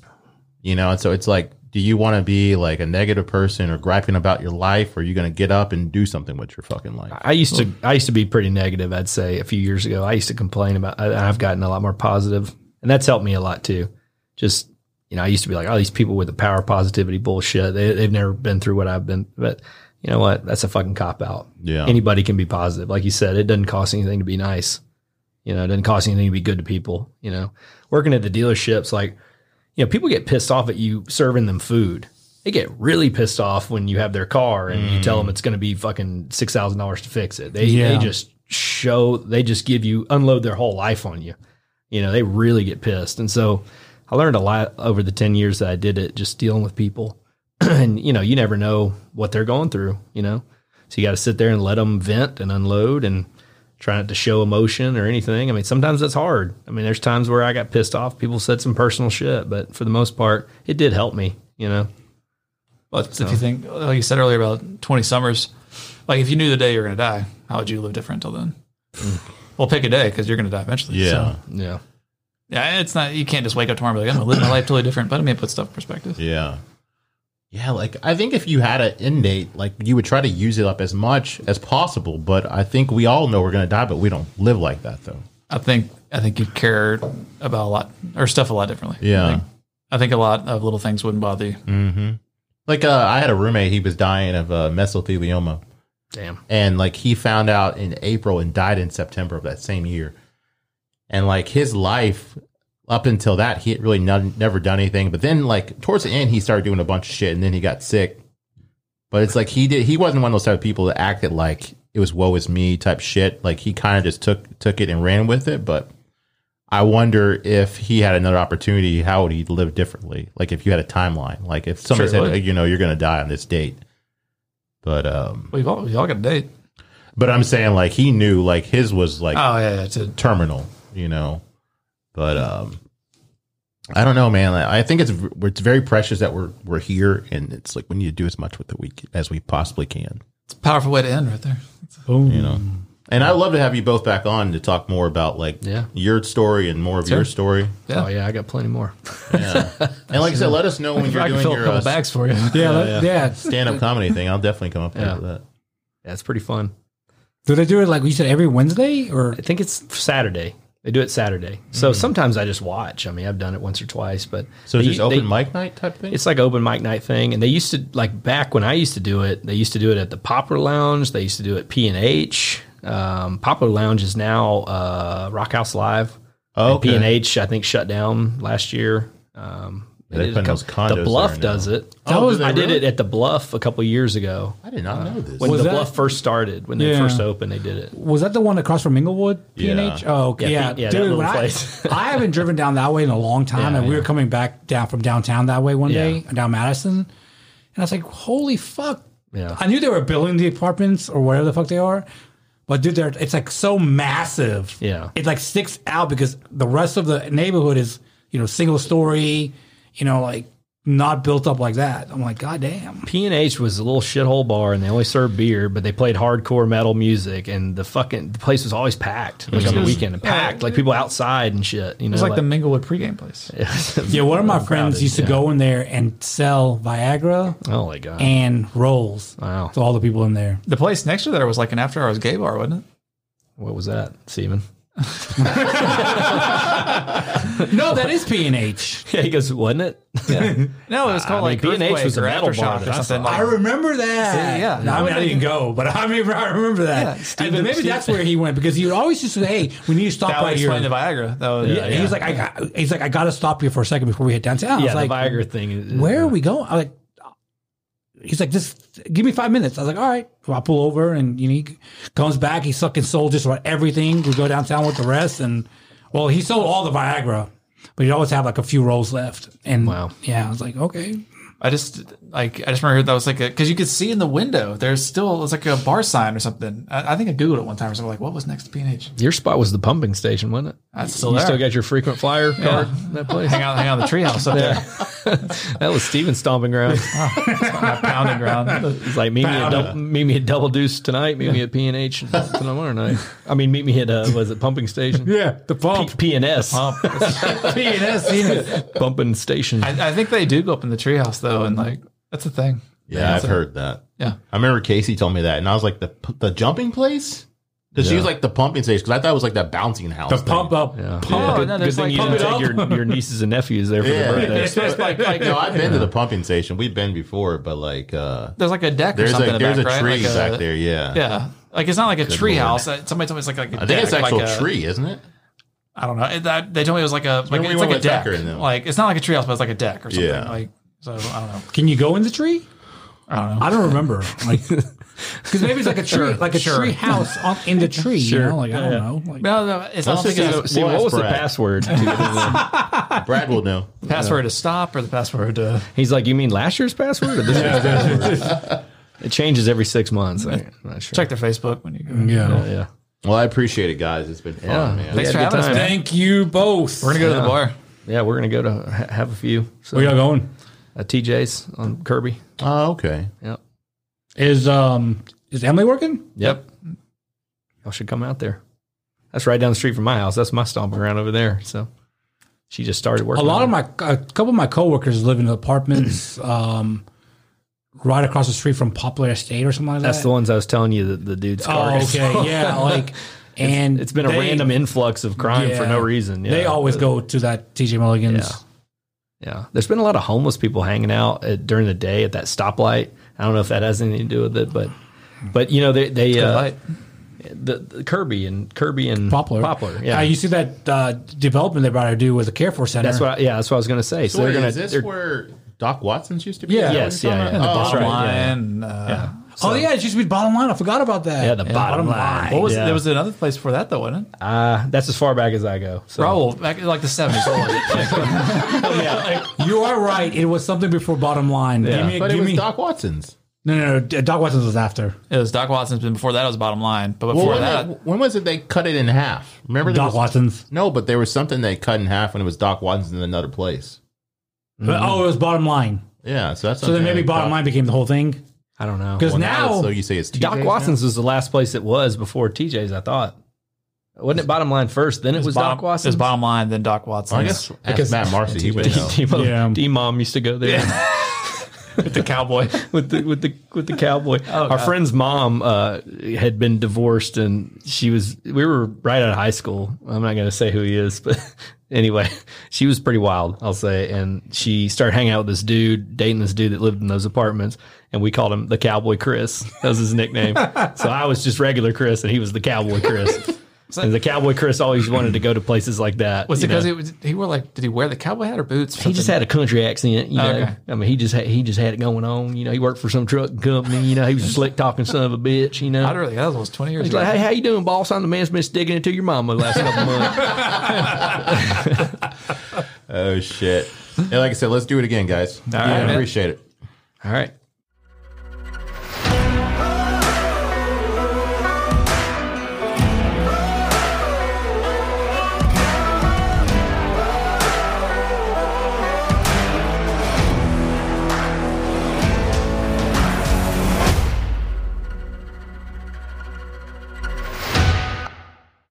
S2: You know. And so it's like, do you want to be like a negative person or griping about your life, or are you going to get up and do something with your fucking life?
S4: I used to I used to be pretty negative, I'd say a few years ago. I used to complain about I, I've gotten a lot more positive, and that's helped me a lot too. Just you know, I used to be like, oh, these people with the power of positivity bullshit. They, they've never been through what I've been. But you know what? That's a fucking cop out.
S2: Yeah.
S4: Anybody can be positive, like you said. It doesn't cost anything to be nice. You know, it doesn't cost anything to be good to people. You know, working at the dealerships, like, you know, people get pissed off at you serving them food. They get really pissed off when you have their car and you tell them it's going to be fucking six thousand dollars to fix it. They
S3: Yeah.
S4: they just show they just give you unload their whole life on you. You know, they really get pissed. And so I learned a lot over the ten years that I did it, just dealing with people. and you know, you never know what they're going through. You know, so you got to sit there and let them vent and unload and try not to show emotion or anything. I mean, sometimes that's hard. I mean, there's times where I got pissed off. People said some personal shit, but for the most part, it did help me, you know?
S1: But if you think, like you said earlier about 20 summers, like if you knew the day you were going to die, how would you live different until then? well, pick a day because you're going to die eventually.
S2: yeah.
S1: So,
S4: Mm. Yeah.
S1: yeah, it's not, you can't just wake up tomorrow and be like, I'm going to live my life totally different. But I mean, it puts stuff in perspective.
S2: Yeah. Yeah, like I think if you had an end date, like you would try to use it up as much as possible. But I think we all know we're gonna die, but we don't live like that though.
S1: I think, I think you'd care about a lot or stuff a lot differently.
S2: Yeah.
S1: I think, I think a lot of little things wouldn't bother you.
S2: Like uh, I had a roommate, he was dying of uh, mesothelioma,
S4: Damn.
S2: and like he found out in April and died in September of that same year. And like his life up until that, he had really none, never done anything. But then like towards the end, he started doing a bunch of shit, and then he got sick. But it's like he did. He wasn't one of those type of people that acted like it was "woe is me" type shit. Like he kind of just took took it and ran with it. But I wonder if he had another opportunity, how would he live differently? Like if you had a timeline, like if somebody
S1: Sure,
S2: said,
S1: like-
S2: you know, you're going to die on this date. But um,
S1: We've all, we've all got a date.
S2: but I'm saying like he knew like his was like
S1: Oh, yeah. yeah to,
S2: terminal, you know. But um I don't know, man. I I think it's v- it's very precious that we're we're here, and it's like we need to do as much with the week as we possibly can.
S1: It's a powerful way to end right there.
S3: Boom.
S2: You know, and I'd love to have you both back on to talk more about like
S4: Yeah.
S2: your story and more of your story.
S1: Yeah.
S4: Oh yeah, I got plenty more.
S1: <laughs>
S2: Yeah, and like I said, let us know when you're
S1: I can
S2: doing
S1: fill a
S2: your
S1: couple
S2: uh,
S1: bags for you.
S3: Yeah, let- yeah.
S2: stand up comedy thing. I'll definitely come up
S4: Yeah.
S2: with that.
S4: Yeah, it's pretty fun.
S3: Do they do it like you said every Wednesday or
S4: I think it's Saturday. They do it Saturday. So sometimes I just watch. I mean, I've done it once or twice, but
S2: Mm. So it's
S4: they-
S2: just open
S4: they-
S2: mic night type thing.
S4: It's like open mic night thing, and they used to like back when I used to do it. They used to do it at the Poplar Lounge. They used to do it P and H. Um, Poplar Lounge is now uh, Rock House Live.
S2: Oh,
S4: P
S2: okay.
S4: and H I think shut down last year. Um,
S2: Yeah, they're
S4: it is a
S2: putting
S4: couple-
S2: those condos
S4: the Bluff
S2: there now.
S4: does it.
S2: Oh, do they
S4: I did
S2: really?
S4: it at the Bluff a couple years ago
S2: I did
S1: uh,
S2: not know this.
S4: when
S3: Was
S4: the
S3: that-
S4: Bluff first started. When they
S3: Yeah.
S4: first opened, they did it.
S3: was that the one across from Inglewood? P and H.
S2: Yeah.
S3: Oh, okay.
S4: Yeah,
S3: Yeah,
S4: P- yeah, that
S3: dude.
S4: little
S3: when I,
S4: place.
S3: <laughs> I haven't driven down that way in a long time,
S4: Yeah,
S3: and we
S4: yeah.
S3: were coming back down from downtown that way one
S4: Yeah.
S3: day down Madison, and I was like, "Holy fuck!"
S4: Yeah.
S3: I knew they were building the apartments or whatever the fuck they are, but dude, they're, it's like so massive.
S4: Yeah.
S3: it like sticks out because the rest of the neighborhood is you know single story, you know like not built up like that. I'm like, god damn.
S4: P&H was a little shithole bar and they only served beer, but they played hardcore metal music and the fucking the place was always packed. Like on the weekend, packed, like people outside and shit, you know.
S1: It's like the Minglewood pregame place.
S3: Yeah, one of my friends
S4: crowded,
S3: used to
S4: yeah.
S3: go in there and sell Viagra
S4: <laughs> Oh my god.
S3: and rolls
S4: Wow.
S3: to all the people in there.
S1: The place next to there was like an after hours gay bar, wasn't
S4: What was that, Steven? <laughs>
S3: No, that is P and H.
S4: Yeah, he goes, wasn't it?
S1: it? No, it was called
S4: Uh, I mean,
S1: like P&H
S4: P&H was a
S1: or
S4: metal bar
S1: Aftershock
S4: that
S1: or
S4: I
S1: something.
S4: saw.
S1: Like,
S3: I remember that.
S1: See, yeah.
S3: No, I mean, I didn't go, but I remember. <laughs> I remember that.
S1: Yeah,
S3: And maybe that's where he went because he would always just say, "Hey, we need to stop
S1: that
S3: by
S1: would
S3: here."
S1: explain the Viagra. That was,
S3: yeah, He was like, "I got." He's like, "I got to stop you for a second before we hit downtown." I
S4: <laughs>
S3: was
S4: yeah,
S3: like,
S4: the Viagra thing. is- uh,
S3: "Where are we going?" I was like. He's like, just give me five minutes. I was like, all right. Well, I pull over and you know, he comes back. He's sucking sold just about everything. We go downtown with the rest. And well, he sold all the Viagra, but he'd always have like a few rolls left. And
S4: Wow.
S3: Yeah. I was like, okay.
S1: I just like I just remember that was like because you could see in the window there's still it's like a bar sign or something. I, I think I googled it one time or something like what was next to P and H.
S4: Your spot was the pumping station, wasn't it?
S1: That's still
S4: you
S1: there.
S4: still got your frequent flyer card in that place.
S1: hang out hang out in the treehouse up there,
S4: That was Steven's stomping
S3: <laughs>
S4: ground.
S1: my pounding ground.
S4: It's like meet me, at double, meet me at Double Deuce tonight. Meet me at P
S3: <laughs>
S4: and H tomorrow night. I mean, meet me at uh, was it pumping station?
S3: Yeah. The pump.
S4: P and S
S3: P&S, you know.
S4: pumping station.
S1: I, I think they do go up in the treehouse though, and like that's the thing.
S2: yeah, I've heard that.
S1: Yeah,
S2: I remember Casey told me that, and I was like, the the jumping place. Because she was like the pumping station. Because I thought it was like that bouncing house.
S3: The
S2: thing.
S3: pump up.
S4: Yeah.
S1: Oh,
S4: good
S1: no,
S4: good
S1: there's
S4: thing
S1: like-
S4: you didn't
S1: pump
S4: take
S1: it
S4: your, your nieces and nephews <laughs> there for
S2: Yeah.
S4: the birthday.
S1: there's like, like
S2: No, I've been to the pumping station. We've been before, but like uh
S1: there's like a deck or
S2: there's
S1: something.
S2: a there's
S1: back,
S2: a
S1: right?
S2: tree
S1: Like a-
S2: back there. Yeah,
S1: Yeah, like it's not like a treehouse. Uh, Somebody told me it's like, like a
S2: I think it's
S1: deck,
S2: actual
S1: like a-
S2: tree, isn't it?
S1: I don't know. It- that- they told me it was like a like it's
S2: we went
S1: like a
S2: with
S1: deck.
S2: Tucker and them.
S1: Like it's not like a treehouse, but it's like a deck or something.
S2: Yeah.
S1: Like so I don't know.
S3: Can you go in the tree?
S1: I don't know.
S3: I don't remember. Like, because maybe it's like a tree, like a
S1: sure.
S3: tree house on, in the tree. You know, like I don't know. Like,
S1: No, no, it's, I don't think
S2: just
S1: it's
S2: ask-
S4: See,
S2: We'll
S4: what was the
S2: Brad.
S4: password? <laughs> to-
S2: Brad will know.
S1: the password to stop or the password to.
S4: He's like, you mean last year's password or this year's password? <laughs> It changes every six months. I'm not sure.
S1: Check their Facebook when you go.
S3: Yeah.
S4: Yeah.
S2: Well, I appreciate it, guys. It's been fun, man.
S1: Thanks for
S4: Yeah,
S1: having
S4: good
S1: us.
S4: time.
S1: man.
S3: Thank you both.
S1: We're gonna go to the bar.
S4: Yeah, we're gonna go to ha- have a few. So,
S3: Where y'all going?
S4: uh, TJ's on Kirby.
S2: Oh, okay.
S4: Yep.
S3: Is um is Emily working?
S4: Yep. Y'all should come out there. That's right down the street from my house. That's my stomping ground over there. So she just started
S3: A
S4: working.
S3: lot
S4: on
S3: of
S4: it.
S3: my a couple of my coworkers live in
S4: <clears throat>
S3: apartments um right across the street from Poplar Estate or something like
S4: that's the
S3: that.
S4: ones I was telling you that the dude's
S3: Oh,
S4: carcass.
S3: okay,
S4: <laughs>
S3: yeah, like. And
S4: It's been a
S3: they-
S4: random influx of crime for
S3: Yeah.
S4: no reason. Yeah.
S3: They always go to that TJ Mulligan's.
S4: Yeah. Yeah. There's been a lot of homeless people hanging out at, during the day at that stoplight. I don't know if that has anything to do with it, but but you know they they uh,
S1: Light.
S4: the, the Kirby and Kirby and
S3: Poplar.
S4: Poplar. Yeah.
S3: Uh, you see that uh, development they're about to do with the Care Force Center.
S4: that's what I, yeah, that's what I was going to say. So,
S2: So
S4: they're
S2: wait,
S4: going
S2: is this
S4: to
S2: where Doc Watson's used to be? Is
S3: Yeah.
S2: that what
S4: Yes,
S2: you're
S4: yeah,
S2: talking
S4: yeah.
S2: about? Oh,
S4: That's
S1: Bottom
S4: right, yeah.
S1: line. Uh,
S3: oh yeah, it used to be bottom line. I forgot about that.
S4: yeah,
S3: <laughs>
S4: the bottom, line.
S1: What was
S4: yeah.
S1: there was another place for that though, wasn't it?
S4: Uh, that's as far back as I go. So
S1: Raoul back in like the seventies.
S3: You are right. It was something before bottom line. Give me,
S2: But it
S3: give
S2: was
S3: me.
S2: Doc Watson's.
S3: No, no, no. Doc Watson's was after.
S1: It was Doc Watson's, and before that it was Bottom Line. But
S2: Well,
S1: before
S2: when,
S1: that,
S2: they- when was it they cut it in half? Remember there
S3: Doc
S2: was-
S3: Watson's.
S2: No, but there was something they cut in half when it was Doc Watson in another place.
S3: But,
S4: Mm-hmm.
S3: oh, it was bottom line.
S2: Yeah, so that's
S3: So then
S2: something
S3: maybe
S2: they
S3: bottom
S2: cut.
S3: line became the whole thing.
S4: I don't know.
S3: Because
S2: Well, now,
S3: now,
S2: it's- so you say it's TJ's
S4: Doc
S2: now?
S4: Watson's was the last place it was before TJ's. I thought. Wasn't it bottom line first? Then it was
S1: bottom,
S4: Doc
S1: It was
S4: Watson's.
S1: Bottom Line, then Doc
S2: Well,
S1: Watson's.
S2: I guess because
S4: Because-
S2: Matt Marcy,
S4: <laughs>
S1: <laughs>
S2: he would know.
S4: D,
S3: Yeah.
S4: mom used to go there
S1: with the cowboy.
S4: <laughs>
S1: Oh,
S4: with the with the with the cowboy. Our friend's mom uh, had been divorced, and she was. We were right out of high school. I'm not going to say who he is, <laughs> but anyway, she was pretty wild, I'll say. And she started hanging out with this dude, dating this dude that lived in those apartments, and we called him the Cowboy Chris. That was
S1: <laughs>
S4: his nickname. so I was just regular Chris, and he was the Cowboy
S1: <laughs>
S4: Chris. And the Cowboy Chris always wanted to go to places like that.
S1: Was
S4: you
S1: it because
S4: know?
S1: he, was- he wore like? Did he wear the cowboy hat or boots? Or
S4: he just
S1: something?
S4: had a country accent, you know.
S1: Okay.
S4: I mean, he just had, he just had it going on. You know, he worked for some truck company. You know, he was a slick talking son of a bitch. You
S1: I
S4: know,
S1: don't really. That was almost twenty years
S4: he's
S1: ago.
S4: like, hey, how you doing, boss? I'm the man's been sticking it to your mama the last couple months.
S2: Oh shit! And like I said, let's do it again, guys. I
S1: right, man.
S2: appreciate it.
S4: All right.